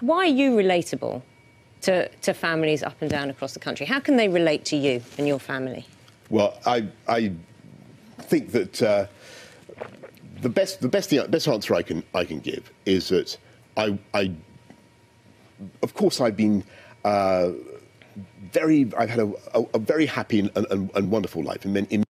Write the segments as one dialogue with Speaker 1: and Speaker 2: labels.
Speaker 1: Why are you relatable to, to families up and down across the country? How can they relate to you and your family?
Speaker 2: Well, I, I think that uh, the best the best thing, best answer I can I can give is that I, I of course I've been uh, very I've had a, a, a very happy and, and, and, wonderful life and then in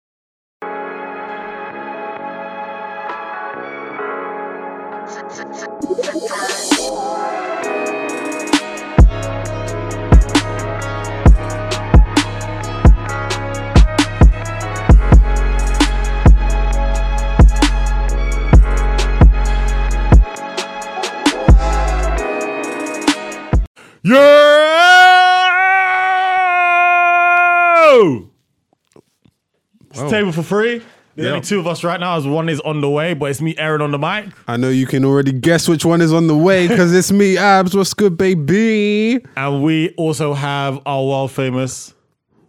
Speaker 3: Yo! It's
Speaker 4: Wow.
Speaker 3: table for free. There's
Speaker 4: Yeah.
Speaker 3: only two of us right now, as one is on the way, but it's me, Aaron, on the mic.
Speaker 4: I know you can already guess which one is on the way because it's me, Abs. What's good, baby?
Speaker 3: And we also have our world famous,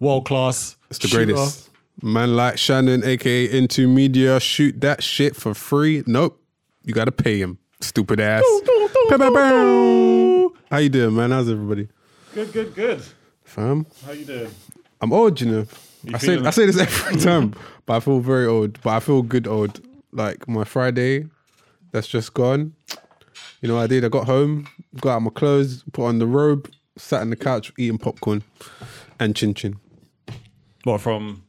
Speaker 3: world class.
Speaker 4: It's the greatest. Man like Shannon, aka Into Media, shoot that shit for free. Nope, you gotta pay him. Stupid ass. Ba-ba-bow. How you doing, man? How's everybody?
Speaker 3: Good, good, good.
Speaker 4: Fam,
Speaker 3: How you doing?
Speaker 4: I'm old, you know. I say
Speaker 3: feeling
Speaker 4: I
Speaker 3: it?
Speaker 4: say this every time, but I feel very old. But I feel good old. Like my Friday, that's just gone. You know what I did? I got home, got out my clothes, put on the robe, sat on the couch eating popcorn and chin chin.
Speaker 3: What from?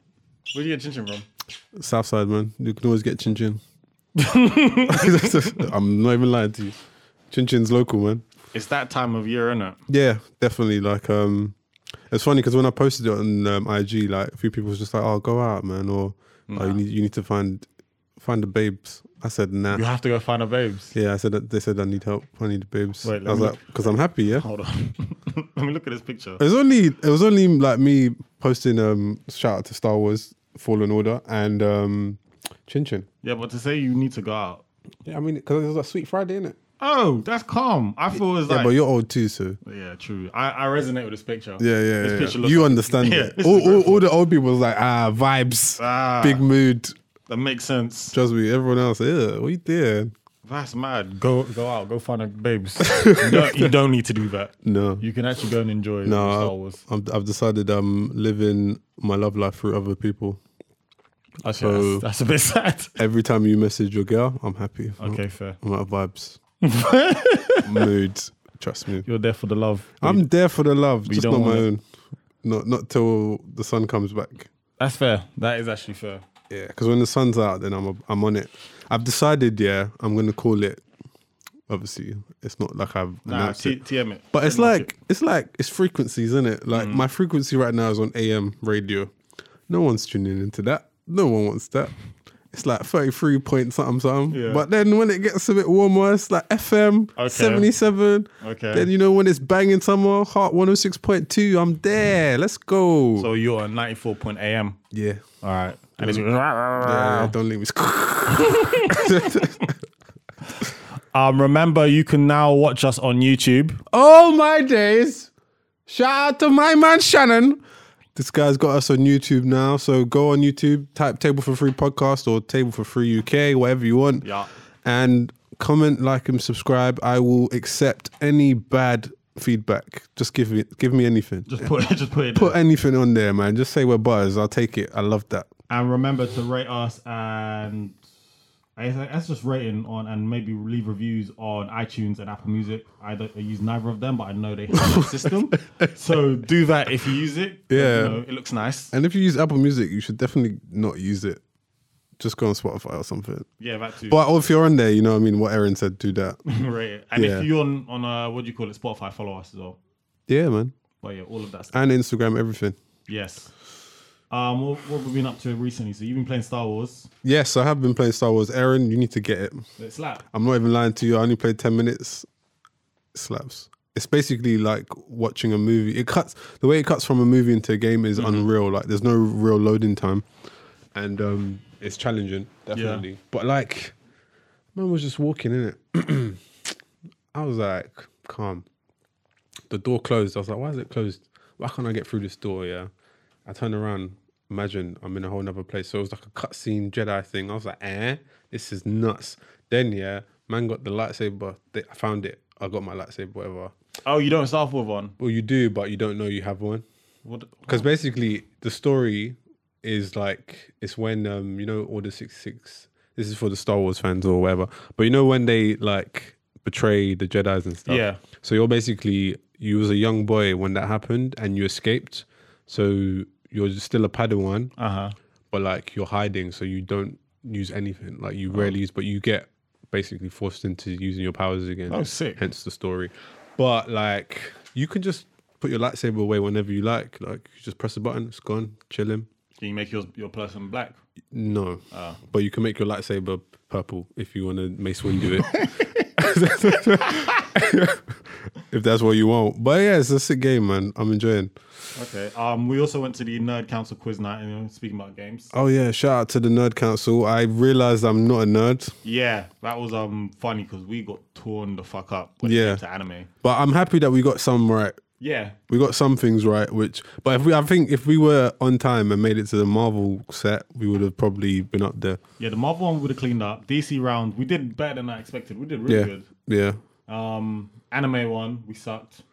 Speaker 3: Where do you get chin chin from?
Speaker 4: Southside man, you can always get chin chin. I'm not even lying to you. Chin chin's local, man.
Speaker 3: It's that time of year, isn't it?
Speaker 4: Yeah, definitely. Like, um, it's funny because when I posted it on um, IG, like a few people was just like, "Oh, go out, man," or "Oh, you need you need to find find the babes." I said, "Nah."
Speaker 3: You have to go find our babes.
Speaker 4: Yeah, I said that they said I need help. I need the babes.
Speaker 3: Wait, let
Speaker 4: I was
Speaker 3: me
Speaker 4: like, because I'm happy. Yeah,
Speaker 3: Hold on. Let me look at this picture.
Speaker 4: it was only it was only like me posting um shout out to Star Wars Fallen Order and um Chin Chin.
Speaker 3: Yeah, but to say you need to go out.
Speaker 4: Yeah, I mean, because it was a sweet Friday, innit?
Speaker 3: Oh, that's calm. I feel it's
Speaker 4: Yeah,
Speaker 3: like
Speaker 4: but you're old too, so
Speaker 3: Yeah, true. I, I resonate with this picture.
Speaker 4: yeah, yeah.
Speaker 3: This
Speaker 4: yeah.
Speaker 3: picture looks
Speaker 4: You
Speaker 3: like-
Speaker 4: understand
Speaker 3: Yeah,
Speaker 4: it.
Speaker 3: this is
Speaker 4: All, all,
Speaker 3: dreadful.
Speaker 4: all the old people was like, ah, vibes,
Speaker 3: Ah.
Speaker 4: big mood.
Speaker 3: that makes sense.
Speaker 4: Trust me, everyone else, yeah, what you doing?
Speaker 3: That's mad. Go go out. Go find a babes. you, don't, you don't need to do that.
Speaker 4: No.
Speaker 3: You can actually go and enjoy
Speaker 4: No,
Speaker 3: Star Wars.
Speaker 4: I've, I've decided I'm living my love life through other people.
Speaker 3: Actually,
Speaker 4: so-
Speaker 3: that's, that's a bit sad.
Speaker 4: Every time you message your girl, I'm happy. If not,
Speaker 3: Okay, fair.
Speaker 4: I'm out of vibes. mood. Trust me.
Speaker 3: You're there for the love.
Speaker 4: I'm there for the love, just
Speaker 3: don't
Speaker 4: not my
Speaker 3: wanna-
Speaker 4: own. Not not till the sun comes back.
Speaker 3: That's fair. That is actually fair.
Speaker 4: Yeah, because when the sun's out, then I'm a, I'm on it. I've decided, yeah, I'm gonna call it. Obviously, it's not like I've
Speaker 3: Nah,
Speaker 4: announced
Speaker 3: T-
Speaker 4: it,
Speaker 3: TM it. Mm.
Speaker 4: but it's
Speaker 3: Pretty much
Speaker 4: like it's like it's frequencies, isn't it? Like my frequency right now is on AM radio. No one's tuning into that. No one wants that. It's like thirty three point something something.
Speaker 3: Yeah.
Speaker 4: But then when it gets a bit warmer, it's like FM
Speaker 3: Okay.
Speaker 4: seventy seven.
Speaker 3: Okay.
Speaker 4: Then you know when it's banging somewhere, Heart one hundred six point two. I'm there. Let's go.
Speaker 3: So you're on 94.am. AM.
Speaker 4: yeah.
Speaker 3: All right. And it's
Speaker 4: Yeah, don't leave me.
Speaker 3: um, remember, you can now watch us on YouTube.
Speaker 4: Oh my days. Shout out to my man Shannon. This guy's got us on YouTube now. So go on YouTube, type Table for Free Podcast or Table for Free UK, whatever you want.
Speaker 3: Yeah.
Speaker 4: And comment, like, and subscribe. I will accept any bad feedback. Just give me give me anything.
Speaker 3: Just put it. Just put it.
Speaker 4: Put anything on there, man. Just say we're buzz. I'll take it. I love that.
Speaker 3: and remember to rate us and I- that's just rating on and maybe leave reviews on iTunes and Apple Music. I don't I use neither of them, but I know they have a system. So do that if you use it.
Speaker 4: Yeah.
Speaker 3: You know, it looks nice.
Speaker 4: And if you use Apple Music, you should definitely not use it. Just go on Spotify or something.
Speaker 3: Yeah, that too.
Speaker 4: But if you're on there, you know what I mean? What Aaron said, do that.
Speaker 3: Rate it. And
Speaker 4: Yeah.
Speaker 3: if you're on on uh, what do you call it, Spotify, follow us as well.
Speaker 4: yeah, man.
Speaker 3: But yeah, all of that stuff.
Speaker 4: And Instagram, everything.
Speaker 3: Yes. Um, what, what have we been up to recently? So you've been playing Star Wars.
Speaker 4: Yes, I have been playing Star Wars. Aaron, you need to get it.
Speaker 3: It's slap.
Speaker 4: I'm not even lying to you. I only played 10 minutes. It slaps. It's basically like watching a movie. It cuts the way it cuts from a movie into a game is unreal. Like there's no real loading time. And um it's challenging, definitely. But like man was just walking in it. I was like, calm. The door closed. I was like, why is it closed? Why can't I get through this door? Yeah. I turned around. Imagine I'm in a whole nother place. So it was like a cutscene Jedi thing. I was like, eh, this is nuts. Then yeah, man got the lightsaber. They, I found it. I got my lightsaber, whatever.
Speaker 3: Oh, you don't start off with one.
Speaker 4: Well, you do, but you don't know you have one.
Speaker 3: What?
Speaker 4: Because basically, the story is like it's when um you know Order sixty six. This is for the Star Wars fans or whatever. But you know when they like betray the Jedi's and stuff.
Speaker 3: Yeah.
Speaker 4: So you're basically you was a young boy when that happened and you escaped. So you're still a Padawan,
Speaker 3: Uh huh.
Speaker 4: but like you're hiding, so you don't use anything. Like
Speaker 3: Oh.
Speaker 4: you rarely use, but you get basically forced into using your powers again.
Speaker 3: Oh, sick.
Speaker 4: Hence the story. But like you can just put your lightsaber away whenever you like. Like you just press a button, it's gone, chill him.
Speaker 3: Can you make your your person black?
Speaker 4: No.
Speaker 3: Ah.
Speaker 4: But you can make your lightsaber purple if you want to Mace Windu it. if that's what you want. But yeah, it's a sick game, man. I'm enjoying.
Speaker 3: Okay. Um, we also went to the Nerd Council quiz night and you know, speaking about games.
Speaker 4: Oh yeah, shout out to the Nerd Council. I realized I'm not a nerd,
Speaker 3: Yeah, that was um funny because we got torn the fuck up when
Speaker 4: Yeah.
Speaker 3: it came to anime.
Speaker 4: but I'm happy that we got some right.
Speaker 3: Yeah.
Speaker 4: We got some things right, which but if we I think if we were on time and made it to the Marvel set, we would have probably been up there.
Speaker 3: Yeah, the Marvel one we would have cleaned up. DC round, we did better than I expected. We did really
Speaker 4: Yeah.
Speaker 3: good.
Speaker 4: Yeah.
Speaker 3: Um, anime one, we sucked.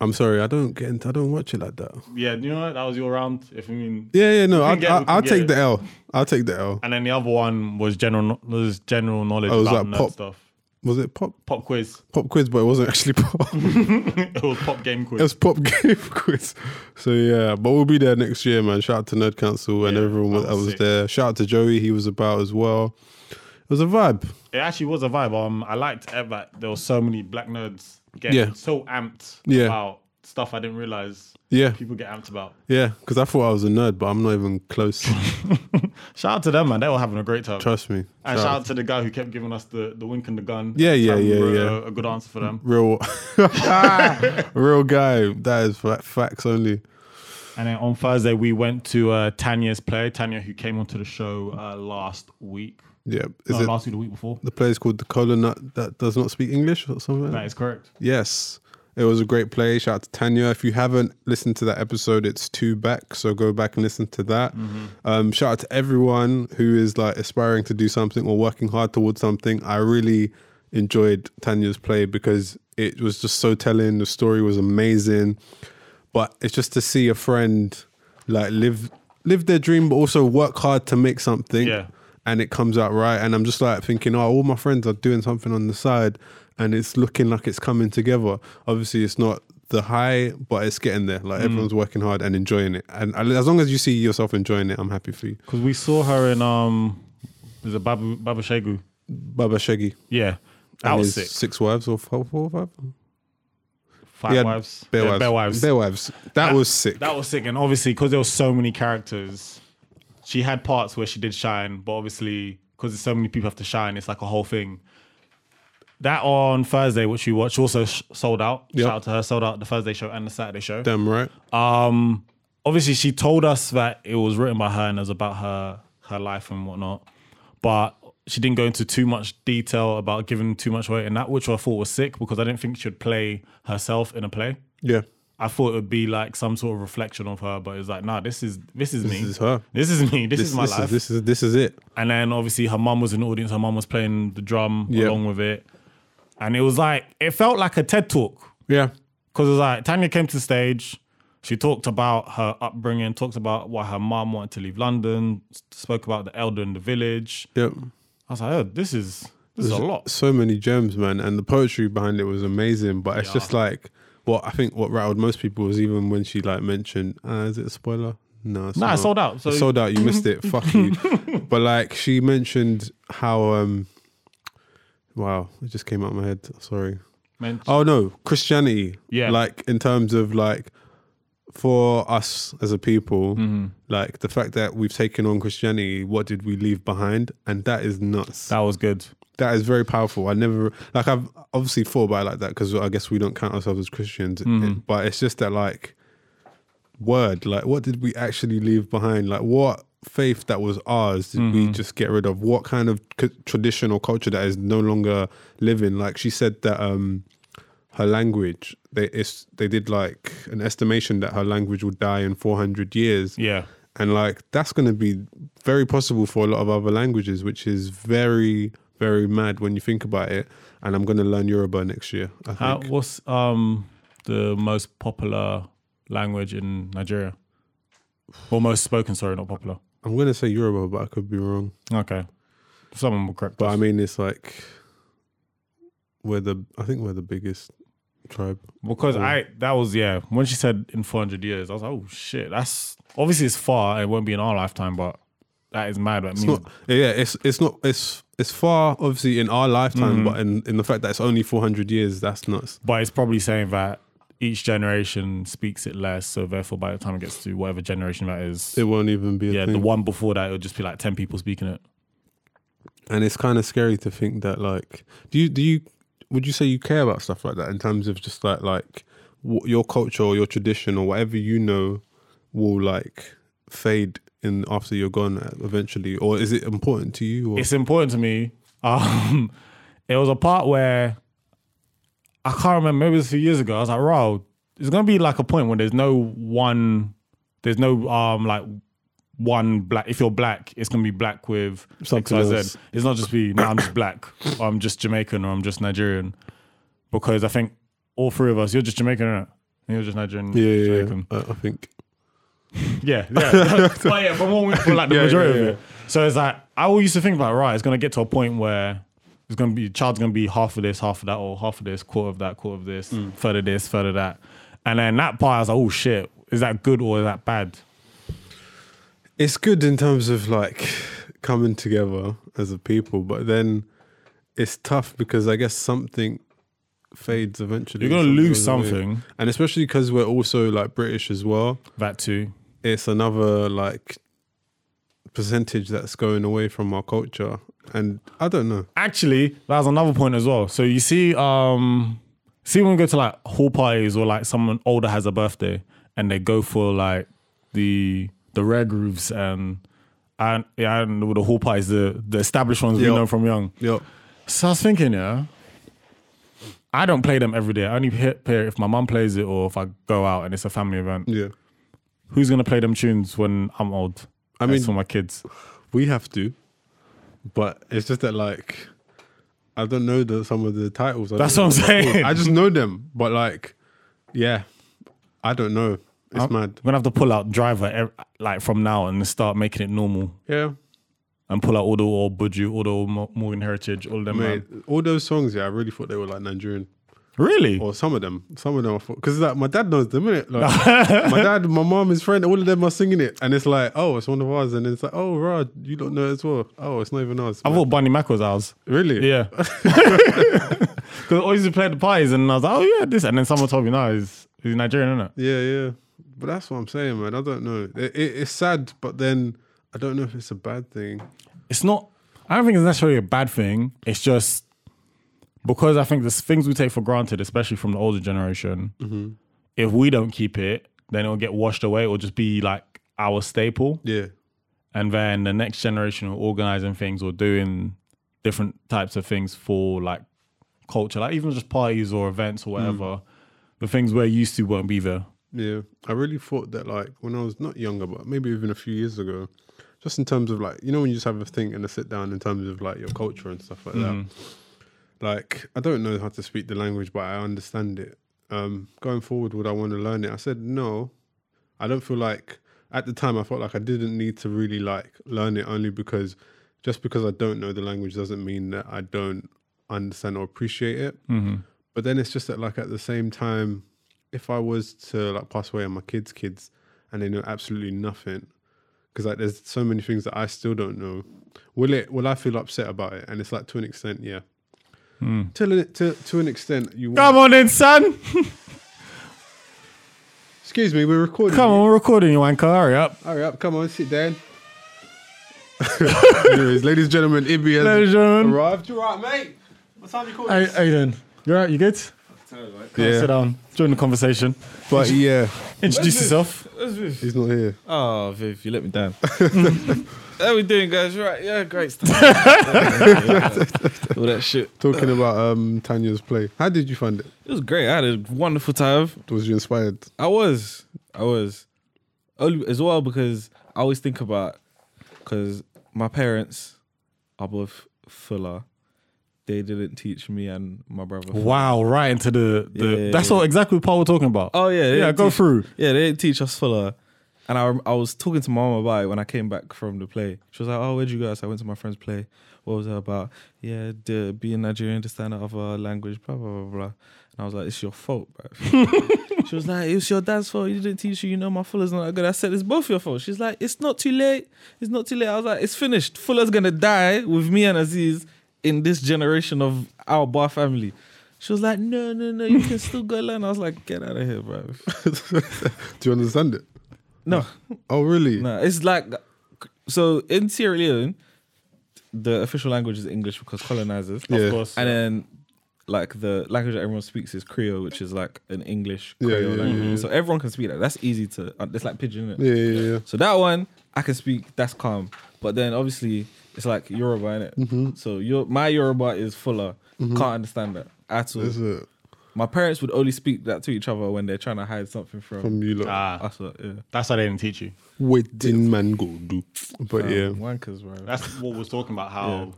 Speaker 4: I'm sorry, I don't get into, I don't watch it like that.
Speaker 3: Yeah, you know what? That was your round. If you mean,
Speaker 4: Yeah, yeah, no, I,
Speaker 3: can get-
Speaker 4: I,
Speaker 3: we can
Speaker 4: I'll
Speaker 3: get
Speaker 4: take
Speaker 3: it.
Speaker 4: the L. I'll take the L.
Speaker 3: and then the other one was general was general knowledge
Speaker 4: Oh, it was
Speaker 3: about
Speaker 4: like
Speaker 3: nerd
Speaker 4: pop-
Speaker 3: stuff.
Speaker 4: Was it pop?
Speaker 3: Pop quiz.
Speaker 4: pop quiz, but it wasn't actually pop. it
Speaker 3: it was pop game quiz.
Speaker 4: was pop game quiz. So yeah, but we'll be there next year, man. Shout out to Nerd Council and
Speaker 3: Yeah,
Speaker 4: everyone
Speaker 3: that
Speaker 4: that
Speaker 3: was
Speaker 4: was
Speaker 3: sick.
Speaker 4: there. Shout out to Joey, he was about as well. It was a vibe.
Speaker 3: it actually was a vibe. Um, I liked it that there were so many black nerds getting
Speaker 4: Yeah.
Speaker 3: so amped
Speaker 4: Yeah.
Speaker 3: about stuff I didn't realize
Speaker 4: Yeah,
Speaker 3: people get amped about.
Speaker 4: yeah. Because I thought I was a nerd, but I'm not even close.
Speaker 3: Shout out to them, man. They were having a great time.
Speaker 4: Trust me.
Speaker 3: and
Speaker 4: Shout
Speaker 3: shout
Speaker 4: out.
Speaker 3: out to the guy who kept giving us the, the wink and the gun.
Speaker 4: Yeah,
Speaker 3: Each
Speaker 4: yeah,
Speaker 3: time we
Speaker 4: yeah,
Speaker 3: wrote
Speaker 4: yeah.
Speaker 3: A, a good answer for them.
Speaker 4: Real,
Speaker 3: Ah.
Speaker 4: real guy. That is fa- facts only.
Speaker 3: And then on Thursday we went to uh, Tanya's play. Tanya, who came onto the show uh, last week,
Speaker 4: Yeah. Is
Speaker 3: no,
Speaker 4: it
Speaker 3: last week, the week before.
Speaker 4: the player's called the Cola Nut that does not speak English or something?
Speaker 3: That is correct.
Speaker 4: Yes. It was a great play. Shout out to Tanya. If you haven't listened to that episode, it's two back. So go back and listen to that. Um, shout out to everyone who is like aspiring to do something or working hard towards something. I really enjoyed Tanya's play because it was just so telling. The story was amazing. But it's just to see a friend like live live their dream but also work hard to make something
Speaker 3: Yeah.
Speaker 4: and it comes out right. And I'm just like thinking, oh, all my friends are doing something on the side and it's looking like it's coming together. Obviously, it's not the high, but it's getting there.
Speaker 3: Mm.
Speaker 4: Like everyone's working hard and enjoying it. And I- as long as you see yourself enjoying it, I'm happy for you.
Speaker 3: Because we saw her in um, was it Babu Babu Shegu?
Speaker 4: Baba Shaggy.
Speaker 3: Yeah, that
Speaker 4: and
Speaker 3: was sick.
Speaker 4: his Six wives or four, four or five?
Speaker 3: Five
Speaker 4: Yeah,
Speaker 3: wives.
Speaker 4: Bear
Speaker 3: Yeah,
Speaker 4: wives.
Speaker 3: Bear wives.
Speaker 4: Bear wives. That, was sick.
Speaker 3: That was sick, and obviously because there were so many characters, she had parts where she did shine, but obviously because there's so many people have to shine, it's like a whole thing. That on Thursday, which you watched, also sh- sold out. Shout out to her, sold out the Thursday show and the Saturday show.
Speaker 4: Damn right.
Speaker 3: Um, obviously she told us that it was written by her and it was about her her life and whatnot, but she didn't go into too much detail about giving too much weight and that, which I thought was sick because I didn't think she'd play herself in a play.
Speaker 4: Yeah.
Speaker 3: I thought it would be like some sort of reflection of her, but it's like, nah, this is this is me.
Speaker 4: is her.
Speaker 3: This is me. This, is my
Speaker 4: this
Speaker 3: life.
Speaker 4: Is, this is this is it.
Speaker 3: And then obviously her mum was in the audience. Her mum was playing the drum
Speaker 4: Yeah.
Speaker 3: along with it, and it was like it felt like a TED talk
Speaker 4: Yeah.
Speaker 3: because it was like Tanya came to the stage. She talked about her upbringing, talked about why her mum wanted to leave London, s- spoke about the elder in the village.
Speaker 4: Yep.
Speaker 3: I was like, oh, this is this is a lot.
Speaker 4: So many gems, man, and the poetry behind it was amazing. But it's just like what I think what rattled most people was even when she like mentioned, uh, is it a spoiler? No, it's
Speaker 3: Nah,
Speaker 4: not.
Speaker 3: it's sold out, so-
Speaker 4: It's sold out. You missed it. Fuck you. But like she mentioned how um, wow, it just came out of my head. Sorry.
Speaker 3: Man,
Speaker 4: Oh no, Christianity.
Speaker 3: Yeah.
Speaker 4: Like in terms of like for us as a people,
Speaker 3: Mm-hmm.
Speaker 4: like the fact that we've taken on Christianity, what did we leave behind? And that is nuts.
Speaker 3: that was good.
Speaker 4: That is very powerful. I never like I've obviously thought about it like that because I guess we don't count ourselves as Christians, but it's just that like word, like what did we actually leave behind? Like what faith that was ours did we just get rid of? What kind of c- tradition or culture that is no longer living? Like she said that um her language they it's, they did like an estimation that her language would die in 400 years
Speaker 3: Yeah.
Speaker 4: and like that's going to be very possible for a lot of other languages which is very very mad when you think about it and I'm going to learn Yoruba next year. I think.
Speaker 3: How, what's um the most popular language in Nigeria? Or most spoken, sorry, not popular.
Speaker 4: I'm going to say Yoruba, but I could be wrong.
Speaker 3: Okay. Someone will correct
Speaker 4: But
Speaker 3: us.
Speaker 4: I mean, it's like we're the I think we're the biggest tribe.
Speaker 3: because I that was yeah. When she said in 400 years, I was like, oh shit. That's obviously it's far. and It won't be in our lifetime, but that is mad. That means
Speaker 4: It's not- yeah, it's it's not it's it's far obviously in our
Speaker 3: Hmm.
Speaker 4: lifetime, but in in the fact that it's only 400 years, that's nuts.
Speaker 3: but it's probably saying that each generation speaks it less, so therefore by the time it gets to whatever generation that is,
Speaker 4: It won't even be a
Speaker 3: yeah,
Speaker 4: thing.
Speaker 3: the one before that it'll just be like ten people speaking it.
Speaker 4: and it's kind of scary to think that like do you do you would you say you care about stuff like that in terms of just like like wh- your culture or your tradition or whatever you know will like fade in after you're gone uh, eventually or is it important to you or
Speaker 3: It's important to me. Um, it was a part where I can't remember. Maybe it was a few years ago. I was like, "Wow, there's gonna be like a point when there's no one, there's no um like one black. If you're black, it's gonna be black with
Speaker 4: Something
Speaker 3: XYZ.
Speaker 4: else.
Speaker 3: It's not just be no, I'm just black, or I'm just Jamaican, or I'm just Nigerian, because I think all three of us, you're just Jamaican, innit? and you're just Nigerian,
Speaker 4: yeah yeah, yeah.
Speaker 3: Jamaican.
Speaker 4: I, I think
Speaker 3: Yeah, yeah. but yeah, from one week for like the
Speaker 4: Yeah,
Speaker 3: majority
Speaker 4: yeah,
Speaker 3: of it. So it's like I always used to think about right, it's gonna get to a point where it's gonna be child's gonna be half of this, half of that, or half of this, quarter of that, quarter of this,
Speaker 4: Mm.
Speaker 3: further this, further that. And then that part I was like, oh shit, is that good or is that bad?
Speaker 4: it's good in terms of like coming together as a people but then it's tough because i guess something fades eventually
Speaker 3: You're gonna lose
Speaker 4: goes away.
Speaker 3: something.
Speaker 4: and especially because we're also like british as well
Speaker 3: That too.
Speaker 4: it's another like percentage that's going away from our culture and i don't know
Speaker 3: Actually, that was another point as well. So you see, um see when we go to like hall parties or like someone older has a birthday and they go for like the the rare grooves and and yeah, and with the hall parties, the the established ones
Speaker 4: Yeah.
Speaker 3: we know from young.
Speaker 4: yep
Speaker 3: So I was thinking, yeah, I don't play them every day. I only hit play it if my mum plays it or if I go out and it's a family event.
Speaker 4: yeah
Speaker 3: Who's gonna play them tunes when I'm old? I
Speaker 4: mean-
Speaker 3: mean, for my kids.
Speaker 4: we have to but it's just that like i don't know the, some of the titles I
Speaker 3: That's
Speaker 4: don't
Speaker 3: what I'm
Speaker 4: know they're called.
Speaker 3: saying.
Speaker 4: i just know them but like yeah i don't know it's
Speaker 3: I'm
Speaker 4: mad
Speaker 3: gonna have to pull out driver ev- like from now and start making it normal.
Speaker 4: yeah
Speaker 3: and pull out all the old Buju, all the old Mo- Morgan Heritage, all them.
Speaker 4: Mate,
Speaker 3: Man.
Speaker 4: all those songs, yeah, I really thought they were like Nigerian,
Speaker 3: Really?
Speaker 4: or some of them. Some of them, I thought because like my dad knows them, innit? Like, my dad, my mom, his friend, all of them are singing it, and it's like, oh, it's one of ours, and it's like, oh, Rod, you don't know it as well. Oh, it's not even ours.
Speaker 3: I
Speaker 4: man.
Speaker 3: thought Bunny Mac was ours.
Speaker 4: really,
Speaker 3: Yeah. Because I always used to play the pies and I was like, oh yeah, this. And then someone told me, no, he's, he's Nigerian, isn't it?
Speaker 4: Yeah, yeah. But that's what I'm saying, man. I don't know. It, it, it's sad, but then I don't know if it's a bad thing.
Speaker 3: It's not, I don't think it's necessarily a bad thing. It's just because I think there's things we take for granted, especially from the older generation.
Speaker 4: Mm-hmm.
Speaker 3: If we don't keep it, then it'll get washed away or just be like our staple.
Speaker 4: Yeah,
Speaker 3: and then the next generation are organizing things or doing different types of things for like culture, like even just parties or events or whatever. The things we're used to won't be there.
Speaker 4: yeah. I really thought that, like, when I was not younger, but maybe even a few years ago, just in terms of like, you know, when you just have a think and a sit down in terms of like your culture and stuff like that. Like, I don't know how to speak the language, but I understand it. Um, going forward, would I want to learn it? I said no. I don't feel like at the time I felt like I didn't need to really like learn it only because just because I don't know the language doesn't mean that I don't understand or appreciate it.
Speaker 3: Mm-hmm.
Speaker 4: But then it's just that like at the same time, if I was to like pass away and my kids' kids and they know absolutely nothing, because like there's so many things that I still don't know. Will it? Will I feel upset about it? And it's like to an extent, yeah. Till it to to an extent, you.
Speaker 3: Hmm. Come on in, son.
Speaker 4: Excuse me, we're recording.
Speaker 3: Come on, we're recording you, wanker. Hurry up.
Speaker 4: Hurry up, come on, sit down. Anyways, ladies and gentlemen, Ibby has
Speaker 3: Ladies and gentlemen.
Speaker 4: arrived. You right, mate? What time you call
Speaker 3: Hey, hey then. You all right? You good?
Speaker 4: Yeah,
Speaker 3: Sit down. Join the conversation.
Speaker 4: but yeah,
Speaker 3: Introduce yourself.
Speaker 4: he's not here.
Speaker 5: Oh, Viv, you let me down. How we doing, guys? You Right? Yeah, great stuff. All that shit.
Speaker 4: Talking about um Tanya's play. How did you find it?
Speaker 5: It was great. I had a wonderful time.
Speaker 4: Was you inspired?
Speaker 5: I was, I was, only as well because I always think about because my parents are both fuller they didn't teach me and my brother.
Speaker 3: Wow, right into the, the
Speaker 5: Yeah.
Speaker 3: that's what exactly what Paul was talking about.
Speaker 5: Oh yeah, they
Speaker 3: yeah,
Speaker 5: didn't
Speaker 3: go
Speaker 5: teach-
Speaker 3: through.
Speaker 5: Yeah, they didn't teach us fuller. And I, rem- I was talking to my mom about it when I came back from the play. She was like, "Oh, where'd you go?" I said, "I went to my friend's play. What was that about? Yeah, the, being Nigerian, understand the other language, blah blah blah blah." And I was like, "It's your fault, bro." she was like, "It's your dad's fault. You didn't teach you. You know, my Fuller's not that good." I said, "It's both your fault." She's like, "It's not too late. It's not too late." I was like, "It's finished. Fuller's gonna die with me and Aziz in this generation of our bar family." She was like, "No, no, no. You can still go learn." I was like, "Get out of here, bro."
Speaker 4: Do you understand it?
Speaker 5: No,
Speaker 4: Oh, really?
Speaker 5: no. It's like so in Sierra Leone, the official language is English because colonizers.
Speaker 4: Yeah.
Speaker 3: Of course.
Speaker 5: And then like the language that everyone speaks is Creole, which is like an English
Speaker 4: Yeah,
Speaker 5: Creole
Speaker 4: yeah, yeah,
Speaker 3: Mm-hmm.
Speaker 5: language. So everyone can speak that. That's easy to. uh, It's like pidgin. Innit?
Speaker 4: Yeah, yeah, yeah.
Speaker 5: So that one I can speak. That's calm. But then obviously it's like Yoruba in it.
Speaker 4: Mm-hmm.
Speaker 5: So your my Yoruba is fuller. Can't understand that at all.
Speaker 4: Is Mm-hmm. it
Speaker 5: My parents would only speak that to each other when they're trying to hide something from,
Speaker 4: from you lot?
Speaker 3: Ah,
Speaker 5: us. uh, Yeah.
Speaker 3: that's why they didn't teach you.
Speaker 4: Waiting man go do. But yeah,
Speaker 3: Um,
Speaker 5: Wankers, bro.
Speaker 3: That's what we was talking about. How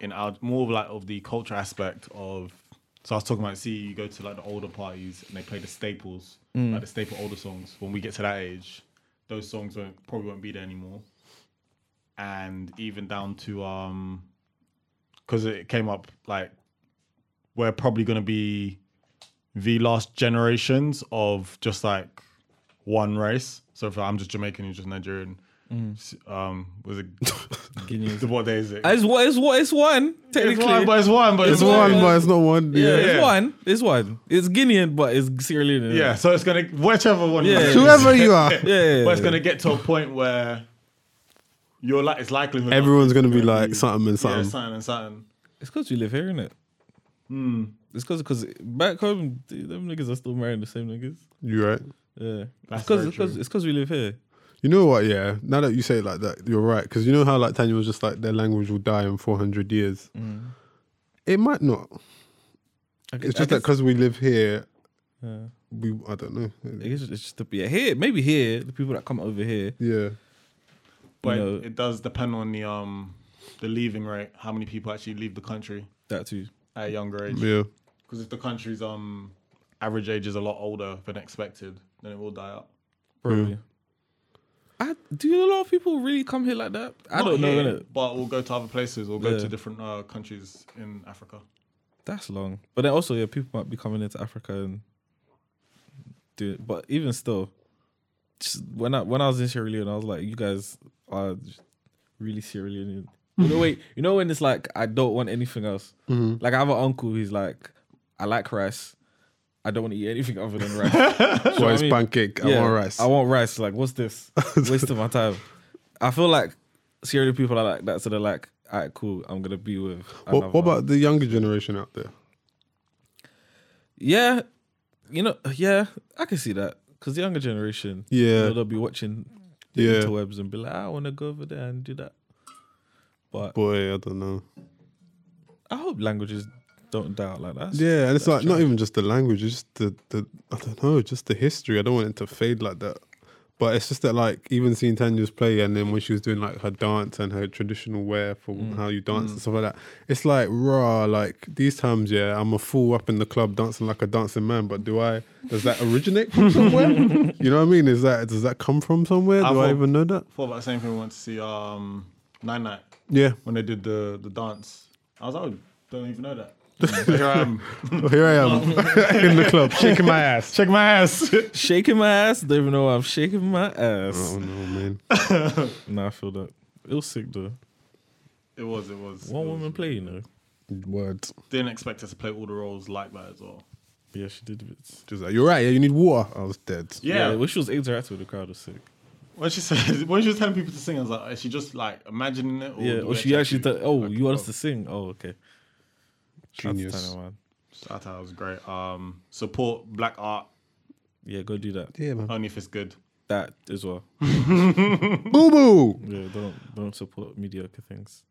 Speaker 3: in our more of like of the culture aspect of. So I was talking about see you go to like the older parties and they play the staples, like the staple older songs. When we get to that age, those songs won't, probably won't be there anymore. And even down to um, because it came up like we're probably gonna be the last generations of just like one race. So if I'm just Jamaican, you're just Nigerian.
Speaker 4: Mm.
Speaker 3: s- Um, was it what day is it?
Speaker 5: It's one. It's one. It's one.
Speaker 3: It's
Speaker 5: Technically,
Speaker 3: one, but it's one, but
Speaker 4: it's one,
Speaker 3: But
Speaker 4: but it's not one.
Speaker 5: yeah,
Speaker 4: Yeah,
Speaker 5: it's
Speaker 3: yeah.
Speaker 5: one. It's one. It's Guinean, but it's Sierra Leone.
Speaker 3: yeah, so it's gonna whichever one.
Speaker 5: Yeah.
Speaker 3: it is.
Speaker 4: whoever you are,
Speaker 5: yeah. yeah,
Speaker 3: But it's
Speaker 5: yeah.
Speaker 3: gonna get to a point where you're like it's likely we're not-
Speaker 4: everyone's gonna be like something and
Speaker 3: yeah,
Speaker 4: something.
Speaker 3: something and something.
Speaker 5: It's because we live here, isn't it?
Speaker 3: Hmm.
Speaker 5: It's because back home, dude, them niggas are still marrying the same niggas.
Speaker 4: You right?
Speaker 5: Yeah,
Speaker 3: That's
Speaker 5: because
Speaker 3: very
Speaker 5: because
Speaker 3: true.
Speaker 5: it's because we live here.
Speaker 4: You know what? Yeah. Now that you say it like that, you're right. Because you know how like Tanya was just like their language will die in 400 years. It might not.
Speaker 5: Mm. I guess,
Speaker 4: It's just that
Speaker 5: I guess,
Speaker 4: because we live here,
Speaker 5: Yeah.
Speaker 4: we I don't know.
Speaker 5: I guess it's just to be here. Maybe here, the people that come over here.
Speaker 4: Yeah.
Speaker 3: But
Speaker 5: know.
Speaker 3: it does depend on the um the leaving rate, how many people actually leave the country
Speaker 5: That too.
Speaker 3: at a younger age.
Speaker 4: Yeah.
Speaker 3: Because if the country's um average age is a lot older than expected, then it will die out.
Speaker 5: Probably. I, do a lot of people really come here like that? I
Speaker 3: Not
Speaker 5: don't know,
Speaker 3: here,
Speaker 5: innit?
Speaker 3: But we'll go to other places. We'll go
Speaker 5: Yeah.
Speaker 3: to different uh, countries in Africa.
Speaker 5: That's long. But then also, yeah, people might be coming into Africa and do it. But even still, just when I when I was in Sierra Leone, I was like, you guys are just really Sierra Leonean. You know, wait, you know when it's like I don't want anything else.
Speaker 4: Mm-hmm.
Speaker 5: Like I have an uncle who's like, I like rice. I don't want to eat anything other than rice.
Speaker 4: Well, it's
Speaker 5: mean?
Speaker 4: pancake. I want rice.
Speaker 5: I want rice. Like, what's this? Waste of my time. I feel like Sierra Leone people are like that, so they're like, all right, cool. I'm gonna be with.
Speaker 4: what, what
Speaker 5: another-
Speaker 4: about the younger generation out there?
Speaker 5: Yeah, you know, yeah, I can see that because the younger generation, you
Speaker 4: Yeah.
Speaker 5: know, they'll be watching the
Speaker 4: Yeah.
Speaker 5: interwebs and be like, I want to go over there and do that. But
Speaker 4: Boy, I don't know.
Speaker 5: I hope languages don't die out like that.
Speaker 4: Yeah, and it's like not even just the language, it's just the, the I don't know, just the history. I don't want it to fade like that. But it's just that like even seeing Tanya's play and then when she was doing like her dance and her traditional wear for how you dance and stuff like that, it's like raw, like these times, yeah, I'm a fool up in the club dancing like a dancing man, but do I does that originate from somewhere? you know what I mean? Is that does that come from somewhere? Do
Speaker 3: I
Speaker 4: I,
Speaker 3: thought-
Speaker 4: even know that?
Speaker 3: Thought about the same thing. We went to see um Nine Night
Speaker 4: Yeah.
Speaker 3: when they did the the dance. I was like, oh, don't even know that. But here I am.
Speaker 4: Here I am in the club, shaking my ass.
Speaker 3: Check my ass.
Speaker 5: Shaking my ass, don't even know why I'm shaking my ass.
Speaker 4: Oh no, man.
Speaker 5: Nah, I feel that. It was sick though.
Speaker 3: it was. It was.
Speaker 5: One
Speaker 3: it was-
Speaker 5: woman play, you know.
Speaker 4: Words.
Speaker 3: Didn't expect us to play all the roles like that as well.
Speaker 5: Yeah, she did bits.
Speaker 4: She's like, You're right, yeah, you need water. I was dead.
Speaker 3: Yeah.
Speaker 5: yeah when she was interacting with the crowd, it was sick.
Speaker 3: when she said when she was telling people to sing, I was like, is she just like imagining it? Or
Speaker 5: yeah,
Speaker 3: do
Speaker 5: or
Speaker 3: we
Speaker 5: she
Speaker 3: actually
Speaker 5: actually thought, oh, you want us
Speaker 3: oh.
Speaker 5: to sing? Oh, okay. Shout out to
Speaker 4: Genius.
Speaker 5: Tanya, man.
Speaker 3: I thought it was great. Um, support black art
Speaker 5: Yeah, go do that.
Speaker 4: Yeah, man.
Speaker 3: only if it's good.
Speaker 5: That as well.
Speaker 4: Boo boo.
Speaker 5: Yeah, don't don't support mediocre things.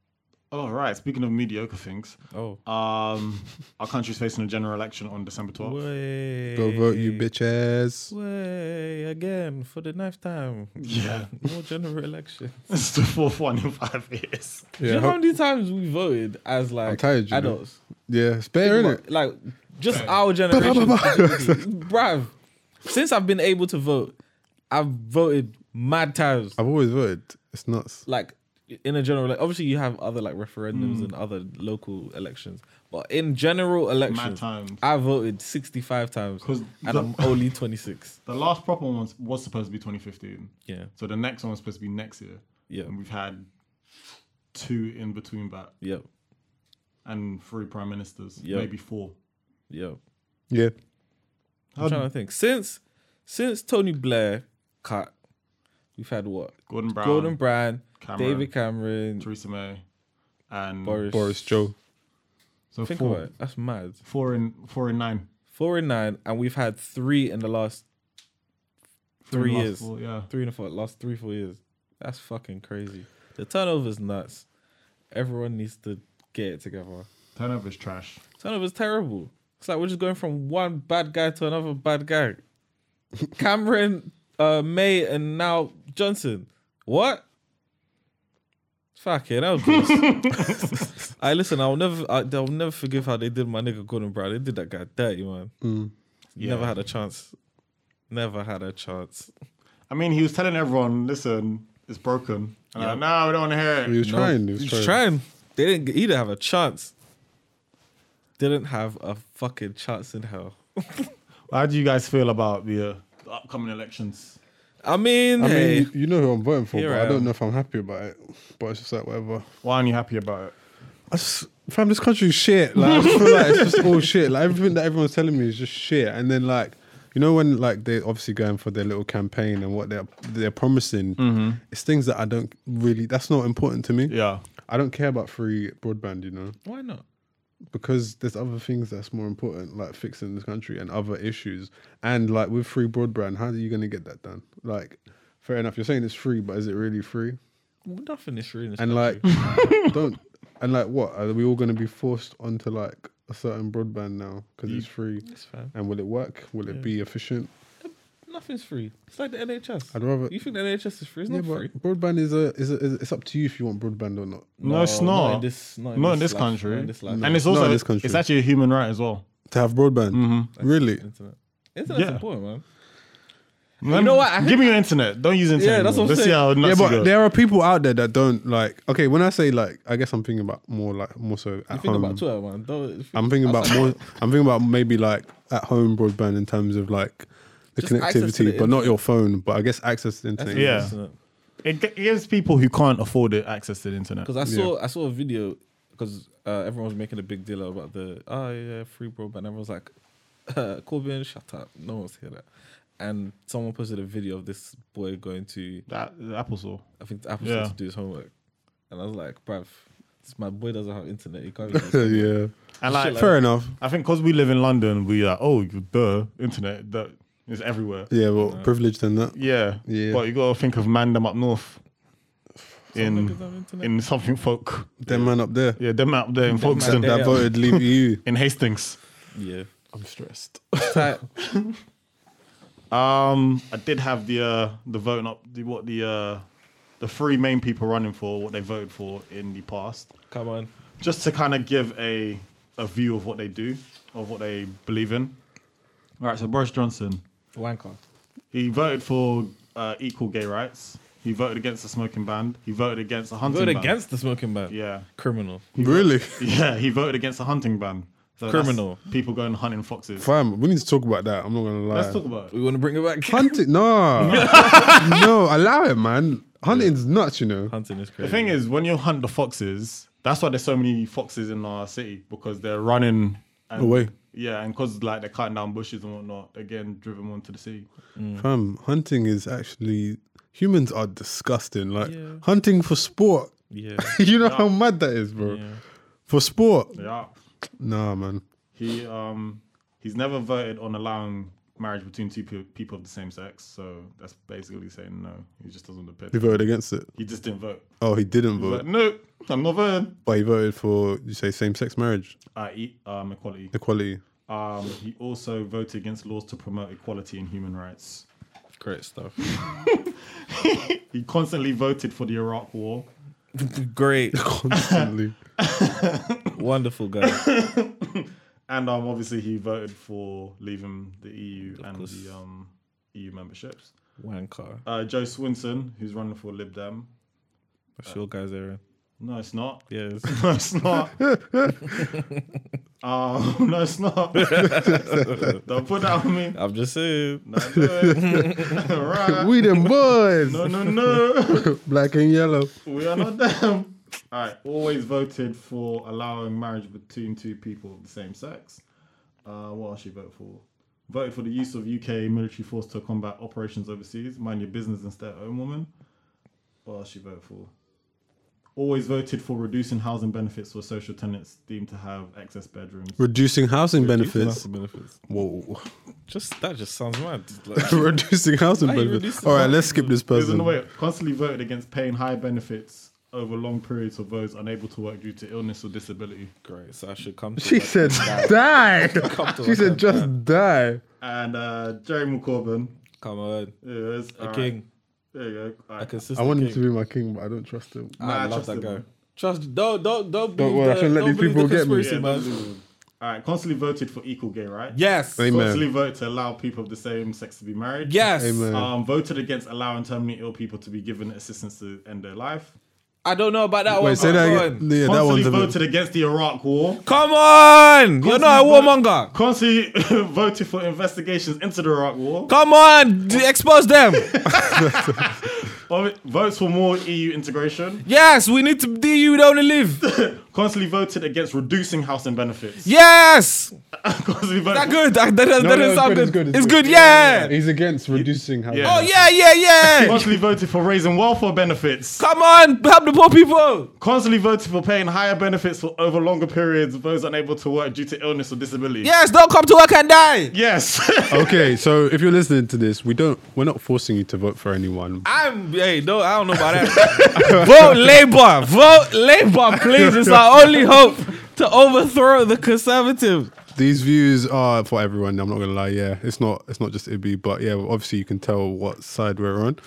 Speaker 3: All Oh, right. Speaking of mediocre things,
Speaker 5: Oh.
Speaker 3: um, our country's facing a general election on December 12th.
Speaker 5: Way.
Speaker 4: Go vote, you bitches.
Speaker 5: Way again for the ninth time.
Speaker 3: Yeah.
Speaker 5: No general election.
Speaker 3: It's the fourth one in five years.
Speaker 5: Do you
Speaker 4: Yeah,
Speaker 5: know how
Speaker 4: ho-
Speaker 5: many times we voted as like
Speaker 4: tired, you know.
Speaker 5: adults?
Speaker 4: yeah, spare in it.
Speaker 5: But, Like just our generation, bruv. Since I've been able to vote, I've voted mad times.
Speaker 4: I've always voted. It's nuts.
Speaker 5: Like in a general, like, obviously you have other like referendums and other local elections, but in general elections,
Speaker 3: times.
Speaker 5: I voted sixty-five times,
Speaker 3: 'Cause
Speaker 5: and
Speaker 3: the-
Speaker 5: I'm only twenty-six.
Speaker 3: The last proper one was, was supposed to be 2015.
Speaker 5: Yeah.
Speaker 3: So the next one was supposed to be next year.
Speaker 5: Yeah.
Speaker 3: And we've had two in between that
Speaker 5: Yep,
Speaker 3: and three prime ministers,
Speaker 5: Yeah.
Speaker 3: maybe four.
Speaker 5: yep.
Speaker 4: Yeah,
Speaker 5: I'm trying to think. Since since Tony Blair cut, we've had what?
Speaker 3: Gordon Brown,
Speaker 5: Gordon Brown,
Speaker 3: Cameron.
Speaker 5: David Cameron,
Speaker 3: Theresa May, and
Speaker 5: Boris.
Speaker 4: Boris Joe.
Speaker 3: so
Speaker 5: Think
Speaker 3: four,
Speaker 5: about it. That's mad.
Speaker 3: four in four in nine.
Speaker 5: Four and nine, and we've had three in the last
Speaker 3: in
Speaker 5: three
Speaker 3: the last
Speaker 5: years.
Speaker 3: four, yeah.
Speaker 5: Three and a four, last three four years. That's fucking crazy. The turnover's nuts. Everyone needs to get it together.
Speaker 3: Turnover's trash.
Speaker 5: Turnover's terrible. It's like we're just going from one bad guy to another bad guy. Cameron, uh, May, and now Johnson. What? Fucking hell, I listen. I'll never. I, I'll never forgive how they did my nigga Gordon Brown. They did that guy dirty, man.
Speaker 4: Mm.
Speaker 5: Never
Speaker 3: Yeah.
Speaker 5: had a chance. Never had a chance.
Speaker 3: I mean, he was telling everyone, "Listen, it's broken." And they're like, no, we don't want to hear it.
Speaker 4: He was trying. He was
Speaker 5: He's
Speaker 4: trying.
Speaker 5: trying. They didn't. He didn't have a chance. Didn't have a fucking chance in hell.
Speaker 3: How do you guys feel about the, uh, the upcoming elections?
Speaker 5: I mean,
Speaker 4: I
Speaker 5: hey.
Speaker 4: mean, you, you know who I'm voting for,
Speaker 5: Here
Speaker 4: but
Speaker 5: I
Speaker 4: I don't
Speaker 5: am.
Speaker 4: know if I'm happy about it. But it's just like whatever.
Speaker 3: Why aren't you happy about it?
Speaker 4: I just, fam, this country's shit. Like, I just feel like it's just all shit. Like, everything that everyone's telling me is just shit. And then, like, you know, when like they're obviously going for their little campaign and what they're they're promising,
Speaker 5: Mm-hmm.
Speaker 4: it's things that I don't really. That's not important to me.
Speaker 3: Yeah,
Speaker 4: I don't care about free broadband. You know,
Speaker 5: why not?
Speaker 4: because there's other things that's more important, like fixing this country and other issues. And like with free broadband, how are you going to get that done? Like, fair enough, you're saying it's free, but is it really free?
Speaker 5: Nothing is free in this
Speaker 4: and
Speaker 5: country.
Speaker 4: like don't and like what are we all going to be forced onto like a certain broadband now because it's free
Speaker 5: It's fine.
Speaker 4: and will it work will it be efficient
Speaker 5: Nothing's free. It's like the NHS.
Speaker 4: I'd rather-
Speaker 5: You think the NHS is free? It's
Speaker 4: yeah,
Speaker 5: not free.
Speaker 4: but broadband is a, is a is it's up to you if you want broadband or not
Speaker 3: no, it's not.
Speaker 5: in this, not in
Speaker 3: Not
Speaker 5: this,
Speaker 3: in this
Speaker 5: life,
Speaker 3: country.
Speaker 5: Not in this life.
Speaker 3: and it's
Speaker 4: Not in
Speaker 3: also
Speaker 4: this country.
Speaker 3: it's actually a human right as well.
Speaker 4: to have broadband really
Speaker 5: Internet. Internet's
Speaker 3: Yeah.
Speaker 5: important, man.
Speaker 3: You
Speaker 5: know what? I-
Speaker 3: Give me your internet. Don't use internet.
Speaker 5: Yeah, that's what I'm
Speaker 3: anymore. Let's
Speaker 5: saying.
Speaker 3: see
Speaker 4: yeah
Speaker 3: how nuts
Speaker 4: but
Speaker 3: you go.
Speaker 4: there are people out there that don't like okay when i say like i guess i'm thinking about more like more so at
Speaker 5: You think
Speaker 4: home
Speaker 5: about Twitter, man. Don't,
Speaker 4: i'm thinking about more i'm thinking about maybe like at home broadband in terms of like the
Speaker 5: Just access to
Speaker 4: connectivity
Speaker 5: the
Speaker 4: but not your phone but i guess access to internet
Speaker 3: Yeah. It g- gives people who can't afford it access to the internet.
Speaker 5: Because I saw I saw a video because uh, everyone was making a big deal about the oh yeah free broadband. Everyone was like, uh, Corbyn, shut up. No one's hear that. And someone posted a video of this boy going to
Speaker 3: That the Apple Store.
Speaker 5: I think Apple
Speaker 3: Yeah.
Speaker 5: said to do his homework, and I was like, bruv, this, my boy doesn't have internet. He can't. even do his
Speaker 4: yeah
Speaker 3: And like,
Speaker 4: fair enough
Speaker 3: I think because we live in London, we are oh duh internet that is everywhere.
Speaker 4: Yeah, well, privileged than that.
Speaker 3: Yeah.
Speaker 4: Yeah.
Speaker 3: But you gotta think of man them up north.
Speaker 5: niggas have
Speaker 3: In
Speaker 5: internet.
Speaker 3: in something folk.
Speaker 4: Them man up there
Speaker 3: Yeah, them out there in
Speaker 5: man
Speaker 3: Folkestone.
Speaker 5: there.
Speaker 4: that voted Leave EU.
Speaker 3: In Hastings.
Speaker 5: Yeah.
Speaker 4: I'm stressed.
Speaker 5: Tight.
Speaker 3: Um I did have the uh the voting up the what the uh the three main people running for what they voted for in the past.
Speaker 5: Come on.
Speaker 3: just to kind of give a a view of what they do, of what they believe in. All right, so Boris Johnson,
Speaker 5: Wanker.
Speaker 3: he voted for uh, equal gay rights. He voted against the smoking ban. He voted against a hunting
Speaker 5: Vote
Speaker 3: ban.
Speaker 5: against the smoking ban.
Speaker 3: Yeah,
Speaker 5: Criminal.
Speaker 4: Really?
Speaker 3: yeah. He voted against a hunting ban. So that's
Speaker 5: Criminal.
Speaker 3: People going hunting foxes.
Speaker 4: Fam, we need to talk about that. I'm not gonna lie.
Speaker 3: Let's talk about it.
Speaker 5: We want to bring it back.
Speaker 4: Hunting? No, no, allow it, man. Hunting's nuts, you know.
Speaker 5: Hunting is
Speaker 3: The
Speaker 5: crazy.
Speaker 3: thing is, when you hunt the foxes, that's why there's so many foxes in our city because they're running and,
Speaker 4: Away.
Speaker 3: Yeah, and because like they're cutting down bushes and whatnot, again driven onto the city.
Speaker 4: Fam, hunting is actually humans are disgusting. Like
Speaker 5: Yeah.
Speaker 4: hunting for sport.
Speaker 5: yeah.
Speaker 4: you know how mad that is, bro.
Speaker 5: Yeah.
Speaker 4: For sport,
Speaker 3: Yeah.
Speaker 4: nah, man.
Speaker 3: He um he's never voted on allowing marriage between two pe- people of the same sex. So that's basically saying no. He just doesn't appear.
Speaker 4: He voted against it.
Speaker 3: He just didn't vote.
Speaker 4: Oh, he didn't
Speaker 3: He's
Speaker 4: vote,
Speaker 3: like, no, I'm not voting.
Speaker 4: but he voted for you say same-sex marriage
Speaker 3: I eat um, equality.
Speaker 4: equality.
Speaker 3: Um, he also voted against laws to promote equality and human rights.
Speaker 5: Great stuff.
Speaker 3: He constantly voted for the Iraq War.
Speaker 5: Great.
Speaker 4: Constantly,
Speaker 5: Wonderful guy.
Speaker 3: And um, obviously, he voted for leaving the EU and the um, EU memberships.
Speaker 5: Wanker.
Speaker 3: Uh, Joe Swinson, who's running for Lib Dem.
Speaker 5: That's your guys, Aaron.
Speaker 3: No, it's not.
Speaker 5: Yes.
Speaker 3: No, it's not. um, no, it's not. Don't put that on me.
Speaker 5: I'm just saying.
Speaker 3: No, do it. right.
Speaker 4: we them boys,
Speaker 3: No, no, no.
Speaker 4: black and yellow.
Speaker 3: We are not them. All right. Always voted for allowing marriage between two people of the same sex. Uh, what else she vote for? Voted for the use of UK military force to combat operations overseas. Mind your business and stay at home, woman. What else she vote for? Always voted for reducing housing benefits for social tenants deemed to have excess bedrooms.
Speaker 4: Reducing housing benefits.
Speaker 5: Benefits. benefits.
Speaker 4: Whoa,
Speaker 5: Just that just sounds mad. Like,
Speaker 4: reducing housing
Speaker 5: Why you
Speaker 4: benefits.
Speaker 5: reducing
Speaker 4: All right,
Speaker 5: housing
Speaker 4: let's skip this
Speaker 3: Listen,
Speaker 4: person.
Speaker 3: wait. Constantly voted against paying high benefits over long periods for those unable to work due to illness or disability.
Speaker 5: great. So I should come. To
Speaker 4: She
Speaker 5: like,
Speaker 4: said,
Speaker 5: die.
Speaker 4: "Die."
Speaker 5: Come to
Speaker 4: She
Speaker 5: like
Speaker 4: said,
Speaker 5: a-
Speaker 4: "Just die."
Speaker 3: And uh, Jeremy Corbyn.
Speaker 5: come on,
Speaker 3: There is
Speaker 5: a king,
Speaker 3: There you go. All
Speaker 5: a
Speaker 3: right.
Speaker 5: consistent.
Speaker 4: I want him
Speaker 5: king. Ah.
Speaker 4: to be my king, but I don't trust him.
Speaker 3: Nah,
Speaker 5: I love
Speaker 3: trust
Speaker 5: that
Speaker 3: him,
Speaker 5: guy.
Speaker 3: man.
Speaker 5: Trust. Don't don't
Speaker 4: Don't
Speaker 5: don't. believe
Speaker 4: worry, I
Speaker 5: the-
Speaker 4: shouldn't let
Speaker 5: don't
Speaker 4: these
Speaker 5: believe the
Speaker 4: people get me.
Speaker 5: conspiracy,
Speaker 3: Yeah,
Speaker 5: man.
Speaker 3: man. All right. Constantly voted for equal gay rights.
Speaker 5: Yes.
Speaker 4: Amen.
Speaker 3: Constantly voted to allow people of the same sex to be married.
Speaker 5: Yes.
Speaker 4: Amen.
Speaker 3: Um, voted against allowing terminally ill people to be given assistance to end their life.
Speaker 5: I don't know about that one.
Speaker 4: Wait, say
Speaker 5: but
Speaker 4: that
Speaker 5: go
Speaker 4: again.
Speaker 5: on.
Speaker 4: Yeah, that
Speaker 3: Constantly
Speaker 4: one's a bit.
Speaker 3: voted against the Iraq War.
Speaker 5: Come on! You're not a warmonger.
Speaker 3: Constantly voted for investigations into the Iraq War.
Speaker 5: Come on! d- Expose them.
Speaker 3: Vote- Votes for more EU integration.
Speaker 5: yes, we need to do you don't live.
Speaker 3: Constantly voted against reducing housing benefits.
Speaker 5: Yes!
Speaker 3: Constantly voted.
Speaker 5: That good. That, that, that
Speaker 4: No,
Speaker 5: that
Speaker 4: no,
Speaker 5: doesn't
Speaker 4: it's
Speaker 5: sound
Speaker 4: good, it's good, it's
Speaker 5: It's
Speaker 4: good.
Speaker 5: good, yeah.
Speaker 4: He's against reducing housing.
Speaker 3: Yeah.
Speaker 5: Oh yeah, yeah, yeah.
Speaker 3: Constantly voted for raising welfare benefits.
Speaker 5: Come on, help the poor people.
Speaker 3: Constantly voted for paying higher benefits for over longer periods of those unable to work due to illness or disability.
Speaker 5: Yes, don't come to work and die.
Speaker 3: Yes.
Speaker 4: Okay, so if you're listening to this, we don't. We're not forcing you to vote for anyone.
Speaker 5: I'm hey, no, I don't know about that. Vote Labour, vote Labour, please. It's our only hope to overthrow the Conservatives.
Speaker 4: These views are for everyone. I'm not gonna lie. Yeah, it's not. It's not just Ibby, but yeah, obviously you can tell what side we're on.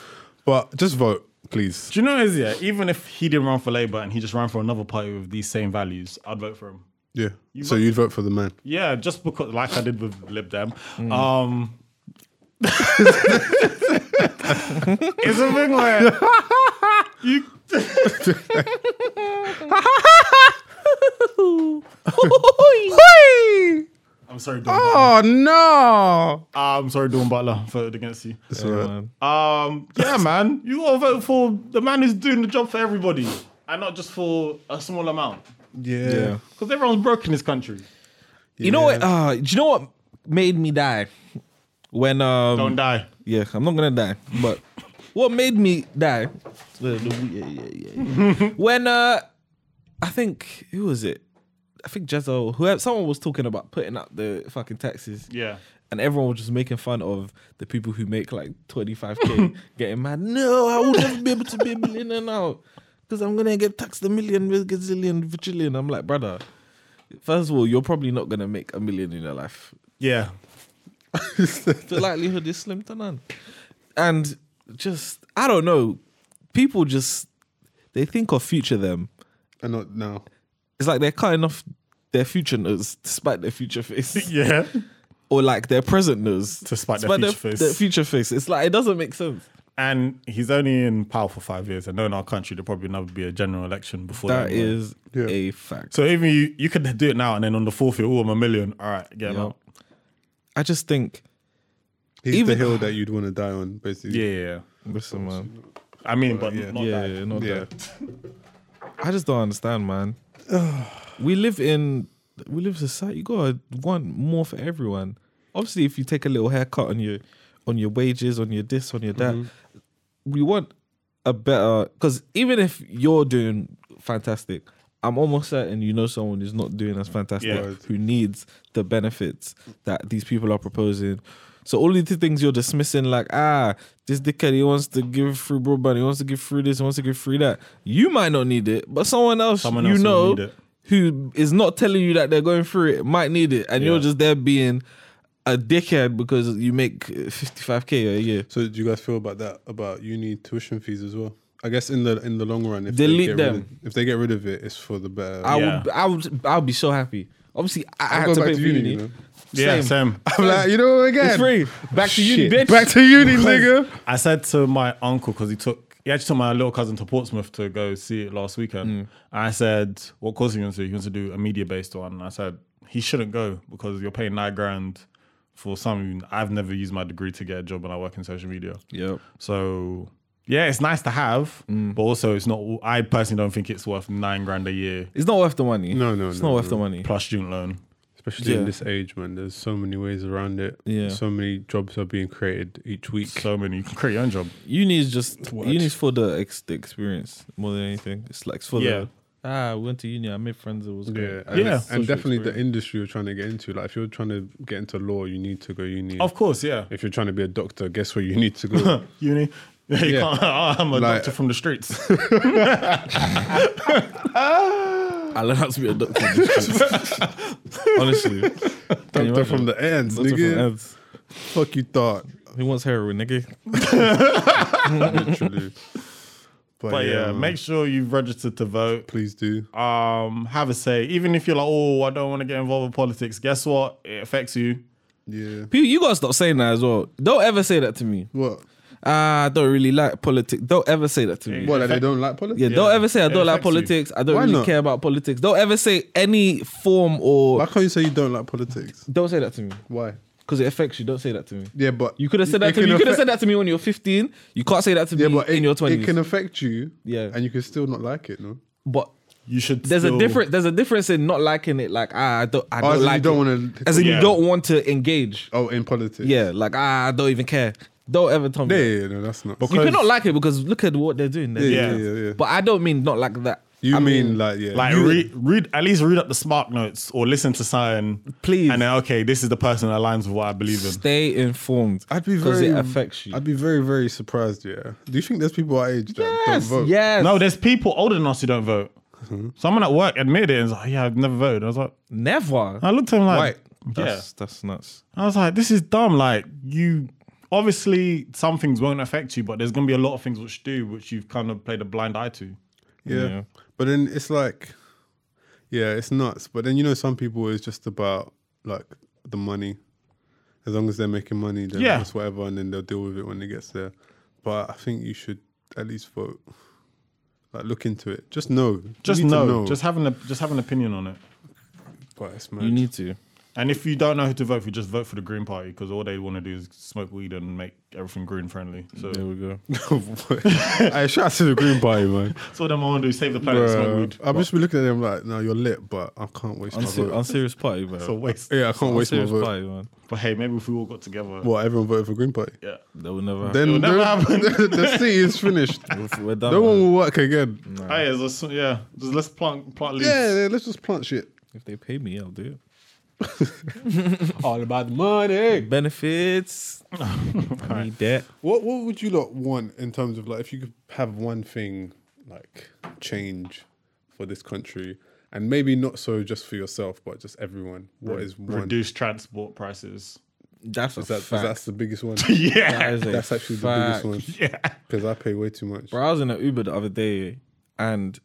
Speaker 4: But just vote, please.
Speaker 3: Do you know what it is, yeah? Even if he didn't run for Labour and he just ran for another party with these same values, I'd vote for him.
Speaker 4: Yeah. so you'd vote for the man.
Speaker 3: Yeah, just because, like I did with Lib Dem. Um, it's a thing where you. I'm sorry, Dawn Butler.
Speaker 4: Oh no!
Speaker 3: I'm sorry, Dawn Butler voted against you.
Speaker 4: So, uh,
Speaker 3: Um, yeah, man, you gotta vote for the man who's doing the job for everybody and not just for a small amount.
Speaker 4: yeah.
Speaker 3: Because everyone's broke in this country.
Speaker 5: You know what? Uh, do you know what made me die? When um,
Speaker 3: Don't die.
Speaker 5: yeah, I'm not gonna die. But what made me die? Yeah, yeah, yeah, yeah. when uh, I think who was it? I think Jezzo, whoever someone was talking about putting up the fucking taxes.
Speaker 3: Yeah.
Speaker 5: and everyone was just making fun of the people who make like 25k getting mad. No, I will never be able to be a millionaire now because I'm gonna get taxed a million, gazillion, bajillion. I'm like, brother, first of all, you're probably not gonna make a million in your life.
Speaker 3: Yeah.
Speaker 5: The likelihood is slim to none. And just, I don't know, people just they think of future them.
Speaker 4: And not now.
Speaker 5: It's like they're cutting off their future nose despite their future face.
Speaker 3: Yeah.
Speaker 5: Or like their present nose.
Speaker 3: Despite their future face.
Speaker 5: Their future face. It's like it doesn't make sense.
Speaker 3: And he's only in power for five years. And knowing our country, there'll probably never be a general election before
Speaker 5: That
Speaker 3: anyway.
Speaker 5: is a fact.
Speaker 3: So even you, you could do it now and then on the fourth year, oh, I'm a million. All right, get him
Speaker 5: Yeah.
Speaker 3: out.
Speaker 5: I just think,
Speaker 4: He's the
Speaker 5: Even-
Speaker 4: hill that you'd want to die on, basically.
Speaker 3: Yeah, yeah, yeah.
Speaker 5: listen, man.
Speaker 3: I mean, but not
Speaker 5: Yeah,
Speaker 3: that.
Speaker 5: yeah, not
Speaker 4: Yeah.
Speaker 5: that. I just don't understand, man. we live in we live in society. You gotta want more for everyone. Obviously, if you take a little haircut on your on your wages, on your this, on your that, we want a better. Because even if you're doing fantastic, I'm almost certain you know someone who's not doing as fantastic
Speaker 3: Yeah.
Speaker 5: who needs the benefits that these people are proposing So all of the things you're dismissing, like ah, this dickhead he wants to give free broadband, he wants to give free this, he wants to give free that. You might not need it, but someone else
Speaker 3: Someone
Speaker 5: you
Speaker 3: else will
Speaker 5: know
Speaker 3: need it.
Speaker 5: who is not telling you that they're going through it might need it, and you're
Speaker 3: Yeah.
Speaker 5: just there being a dickhead because you make 55k a year.
Speaker 4: So do you guys feel about that about uni tuition fees as well? I guess in the in the long run, if
Speaker 5: Delete
Speaker 4: they get
Speaker 5: them.
Speaker 4: Rid of, if they get rid of it, it's for the better.
Speaker 5: I
Speaker 3: Yeah.
Speaker 5: would, I would, I would be so happy. Obviously, I
Speaker 4: I'm
Speaker 5: had
Speaker 4: going
Speaker 5: to
Speaker 4: back
Speaker 5: pay
Speaker 4: to
Speaker 5: for
Speaker 4: uni,
Speaker 5: uni.
Speaker 4: you know.
Speaker 3: Yeah, same.
Speaker 4: I'm like, you know, again,
Speaker 5: It's free. Back to uni,
Speaker 4: Shit.
Speaker 5: bitch.
Speaker 4: Back to uni, nigga.
Speaker 3: I said to my uncle because he took he actually took my little cousin to Portsmouth to go see it last weekend.
Speaker 4: Mm.
Speaker 3: And I said, "What course he wants to? do? He wants to do a media based one." And I said, "He shouldn't go because you're paying nine grand for something I've never used my degree to get a job, and I work in social media."
Speaker 5: Yep.
Speaker 3: So yeah, it's nice to have,
Speaker 4: Mm.
Speaker 3: but also it's not. I personally don't think it's worth nine grand a year
Speaker 5: It's not worth the money.
Speaker 4: No, no,
Speaker 5: it's
Speaker 4: no,
Speaker 5: not worth
Speaker 4: no.
Speaker 5: the money.
Speaker 3: plus student loan.
Speaker 4: Especially
Speaker 5: Yeah.
Speaker 4: in this age, man. There's so many ways around it.
Speaker 5: Yeah.
Speaker 4: So many jobs are being created each week.
Speaker 3: So many. You can create your own job.
Speaker 5: Uni is just uni is for the, ex- the experience more than anything. It's like it's for
Speaker 3: Yeah.
Speaker 5: the ah, I went to uni, I made friends, it was
Speaker 4: yeah,
Speaker 5: great.
Speaker 4: and,
Speaker 3: Yeah.
Speaker 4: and
Speaker 5: Social
Speaker 4: definitely the
Speaker 5: experience.
Speaker 4: industry you're trying to get into. Like, if you're trying to get into law, you need to go uni.
Speaker 3: Of course, yeah.
Speaker 4: If you're trying to be a doctor, guess where you need to go.
Speaker 3: Uni. You
Speaker 4: Yeah.
Speaker 3: can't, I'm a
Speaker 4: Like-
Speaker 3: doctor from the streets.
Speaker 5: I learned how to be a doctor. in this shit. Honestly, Can you
Speaker 4: doctor
Speaker 5: imagine?
Speaker 4: from the ends,
Speaker 5: Doctor
Speaker 4: nigga.
Speaker 5: from Eds.
Speaker 4: Fuck you thought.
Speaker 5: Who wants heroin, nigga?
Speaker 4: Literally. But,
Speaker 3: But yeah,
Speaker 4: man,
Speaker 3: make sure you've registered to vote.
Speaker 4: please do.
Speaker 3: Um, have a say. Even if you're like, oh, I don't want to get involved with politics. Guess what? It affects you.
Speaker 4: Yeah.
Speaker 5: People, you gotta stop saying that as well. Don't ever say that to me.
Speaker 4: What?
Speaker 5: Ah, I don't really like politics. Don't ever say that to me.
Speaker 4: What? That they don't like politics?
Speaker 5: Yeah, don't ever say I
Speaker 3: It
Speaker 5: don't like
Speaker 3: affects you.
Speaker 5: politics. I don't
Speaker 4: Why
Speaker 5: really
Speaker 4: not?
Speaker 5: care about politics. Don't ever say any form or
Speaker 4: Why can't you say you don't like politics?
Speaker 5: don't say that to me
Speaker 4: Why?
Speaker 5: because it affects you. Don't say that to me.
Speaker 4: Yeah, but
Speaker 5: You could have said
Speaker 4: it
Speaker 5: that to me.
Speaker 4: can
Speaker 5: You could have
Speaker 4: affect-
Speaker 5: said that to me when you're 15. You can't say that to
Speaker 4: Yeah,
Speaker 5: me
Speaker 4: but it,
Speaker 5: in your
Speaker 4: it
Speaker 5: 20s.
Speaker 4: can affect you.
Speaker 5: Yeah.
Speaker 4: and you can still not like it. No,
Speaker 5: but
Speaker 3: You should.
Speaker 5: there's
Speaker 3: still-
Speaker 5: a difference. There's a difference in not liking it. Like ah, I don't. I
Speaker 4: Oh, as in
Speaker 5: don't
Speaker 4: you
Speaker 5: like.
Speaker 4: don't
Speaker 5: it.
Speaker 4: wanna-
Speaker 5: As in
Speaker 3: Yeah.
Speaker 5: you don't want to engage.
Speaker 4: oh, in politics.
Speaker 5: Yeah, like ah, I don't even care. Don't ever tell
Speaker 4: yeah,
Speaker 5: me.
Speaker 4: yeah, no, that's not.
Speaker 5: You cannot like it because look at what they're doing. They're
Speaker 4: yeah,
Speaker 3: Yeah.
Speaker 4: yeah, yeah, yeah.
Speaker 5: But I don't mean not like that.
Speaker 4: you
Speaker 5: I
Speaker 4: mean, like yeah,
Speaker 3: Like
Speaker 4: you,
Speaker 3: read, read at least read up the smart notes or listen to Cyan.
Speaker 5: Please.
Speaker 3: And then okay, this is the person that aligns with what I believe in.
Speaker 5: stay informed.
Speaker 4: I'd be
Speaker 5: because
Speaker 4: very
Speaker 5: it affects you.
Speaker 4: I'd be very very surprised. Yeah, do you think there's people our age that don't
Speaker 5: yes,
Speaker 4: vote?
Speaker 5: yes.
Speaker 3: No, there's people older than us who don't vote. Someone at work admitted it and was like, yeah, I've never voted. I was like,
Speaker 5: never.
Speaker 3: I looked at him like,
Speaker 4: White.
Speaker 3: yeah.
Speaker 5: That's that's nuts.
Speaker 3: I was like, this is dumb. Like, you obviously some things won't affect you, but there's gonna be a lot of things which do, which you've kind of played a blind eye to.
Speaker 4: yeah.
Speaker 5: Yeah.
Speaker 4: But then it's like, yeah, it's nuts. But then you know, some people it's just about like the money. As long as they're making money, then
Speaker 3: Yeah.
Speaker 4: it's whatever, and then they'll deal with it when it gets there. But I think you should at least vote. Like look into it. Just know. You
Speaker 3: Just
Speaker 4: need to
Speaker 3: know, just have an just have an opinion on it.
Speaker 4: But it's
Speaker 5: You
Speaker 4: mad.
Speaker 5: need to.
Speaker 3: And if you don't know who to vote for, just vote for the Green Party because all they want to do is smoke weed and make everything green friendly. So
Speaker 5: There we go.
Speaker 4: hey, shout out to the Green Party, man.
Speaker 3: that's all they want to do: save the planet, and smoke
Speaker 4: Bro,
Speaker 3: weed.
Speaker 4: I've just been looking at them like, no, you're lit, but I can't waste my
Speaker 5: Unser-
Speaker 4: vote.
Speaker 5: unserious party, bro.
Speaker 3: It's a waste.
Speaker 4: Yeah, I can't waste my
Speaker 5: Unserious
Speaker 4: vote.
Speaker 5: party, man.
Speaker 3: But hey, maybe if we all got together,
Speaker 4: What? Everyone voted for Green Party.
Speaker 3: yeah,
Speaker 5: That will never. happen.
Speaker 4: Then
Speaker 3: It'll never
Speaker 4: the,
Speaker 3: happen.
Speaker 4: the city is finished.
Speaker 5: We're done.
Speaker 4: No
Speaker 5: man.
Speaker 4: one will work again.
Speaker 3: hey, it's just- yeah, just let's plant plant leaves.
Speaker 4: Yeah, yeah, let's just plant shit.
Speaker 5: If they pay me, I'll do
Speaker 4: All about the money.
Speaker 5: it. Benefits. I need that.
Speaker 4: What What would you lot want in terms of like if you could have one thing like change for this country, and maybe not so just for yourself, but just everyone? What is one?
Speaker 3: Reduce transport prices.
Speaker 5: That's a
Speaker 4: Is that- 'cause
Speaker 5: fact.
Speaker 4: that's the biggest one.
Speaker 3: Yeah,
Speaker 4: That's actually
Speaker 5: fact.
Speaker 4: the biggest one. Yeah, because I pay way too much.
Speaker 5: Bro, I was in an Uber the other day, and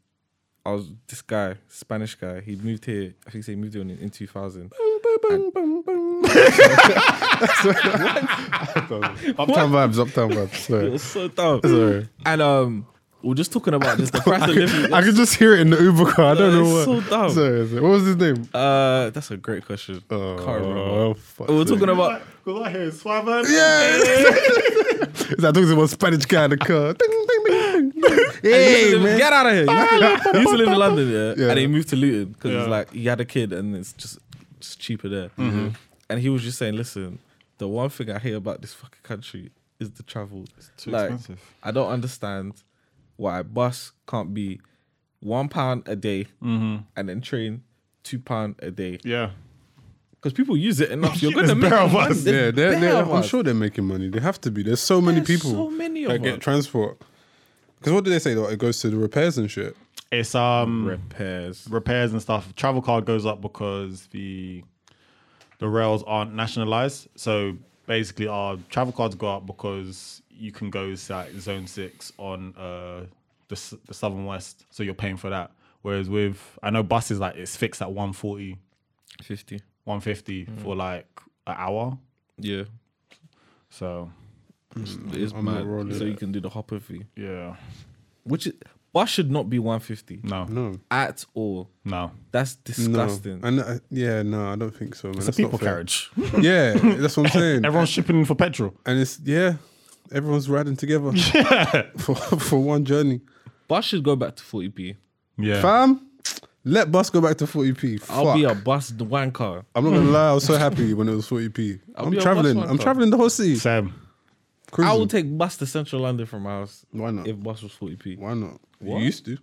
Speaker 5: I was this guy, Spanish guy. He moved here. I think he said he moved here in, in 2000.
Speaker 4: Uptown vibes, uptown vibs.
Speaker 5: It
Speaker 4: Sorry.
Speaker 5: was so dumb.
Speaker 4: Sorry.
Speaker 5: And um, we're just talking about this. The price of living.
Speaker 4: I could just hear it in the Uber car. I don't know
Speaker 5: It's
Speaker 4: what.
Speaker 5: so dumb.
Speaker 4: Sorry, Oh. sorry. What was his name?
Speaker 5: Uh, that's a great question. Can't remember.
Speaker 4: fuck.
Speaker 5: We're talking about
Speaker 3: because I hear it's five hundred.
Speaker 4: Yeah. Is that talking about Spanish guy in the car? Ding, ding, ding, ding, ding.
Speaker 5: Hey,
Speaker 4: Hey, man.
Speaker 5: get out of here. He used to live in London, yeah,
Speaker 4: Yeah.
Speaker 5: and he moved to Luton because
Speaker 3: Yeah.
Speaker 5: it's like he had a kid and it's just, just cheaper there.
Speaker 4: Mm-hmm.
Speaker 5: And he was just saying, listen, the one thing I hate about this fucking country is the travel. It's
Speaker 3: too expensive.
Speaker 5: I don't understand why a bus can't be
Speaker 4: Mm-hmm.
Speaker 5: one pound a day and then train two pound a day.
Speaker 3: yeah.
Speaker 5: because people use it enough. You're
Speaker 3: Shit,
Speaker 5: gonna
Speaker 3: there's
Speaker 5: make
Speaker 3: bare of
Speaker 5: money.
Speaker 3: us.
Speaker 5: There's
Speaker 4: Yeah, they're,
Speaker 5: bare
Speaker 4: they're,
Speaker 5: of
Speaker 4: I'm
Speaker 5: us.
Speaker 4: sure they're making money. They have to be. There's so many
Speaker 5: There's
Speaker 4: people
Speaker 5: so many of
Speaker 4: that get
Speaker 5: us.
Speaker 4: transport. Because what do they say? Though it goes to the repairs and shit.
Speaker 3: It's um
Speaker 5: repairs.
Speaker 3: repairs and stuff. Travel card goes up because the the rails aren't nationalized. So basically, our travel cards go up because you can go to like zone six on uh, the s- the southern west. So you're paying for that. Whereas with I know buses like it's fixed at 140,
Speaker 5: Fifty.
Speaker 3: 150 for like an hour.
Speaker 5: Yeah,
Speaker 3: So
Speaker 5: it's
Speaker 4: Mm, I'm not
Speaker 5: mad.
Speaker 4: rolling
Speaker 5: So
Speaker 4: it.
Speaker 5: you can do the hopper fee,
Speaker 3: yeah,
Speaker 5: which is, bus should not be one fifty
Speaker 3: no, no,
Speaker 4: No,
Speaker 5: at all.
Speaker 3: no.
Speaker 5: That's
Speaker 4: no,
Speaker 5: disgusting.
Speaker 4: and uh, yeah, no, I don't think so. Man.
Speaker 3: It's
Speaker 4: That's
Speaker 3: a
Speaker 4: not
Speaker 3: people
Speaker 4: fair.
Speaker 3: carriage.
Speaker 4: Yeah, that's what I'm saying.
Speaker 3: Everyone's shipping for petrol.
Speaker 4: and it's yeah, everyone's riding together for for one journey.
Speaker 5: Bus should go back to forty p.
Speaker 3: Yeah,
Speaker 4: Fam, let bus go back to 40p. Fuck.
Speaker 5: will be a bus wanker.
Speaker 4: I'm not gonna lie, I was so happy when it was 40p.
Speaker 5: I'll
Speaker 4: I'm
Speaker 5: be a bus
Speaker 4: traveling.
Speaker 5: one,
Speaker 4: I'm
Speaker 5: fam.
Speaker 4: traveling the whole city.
Speaker 3: Sam.
Speaker 4: Cruising.
Speaker 5: I would take bus to central London from my house
Speaker 4: Why not?
Speaker 5: if bus was forty p.
Speaker 4: Why not? You used to.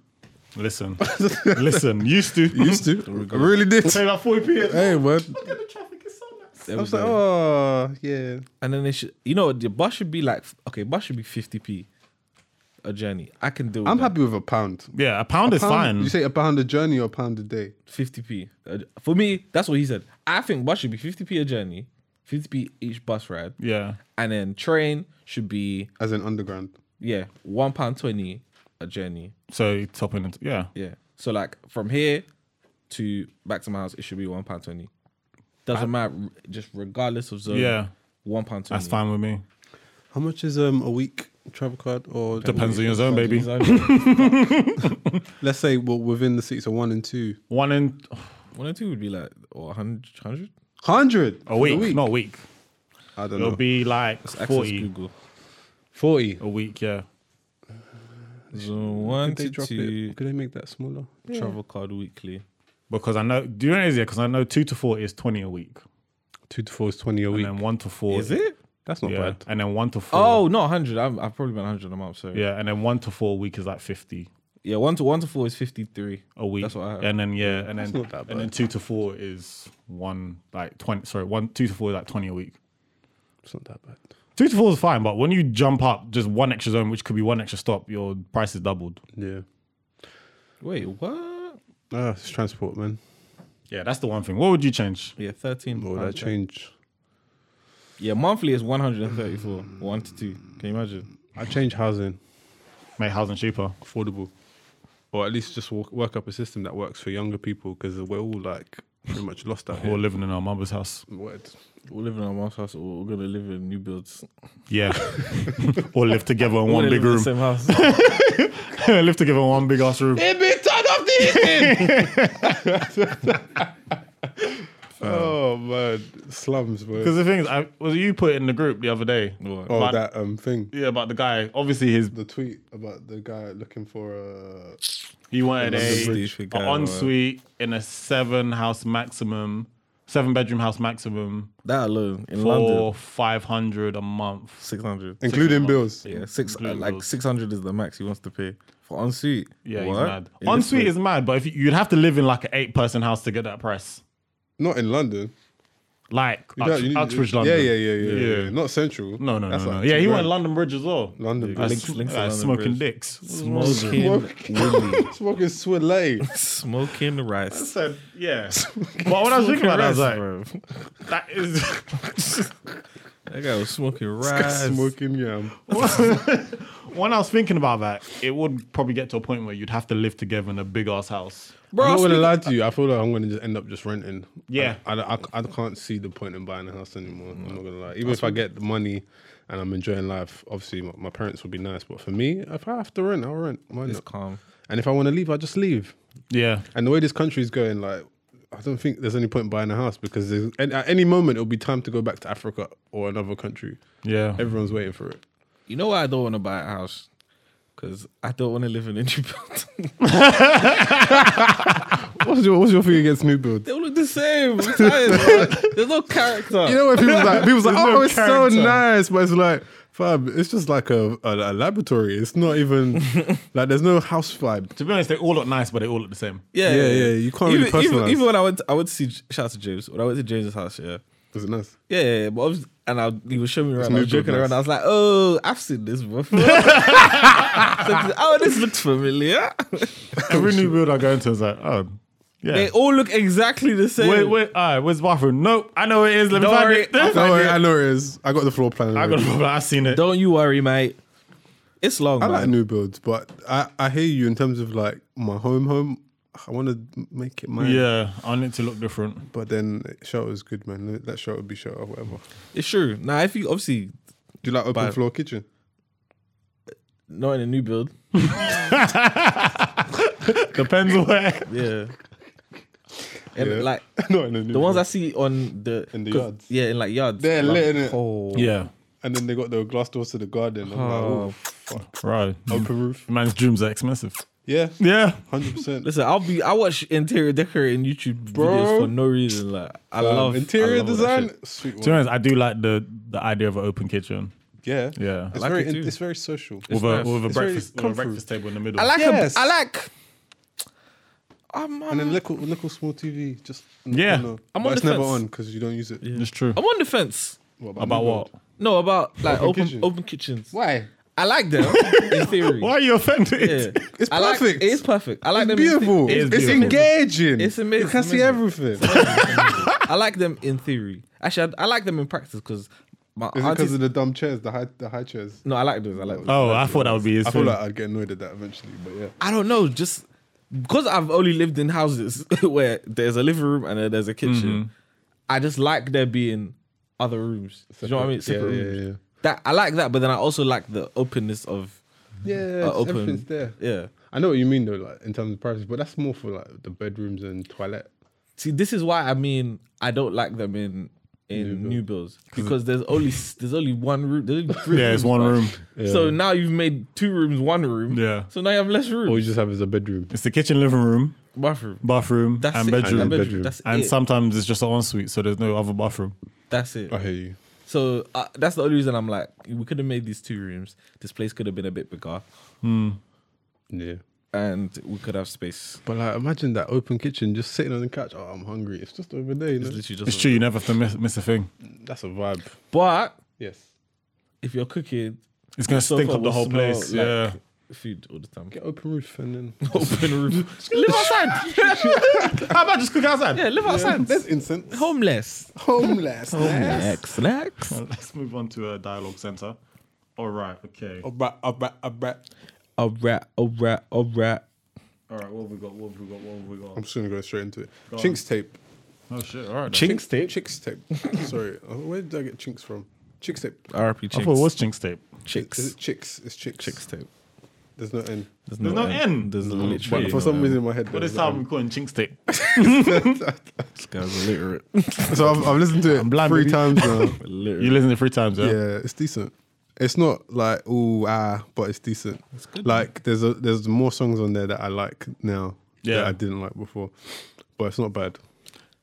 Speaker 3: Listen, listen. Used to,
Speaker 4: You used to. I really did.
Speaker 3: Pay that 40 p.
Speaker 4: hey, man.
Speaker 3: the traffic is so nice.
Speaker 4: I was like, oh yeah.
Speaker 5: And then they should, you know, the bus should be like, okay, bus should be 50p a journey. I can do
Speaker 4: I'm happy with a pound.
Speaker 3: Yeah, a pound is
Speaker 4: Pound-
Speaker 3: fine.
Speaker 4: You say a pound a journey or a pound a day?
Speaker 5: 50p. a- For me, that's what he said. I think bus should be 50p a journey, 50p each bus ride.
Speaker 3: yeah,
Speaker 5: And then train should be,
Speaker 4: As an underground.
Speaker 5: yeah, £1.20 a journey.
Speaker 3: so topping it. Yeah,
Speaker 5: Yeah. So, like, from here to back to my house, it should be £1.20. Doesn't matter, r- just regardless of zone.
Speaker 3: Yeah.
Speaker 5: £1.20.
Speaker 3: that's fine with me.
Speaker 4: How much is um a week travel card or
Speaker 3: Depends on your zone, baby.
Speaker 4: Let's say well within the city, so one and two.
Speaker 3: One in
Speaker 5: One or two would be like, or 100? 100?
Speaker 4: Hundred
Speaker 3: a week, not a week.
Speaker 4: I don't
Speaker 3: It'll
Speaker 4: know.
Speaker 3: be like
Speaker 5: Access
Speaker 3: forty
Speaker 5: Google.
Speaker 4: Forty.
Speaker 3: a week. Yeah,
Speaker 5: Zone one
Speaker 4: Could they
Speaker 5: to
Speaker 4: drop
Speaker 5: two.
Speaker 4: it? Could they make that smaller?
Speaker 5: Travel card weekly.
Speaker 3: because I know. Do you know what it is? Yeah, because I know two to four is twenty a week,
Speaker 4: Two to four is twenty a
Speaker 3: and
Speaker 4: week.
Speaker 3: then one to four
Speaker 5: Is it?
Speaker 4: That's not
Speaker 3: yeah,
Speaker 4: bad.
Speaker 3: and then one to four.
Speaker 5: Oh, not 100. I'm, I've probably been 100. I'm up. Sorry. Yeah.
Speaker 3: yeah, and then one to four a week is like fifty
Speaker 5: One to one to four is 53.
Speaker 3: a week.
Speaker 5: That's what I have.
Speaker 3: And then yeah, and then
Speaker 4: not that
Speaker 3: and then two to four is one like twenty. Sorry, one two to four is like twenty a week.
Speaker 4: It's not that bad.
Speaker 3: Two to four is fine, but when you jump up just one extra zone, which could be one extra stop, your price is doubled.
Speaker 4: Yeah.
Speaker 5: Wait, what?
Speaker 4: Ah, it's transport, man.
Speaker 3: Yeah, that's the one thing. What would you change?
Speaker 5: Yeah, 13.
Speaker 4: What would I
Speaker 5: pounds.
Speaker 4: change?
Speaker 5: Yeah, monthly is 134. one to two. Can you imagine?
Speaker 4: I change housing,
Speaker 3: Make housing cheaper.
Speaker 4: affordable, or at least just work, work up a system that works for younger people because we're all like pretty much lost out
Speaker 3: Or
Speaker 4: here.
Speaker 3: living in our mother's house.
Speaker 4: Word.
Speaker 5: We're living in our mom's house or we're going to live in new builds.
Speaker 3: Yeah. or live together in one
Speaker 5: We're
Speaker 3: big
Speaker 5: gonna
Speaker 3: room.
Speaker 5: live in the same house.
Speaker 3: live together in one big ass room.
Speaker 4: Oh man, slums,
Speaker 3: Because
Speaker 4: bro.
Speaker 3: the thing is, I, was you put it in the group the other day?
Speaker 5: What?
Speaker 4: Oh,
Speaker 3: But-
Speaker 4: that um thing,
Speaker 3: Yeah, about the guy. Obviously, his
Speaker 4: the tweet about the guy looking for uh, a.
Speaker 3: he wanted
Speaker 4: London
Speaker 3: a,
Speaker 4: Bridge.
Speaker 3: a ensuite in a seven house maximum, seven bedroom house maximum
Speaker 5: That alone in
Speaker 3: for
Speaker 5: London.
Speaker 3: five hundred a month.
Speaker 5: 600.
Speaker 4: including bills.
Speaker 5: Yeah, six uh,
Speaker 3: Including
Speaker 5: like
Speaker 3: bills.
Speaker 5: six hundred is the max he wants to pay for ensuite.
Speaker 3: Yeah, he's
Speaker 5: What?
Speaker 3: mad.
Speaker 5: In this
Speaker 3: Ensuite
Speaker 5: place.
Speaker 3: is mad, but if you, you'd have to live in like an eight person house to get that price.
Speaker 4: Not in London.
Speaker 3: like
Speaker 4: You
Speaker 3: Ux-
Speaker 4: don't- you-
Speaker 3: Uxbridge,
Speaker 4: yeah,
Speaker 3: London.
Speaker 4: Yeah, yeah, yeah, yeah,
Speaker 3: Yeah.
Speaker 4: yeah. Not central.
Speaker 3: No, no,
Speaker 4: That's
Speaker 3: no, no.
Speaker 4: like
Speaker 3: Yeah,
Speaker 4: two
Speaker 3: he went
Speaker 4: grand.
Speaker 3: London Bridge as well.
Speaker 4: London
Speaker 3: Like,
Speaker 4: Bridge.
Speaker 5: Links- links to
Speaker 3: like,
Speaker 5: London
Speaker 3: smoking
Speaker 5: Bridge.
Speaker 3: dicks.
Speaker 5: smoking,
Speaker 4: Smoking, smoking Swillet.
Speaker 5: smoking rice.
Speaker 3: So, yeah. but when I was thinking about that, I was like, that is.
Speaker 5: That guy was smoking rice.
Speaker 4: smoking yam.
Speaker 3: when I was thinking about that, it would probably get to a point where you'd have to live together in a big ass house.
Speaker 5: Bro,
Speaker 4: I'm not gonna
Speaker 5: speak-
Speaker 4: lie to you. I feel like I'm gonna just end up just renting.
Speaker 3: Yeah.
Speaker 4: I, I, I- I can't see the point in buying a house anymore. I'm not gonna lie. Even if I get the money and I'm enjoying life, obviously my, my parents would be nice. But for me, if I have to rent, I'll rent. Why
Speaker 5: It's
Speaker 4: not?
Speaker 5: calm.
Speaker 4: And if I want to leave, I just leave.
Speaker 3: Yeah.
Speaker 4: And the way this country is going, like, I don't think there's any point in buying a house because there's- and at any moment it'll be time to go back to Africa or another country.
Speaker 3: Yeah.
Speaker 4: Everyone's waiting for it.
Speaker 5: You know why I don't want to buy a house? Because I don't want to live in a new build.
Speaker 4: What's your What's your thing against new build?
Speaker 5: they all look same. I'm tired, man. There's no character.
Speaker 4: You know what people like? People's like,
Speaker 3: There's no
Speaker 4: oh, it's so
Speaker 3: character."
Speaker 4: nice, but it's like, fam, it's just like a, a, a laboratory. It's not even like there's no house vibe.
Speaker 3: To be honest, they all look nice, but they all look the same.
Speaker 5: yeah,
Speaker 4: Yeah, yeah, you can't really
Speaker 5: even, even,
Speaker 4: personalize.
Speaker 5: even when I went, I went to see. Shout out to James. When I went to James's house, yeah,
Speaker 4: Is it nice?
Speaker 5: yeah, yeah. yeah but obviously, and I, he was showing me around. I was
Speaker 4: moved on
Speaker 5: joking
Speaker 4: nice.
Speaker 5: around. I was like, "Oh, I've seen this before." So, oh, this looks familiar.
Speaker 3: Every new build I go into is like, oh, yeah.
Speaker 5: They all look exactly the same.
Speaker 3: wait, wait, all right, where's the bathroom? Nope, I know where it is. Let me
Speaker 5: Don't
Speaker 3: find
Speaker 5: worry,
Speaker 3: it.
Speaker 5: I'll
Speaker 4: Don't
Speaker 5: find
Speaker 4: worry,
Speaker 5: it.
Speaker 4: I know it is. I got the floor plan.
Speaker 3: I
Speaker 4: already.
Speaker 3: got a problem. I've seen it.
Speaker 5: Don't you worry, mate. It's long.
Speaker 4: I like
Speaker 5: man.
Speaker 4: new builds, but I, I hear you in terms of like my home home. I want to make it mine.
Speaker 3: Yeah, I need to look different.
Speaker 4: But then shelter is good, man. That shelter be shelter, whatever. Do
Speaker 5: It's true. Now, if you obviously
Speaker 4: you like open
Speaker 5: But-
Speaker 4: floor kitchen?
Speaker 5: not in a new build,
Speaker 3: Depends where.
Speaker 5: yeah. And
Speaker 4: Yeah.
Speaker 5: like
Speaker 4: no, in a new
Speaker 5: the ones I
Speaker 4: build.
Speaker 5: see on the
Speaker 4: In the
Speaker 5: 'cause-
Speaker 4: yards.
Speaker 5: yeah, in like yards,
Speaker 4: They're
Speaker 5: like,
Speaker 4: lit, innit?
Speaker 5: Oh,
Speaker 3: Yeah,
Speaker 4: and then they got the glass doors to the garden. I'm like, oh,
Speaker 5: Oh.
Speaker 4: fuck.
Speaker 3: right.
Speaker 4: open roof.
Speaker 3: Man's dreams are expensive.
Speaker 4: Yeah,
Speaker 3: Yeah.
Speaker 4: hundred percent.
Speaker 5: Listen, I'll be. I watch interior decorating YouTube videos
Speaker 4: Bro.
Speaker 5: for no reason. Like, I
Speaker 4: Um,
Speaker 5: love I
Speaker 4: interior
Speaker 5: love all that
Speaker 4: design.
Speaker 5: shit.
Speaker 4: Sweet
Speaker 3: To be
Speaker 4: one.
Speaker 3: honest, I do like the the idea of an open kitchen
Speaker 4: Yeah,
Speaker 3: Yeah. I
Speaker 4: It's
Speaker 5: like
Speaker 4: very
Speaker 5: it
Speaker 4: in-
Speaker 5: too.
Speaker 4: it's very social.
Speaker 3: with
Speaker 5: nice.
Speaker 3: a with a
Speaker 4: It's very
Speaker 3: breakfast with a
Speaker 4: comfy.
Speaker 3: breakfast table in the middle.
Speaker 5: I like.
Speaker 4: Yes.
Speaker 5: A, I like. I'm. I'm,
Speaker 4: and a little little small TV just in
Speaker 3: Yeah.
Speaker 4: corner.
Speaker 5: I'm on
Speaker 4: but
Speaker 5: the
Speaker 4: it's never
Speaker 5: fence.
Speaker 4: on because you don't use it.
Speaker 3: it's true.
Speaker 5: I'm on the fence.
Speaker 3: About
Speaker 4: new
Speaker 3: what?
Speaker 4: build?
Speaker 5: No, about like
Speaker 4: Open
Speaker 5: open open,
Speaker 4: kitchen.
Speaker 5: kitchens.
Speaker 4: Why?
Speaker 5: I like them in theory.
Speaker 3: Why are you
Speaker 5: Yeah.
Speaker 3: offended?
Speaker 4: It's
Speaker 5: I like-
Speaker 4: perfect.
Speaker 5: it is perfect. I like
Speaker 4: It's
Speaker 5: them.
Speaker 4: beautiful.
Speaker 5: In
Speaker 3: It
Speaker 5: the-
Speaker 3: is
Speaker 4: it's
Speaker 3: beautiful.
Speaker 4: engaging.
Speaker 5: It's amazing.
Speaker 4: You can see
Speaker 5: Amazing.
Speaker 4: everything.
Speaker 5: I like them in theory. Actually, I, I like them in practice because my
Speaker 4: Is it because
Speaker 5: aunties.
Speaker 4: of the dumb chairs, the high, the high chairs?
Speaker 5: no, I like those. I like. Those.
Speaker 3: Oh, I thought that would be his
Speaker 4: I feel
Speaker 3: thing.
Speaker 4: like I'd get annoyed at that eventually, but yeah.
Speaker 5: I don't know, just because I've only lived in houses where there's a living room and then there's a
Speaker 3: Mm-hmm.
Speaker 5: kitchen. I just like there being other rooms. Do you know what I mean?
Speaker 4: Separate-
Speaker 5: Separate
Speaker 4: yeah,
Speaker 5: rooms.
Speaker 4: yeah, yeah.
Speaker 5: That I like that, but then I also like the openness of
Speaker 4: Yeah,
Speaker 5: uh,
Speaker 4: it's-
Speaker 5: open.
Speaker 4: everything's there.
Speaker 5: Yeah.
Speaker 4: I know what you mean though, like in terms of privacy, but that's more for like the bedrooms and toilet.
Speaker 5: See, this is why I mean I don't like them in in new, builds because there's only s- there's only one room. There's only three
Speaker 3: Yeah, it's
Speaker 5: rooms,
Speaker 3: one
Speaker 5: man.
Speaker 3: room.
Speaker 5: So now you've made two rooms, one room.
Speaker 3: Yeah.
Speaker 5: So now you have less room.
Speaker 4: All you just have is a bedroom.
Speaker 3: It's the kitchen, living room,
Speaker 5: bathroom.
Speaker 3: bathroom,
Speaker 5: That's
Speaker 3: and
Speaker 5: it.
Speaker 3: bedroom.
Speaker 5: And
Speaker 3: And,
Speaker 4: bed-
Speaker 5: bedroom. That's it.
Speaker 3: sometimes it's just an ensuite, so there's no other bathroom.
Speaker 5: That's it.
Speaker 4: I hear you.
Speaker 5: So uh, that's the only reason I'm like, we could have made these two rooms. This place could have been a bit bigger,
Speaker 4: Yeah.
Speaker 5: and we could have space.
Speaker 4: But like imagine that open kitchen, just sitting on the couch. Oh, I'm hungry. It's just over there, you know.
Speaker 5: It's literally just.
Speaker 3: It's true. You never have to miss, miss a thing.
Speaker 4: That's a vibe.
Speaker 5: But
Speaker 4: Yes.
Speaker 5: if you're cooking,
Speaker 3: It's gonna
Speaker 5: sofa
Speaker 3: stink up the
Speaker 5: will
Speaker 3: whole
Speaker 5: smell
Speaker 3: place.
Speaker 5: like
Speaker 3: yeah.
Speaker 5: Food all the time.
Speaker 4: Get open roof and then
Speaker 5: Open room. live outside.
Speaker 3: How about just cook outside?
Speaker 5: yeah, live outside.
Speaker 4: there's incense.
Speaker 5: Homeless.
Speaker 4: Homeless.
Speaker 5: Homeless. Relax.
Speaker 3: Let's move on to a dialogue center. All right. Okay. All
Speaker 4: Alright, alright, alright.
Speaker 5: All right. All right. All right.
Speaker 3: right. What have we got? What have we got? What have we
Speaker 4: I'm
Speaker 3: got?
Speaker 4: just gonna go straight into it. Chinks tape.
Speaker 3: Oh shit! All right.
Speaker 5: Chinks tape.
Speaker 4: Chicks tape. Sorry, uh, where did I get chinks from? Chicks tape.
Speaker 5: R.P.
Speaker 3: I thought
Speaker 5: Chinks.
Speaker 3: it was chinks tape.
Speaker 4: Is
Speaker 5: Chicks.
Speaker 4: it chicks? It's chicks.
Speaker 5: Chicks tape.
Speaker 4: There's no N.
Speaker 3: There's no end.
Speaker 5: There's
Speaker 3: Mm.
Speaker 5: literally.
Speaker 4: But for
Speaker 5: no
Speaker 4: some
Speaker 5: end.
Speaker 4: reason in my head.
Speaker 3: But
Speaker 4: there's
Speaker 3: this
Speaker 4: no
Speaker 3: time we call it chinks tape.
Speaker 5: this guy's illiterate.
Speaker 4: N. So I've, I've listened to it
Speaker 3: blind,
Speaker 4: three
Speaker 3: baby.
Speaker 4: times now.
Speaker 5: Illiterate.
Speaker 3: You listen to it three times, yeah?
Speaker 4: yeah, it's decent. It's not like ooh ah, but it's decent. It's good. Like there's a, there's more songs on there that I like now that
Speaker 3: Yeah.
Speaker 4: I didn't like before, but it's not bad.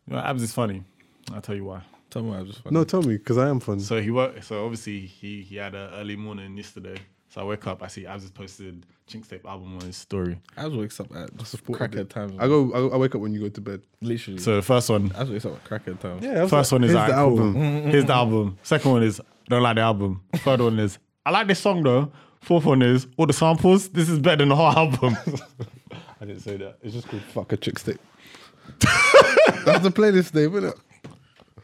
Speaker 3: Well, Abs is funny. I'll tell you why.
Speaker 5: Tell me, I was just
Speaker 4: No, tell me because I am fun.
Speaker 3: So he worked. So obviously he he had an early morning yesterday. So I wake up. I see Abs has posted Chinks Tape album on his story.
Speaker 5: I was wakes up at
Speaker 4: Supported
Speaker 5: crackhead
Speaker 4: it.
Speaker 5: times.
Speaker 4: I go. I, go- I wake up when you go to bed.
Speaker 5: literally.
Speaker 3: So the first one,
Speaker 5: I was wakes up at crackhead times.
Speaker 4: Yeah. I was
Speaker 3: first
Speaker 4: like,
Speaker 3: one is
Speaker 4: here's
Speaker 3: like, hmm,
Speaker 4: the
Speaker 3: cool.
Speaker 4: album. Mm-hmm.
Speaker 3: Here's the album. Second one is don't like the album. Third one is I like this song though. Fourth one is all the samples. This is better than the whole album.
Speaker 4: I didn't say that. It's just called fuck a chick stick. That's the playlist name, isn't it?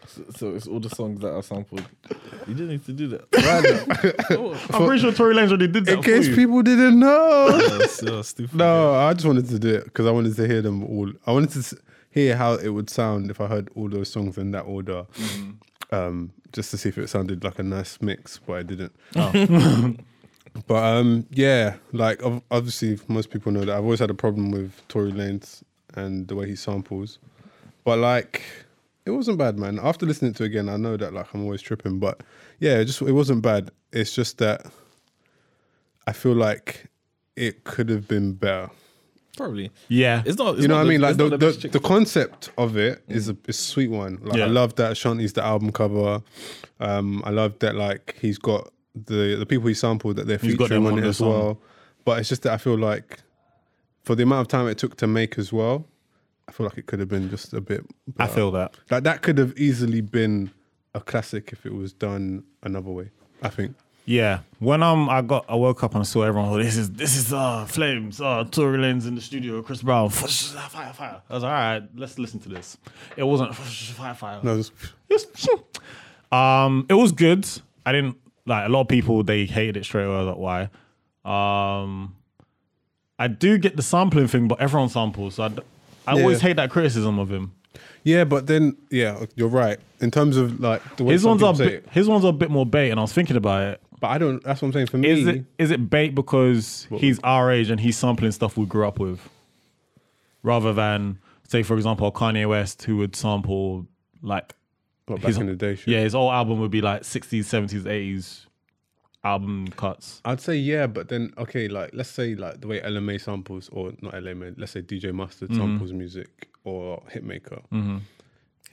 Speaker 5: So, so it's all the songs that are sampled. You didn't need to do that.
Speaker 3: I'm pretty sure Tory Lanez already did that.
Speaker 4: In
Speaker 3: for
Speaker 4: case
Speaker 3: you.
Speaker 4: people didn't know.
Speaker 5: That was- that was stupid.
Speaker 4: no, I just wanted to do it because I wanted to hear them all. I wanted to s- hear how it would sound if I heard all those songs in that order, um, just to see if it sounded like a nice mix, but I didn't. but um, yeah, like ob- obviously most people know that I've always had a problem with Tory Lanez and the way he samples, but like. It wasn't bad, man. After listening to it again, I know that like I'm always tripping, but yeah, it just it wasn't bad. It's just that I feel like it could have been better.
Speaker 5: Probably.
Speaker 3: Yeah.
Speaker 5: It's not. It's
Speaker 4: you know what
Speaker 5: not
Speaker 4: I
Speaker 5: the-
Speaker 4: mean? Like
Speaker 5: it's
Speaker 4: the
Speaker 5: not
Speaker 4: the,
Speaker 5: best
Speaker 4: the,
Speaker 5: chick-
Speaker 4: concept of it is a, is a sweet one. Like I
Speaker 3: Mm. Yeah.
Speaker 4: love that Ashanti's the album cover. Um, I love that like he's got the the people he sampled that they're
Speaker 3: He's got
Speaker 4: featuring
Speaker 3: them on
Speaker 4: on it
Speaker 3: the
Speaker 4: as
Speaker 3: song.
Speaker 4: well. But it's just that I feel like for the amount of time it took to make as well, I feel like it could have been just a bit.
Speaker 3: I
Speaker 4: better.
Speaker 3: feel that.
Speaker 4: like that could have easily been a classic if it was done another way. I think.
Speaker 3: Yeah. When um I got I woke up and I saw everyone. Oh, this is this is uh flames. Uh, Tory Lanez in the studio. Chris Brown. Fire fire. I was like, all right. Let's listen to this. It wasn't fire fire.
Speaker 4: No, just,
Speaker 3: It's- um, it was good. I didn't like a lot of people. They hated it straight away. I was like, why? Um, I do get the sampling thing, but everyone samples. So I, d- I always
Speaker 4: Yeah.
Speaker 3: hate that criticism of him.
Speaker 4: yeah, but then yeah, you're right in terms of like the way
Speaker 3: His
Speaker 4: some
Speaker 3: ones are
Speaker 4: people say
Speaker 3: bit,
Speaker 4: it.
Speaker 3: his ones are a bit more bait, and I was thinking about it.
Speaker 4: But I don't. That's what I'm saying. For
Speaker 3: Is
Speaker 4: me,
Speaker 3: it is it bait because he's our age and he's sampling stuff we grew up with, rather than say for example Kanye West who would sample like
Speaker 4: Well, back
Speaker 3: his-
Speaker 4: in the day, shit.
Speaker 3: yeah his whole album would be like sixties seventies eighties album cuts.
Speaker 4: I'd say yeah, but then okay, like let's say like the way LMA samples or not LMA, let's say DJ Mustard
Speaker 3: Mm-hmm.
Speaker 4: samples music or Hitmaker.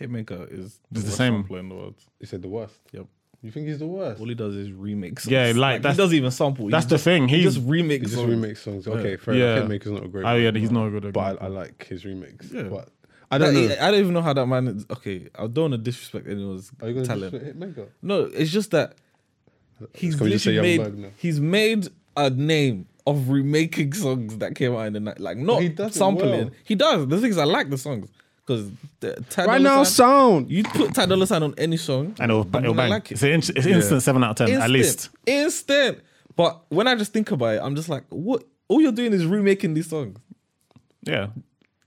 Speaker 5: Hitmaker is
Speaker 3: It's the
Speaker 5: worst
Speaker 3: same.
Speaker 5: sampler in the world.
Speaker 4: You said the worst.
Speaker 5: Yep.
Speaker 4: You think he's the worst?
Speaker 5: All he does is remix.
Speaker 3: Yeah,
Speaker 5: songs.
Speaker 3: like, that's-
Speaker 5: he doesn't even sample. He
Speaker 3: that's the
Speaker 5: just-
Speaker 3: thing,
Speaker 5: He
Speaker 3: he's-
Speaker 5: just remix.
Speaker 4: He just
Speaker 5: songs.
Speaker 4: remix songs. Okay, fair
Speaker 3: Yeah.
Speaker 4: enough. Hitmaker's not a great.
Speaker 3: Oh yeah,
Speaker 4: one,
Speaker 3: he's not a good.
Speaker 4: But I, I
Speaker 3: example.
Speaker 4: like his remix.
Speaker 5: Yeah.
Speaker 4: But I
Speaker 5: I don't,
Speaker 4: don't
Speaker 3: uh,
Speaker 4: know.
Speaker 5: I don't even know how that man is. Okay, I don't want to disrespect anyone's
Speaker 4: Are you going to
Speaker 5: talent.
Speaker 4: Hitmaker?
Speaker 5: No, it's just that he's
Speaker 4: Can we just say
Speaker 5: literally
Speaker 4: Young
Speaker 5: made
Speaker 4: Thug now?
Speaker 5: he's made a name of remaking songs that came out in the night, like not
Speaker 4: he does it
Speaker 5: sampling.
Speaker 4: well.
Speaker 5: He does. The things I like the songs because
Speaker 4: Right now, sound.
Speaker 5: You put Ty Dolla Sign on any song,
Speaker 3: and it'll, ba-
Speaker 5: I'm
Speaker 3: it'll
Speaker 5: gonna
Speaker 3: bang.
Speaker 5: like it.
Speaker 3: it's an inch- it's instant seven out of ten at
Speaker 5: Instant.
Speaker 3: least.
Speaker 5: instant. But when I just think about it, I'm just like, what? All you're doing is remaking these songs.
Speaker 3: Yeah.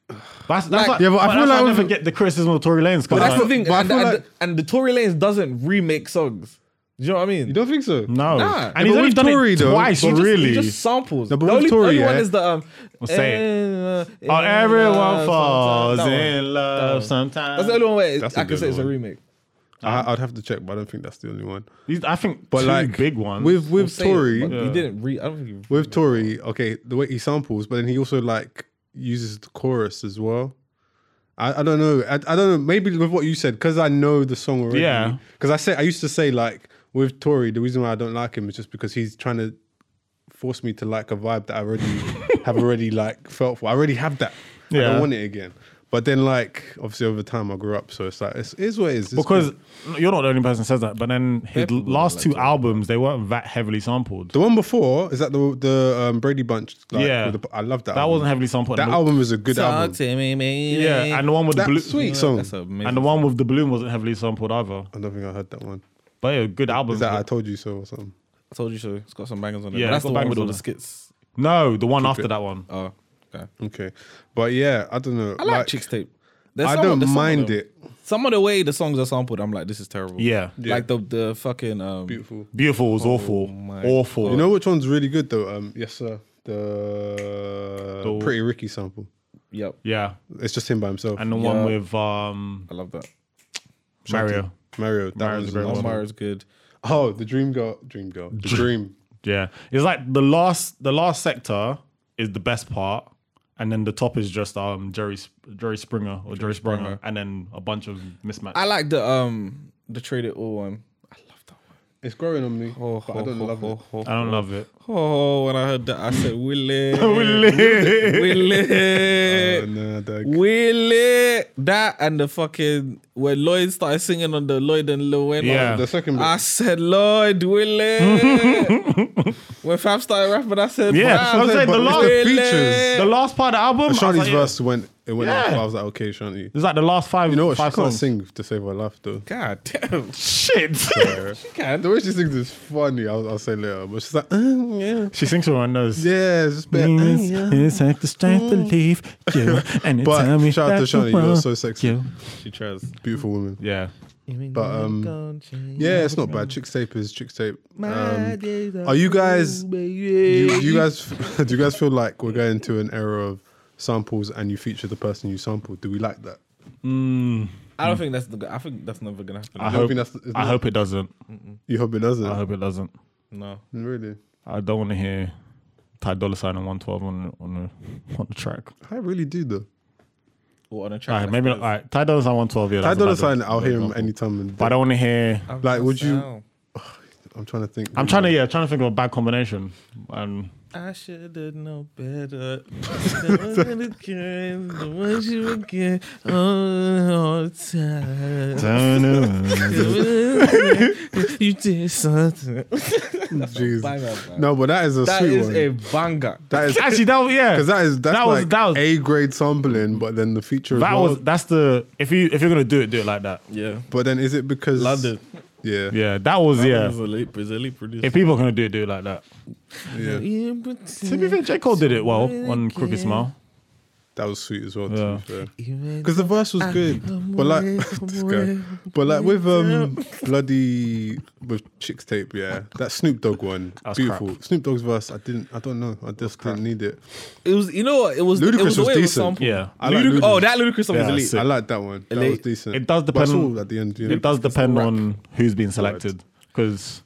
Speaker 3: That's, that's
Speaker 5: Like-
Speaker 3: yeah,
Speaker 5: Yeah,
Speaker 3: but I feel like I
Speaker 4: with-
Speaker 3: never get the criticism of Tory Lanez. 'cause
Speaker 5: That's
Speaker 3: like,
Speaker 5: the thing.
Speaker 4: but I
Speaker 5: And,
Speaker 4: feel
Speaker 5: and-
Speaker 4: like-
Speaker 5: and the Tory Lanez doesn't remake songs. Do you know what I mean?
Speaker 4: You don't think so?
Speaker 3: No,
Speaker 5: Nah.
Speaker 3: and he's
Speaker 4: But
Speaker 3: only
Speaker 4: with
Speaker 3: done
Speaker 4: Tory,
Speaker 3: it
Speaker 4: though,
Speaker 3: twice.
Speaker 4: but
Speaker 5: He just-
Speaker 3: really,
Speaker 5: he just samples.
Speaker 4: No, but
Speaker 5: the
Speaker 4: with
Speaker 5: only,
Speaker 4: Tory,
Speaker 5: only one
Speaker 4: yeah.
Speaker 5: is the um.
Speaker 3: say
Speaker 5: eh,
Speaker 3: oh,
Speaker 5: eh,
Speaker 3: everyone
Speaker 5: eh,
Speaker 3: falls
Speaker 5: sometimes. That one.
Speaker 3: in love
Speaker 5: That's
Speaker 3: sometimes.
Speaker 5: the only one where
Speaker 4: That's
Speaker 5: I
Speaker 4: a
Speaker 5: can
Speaker 4: good
Speaker 5: say it's a
Speaker 4: one.
Speaker 5: remake.
Speaker 4: I, I'd have to check, but I don't think that's the only one.
Speaker 3: These, I think,
Speaker 4: But
Speaker 3: two
Speaker 4: like
Speaker 3: big ones.
Speaker 4: with with
Speaker 5: Say it,
Speaker 4: Tory,
Speaker 5: but he didn't re. I don't think he
Speaker 4: with Tory, okay, the way he samples, but then he also like uses the chorus as well. I, I don't know. I, I don't know. Maybe with what you said, because I know the song already.
Speaker 3: Yeah.
Speaker 4: Because I say I used to say like with Tory, the reason why I don't like him is just because he's trying to force me to like a vibe that I already have already like felt for. I already have that. I
Speaker 3: Yeah.
Speaker 4: don't want it again. But then like obviously over time I grew up, so it's like it's, it is what it is. It's
Speaker 3: because
Speaker 4: cool.
Speaker 3: you're not the only person who says that. But then his
Speaker 5: people
Speaker 3: last
Speaker 5: like
Speaker 3: two
Speaker 5: Tory.
Speaker 3: albums, they weren't that heavily sampled.
Speaker 4: the one before is that the the um, Brady Bunch. Like,
Speaker 3: Yeah.
Speaker 4: with the, I love that.
Speaker 3: That
Speaker 4: album.
Speaker 3: wasn't heavily sampled.
Speaker 4: That
Speaker 3: And the-
Speaker 4: album is a good
Speaker 5: Talk
Speaker 4: album.
Speaker 5: to me, baby.
Speaker 3: yeah, and the one with the
Speaker 4: That's
Speaker 3: blue,
Speaker 4: sweet
Speaker 5: Yeah,
Speaker 4: song.
Speaker 5: that's amazing.
Speaker 3: and the one with the balloon wasn't heavily sampled either.
Speaker 4: I don't think I heard that one.
Speaker 3: But yeah, good album.
Speaker 4: Is that I told you so or something?
Speaker 5: I told you so. It's got some bangers on it.
Speaker 3: Yeah,
Speaker 5: Yeah,
Speaker 3: it's
Speaker 5: that's
Speaker 3: got
Speaker 5: the one
Speaker 3: bangers
Speaker 5: with all
Speaker 3: on
Speaker 5: the
Speaker 3: it.
Speaker 5: skits.
Speaker 3: no, the one after
Speaker 4: it.
Speaker 3: that one.
Speaker 5: Oh, okay.
Speaker 4: Okay, but yeah, I don't know.
Speaker 5: I like, Chicks Tape. There's
Speaker 4: I
Speaker 5: some of-
Speaker 4: don't
Speaker 5: there's some of
Speaker 4: mind
Speaker 5: them-
Speaker 4: it.
Speaker 5: Some of the way the songs are sampled, I'm like, this is terrible.
Speaker 3: Yeah.
Speaker 4: Yeah.
Speaker 5: Like the the fucking um,
Speaker 4: Beautiful.
Speaker 3: Beautiful was awful.
Speaker 5: my
Speaker 3: Awful.
Speaker 4: You know which one's really good though? Um, yes sir. The,
Speaker 3: The-
Speaker 4: Pretty Ricky sample.
Speaker 5: Yep,
Speaker 3: yeah.
Speaker 4: It's just him by himself.
Speaker 3: And the one
Speaker 5: Yeah.
Speaker 3: with um
Speaker 5: I love that.
Speaker 3: Mario.
Speaker 4: Mario. That
Speaker 3: Mario's a
Speaker 4: one's
Speaker 3: great
Speaker 4: another
Speaker 5: Oh,
Speaker 3: one.
Speaker 4: one.
Speaker 5: Mario's good.
Speaker 4: Oh, the Dream Girl. Dream Girl. The Dream.
Speaker 3: Yeah. It's like the last the last sector is the best part. And then the top is just um Jerry Sp- Jerry Springer or Jerry Springer,
Speaker 5: Springer.
Speaker 3: and then a bunch of mismatch.
Speaker 5: I like the um the trade it all one. I love that one.
Speaker 4: It's growing on me,
Speaker 5: Oh,
Speaker 4: but I don't
Speaker 5: oh,
Speaker 4: love
Speaker 5: oh,
Speaker 4: it. Uh,
Speaker 5: Oh,
Speaker 3: I don't love it.
Speaker 5: oh, when I heard that, I said Willie,
Speaker 3: Willie.
Speaker 4: Uh,
Speaker 5: Willie,
Speaker 4: nah, dog.
Speaker 5: Willie. That and the fucking when Lloyd started singing on the Lloyd and Lil Wayne.
Speaker 3: Yeah.
Speaker 4: the second bit.
Speaker 5: I said Lloyd Willie. when Fab started rapping, I said
Speaker 3: Yeah,
Speaker 5: Fab,
Speaker 3: I was saying the
Speaker 4: but
Speaker 3: last
Speaker 4: it's the
Speaker 5: Willie.
Speaker 4: features.
Speaker 3: the last part of the album. I was
Speaker 4: Shanti's
Speaker 3: like, yeah.
Speaker 4: verse went. It went
Speaker 3: Yeah.
Speaker 4: off. I was like, okay, Shanti.
Speaker 3: It's like the last five.
Speaker 4: You know what? She
Speaker 3: Five
Speaker 4: can't
Speaker 3: songs.
Speaker 4: sing to save her life though.
Speaker 5: God damn,
Speaker 3: Shit.
Speaker 5: she can.
Speaker 4: The way she sings is funny. I'll, I'll say later, but she's like, mm, yeah.
Speaker 3: she sings with her nose.
Speaker 4: Yeah, it's just better.
Speaker 3: It's, it's like the strength to leave you. And
Speaker 4: But
Speaker 3: time we
Speaker 4: shout out to
Speaker 3: back
Speaker 4: Shani, you're
Speaker 3: around
Speaker 4: so sexy.
Speaker 3: you.
Speaker 5: She tries.
Speaker 4: Beautiful woman.
Speaker 3: Yeah.
Speaker 4: But um, yeah, it's not bad. Chicks tape is chicks tape. Um, are you guys? You, you guys? Do you guys feel like we're going to an era of samples and you feature the person you sampled? Do we like that?
Speaker 5: I don't think that's the. I think that's never gonna happen.
Speaker 3: I
Speaker 4: don't
Speaker 3: hope.
Speaker 4: think that's- it's
Speaker 3: I
Speaker 4: not-
Speaker 3: hope it doesn't.
Speaker 4: You hope it doesn't.
Speaker 3: I hope it doesn't.
Speaker 5: no.
Speaker 4: Really?
Speaker 3: I don't want to hear Ty Dolla Sign and 112 on on the, on the track.
Speaker 4: I really do though.
Speaker 5: Or on a track.
Speaker 3: All right,
Speaker 5: like
Speaker 3: maybe
Speaker 5: that.
Speaker 3: not. All right, Ty Dolla Sign 112. Yeah,
Speaker 4: Ty
Speaker 3: that's a
Speaker 4: Dolla
Speaker 3: bad
Speaker 4: Sign,
Speaker 3: one.
Speaker 4: I'll hear him
Speaker 3: But
Speaker 4: anytime. in the
Speaker 3: I
Speaker 4: day.
Speaker 3: don't want to hear.
Speaker 4: Like, would you-
Speaker 5: Sound.
Speaker 4: I'm trying to think.
Speaker 3: I'm trying to yeah, trying to think of a bad combination. Um, And
Speaker 5: I should have known better. I was gonna care, I want you again oh, all the time. You did something.
Speaker 4: Jeez.
Speaker 5: Banger, man.
Speaker 4: No, but that is a
Speaker 5: That
Speaker 4: sweet
Speaker 5: is
Speaker 4: one.
Speaker 5: a banger.
Speaker 4: that is
Speaker 3: actually, that was yeah,
Speaker 4: because that is that's
Speaker 3: that was
Speaker 4: like
Speaker 3: that was
Speaker 4: A grade sampling, but then the feature.
Speaker 3: that
Speaker 4: as well.
Speaker 3: was that's the if you if you're gonna do it, do it like that.
Speaker 5: Yeah.
Speaker 4: But then is it because
Speaker 5: London.
Speaker 4: Yeah,
Speaker 3: Yeah, that was yeah.
Speaker 5: It's a late, it's a late producer.
Speaker 3: If people are gonna do it, do it like that.
Speaker 4: yeah,
Speaker 5: Yeah, but
Speaker 3: To be fair, J Cole did it well on Crooked Smile.
Speaker 4: that was sweet as well.
Speaker 3: Yeah.
Speaker 5: even
Speaker 4: Because the verse was good, but like, this guy. but like with um bloody with chicks tape, yeah, that Snoop Dogg one,
Speaker 3: was
Speaker 4: beautiful. Snoop Dogg's verse, I didn't, I don't know, I just didn't need it.
Speaker 5: It was, you know what? It was,
Speaker 4: Ludacris
Speaker 5: it was, the
Speaker 4: was
Speaker 5: way it was
Speaker 4: decent.
Speaker 5: sampled.
Speaker 3: Yeah,
Speaker 4: I like
Speaker 5: Ludac-
Speaker 4: Ludacris.
Speaker 5: oh, that Ludacris song
Speaker 3: Yeah,
Speaker 5: was elite.
Speaker 3: sick.
Speaker 4: I like that one. That was
Speaker 5: Elite.
Speaker 4: decent.
Speaker 3: It does
Speaker 4: But I
Speaker 3: depend-
Speaker 4: saw at the end. You know,
Speaker 3: it does depend on who's been selected. Because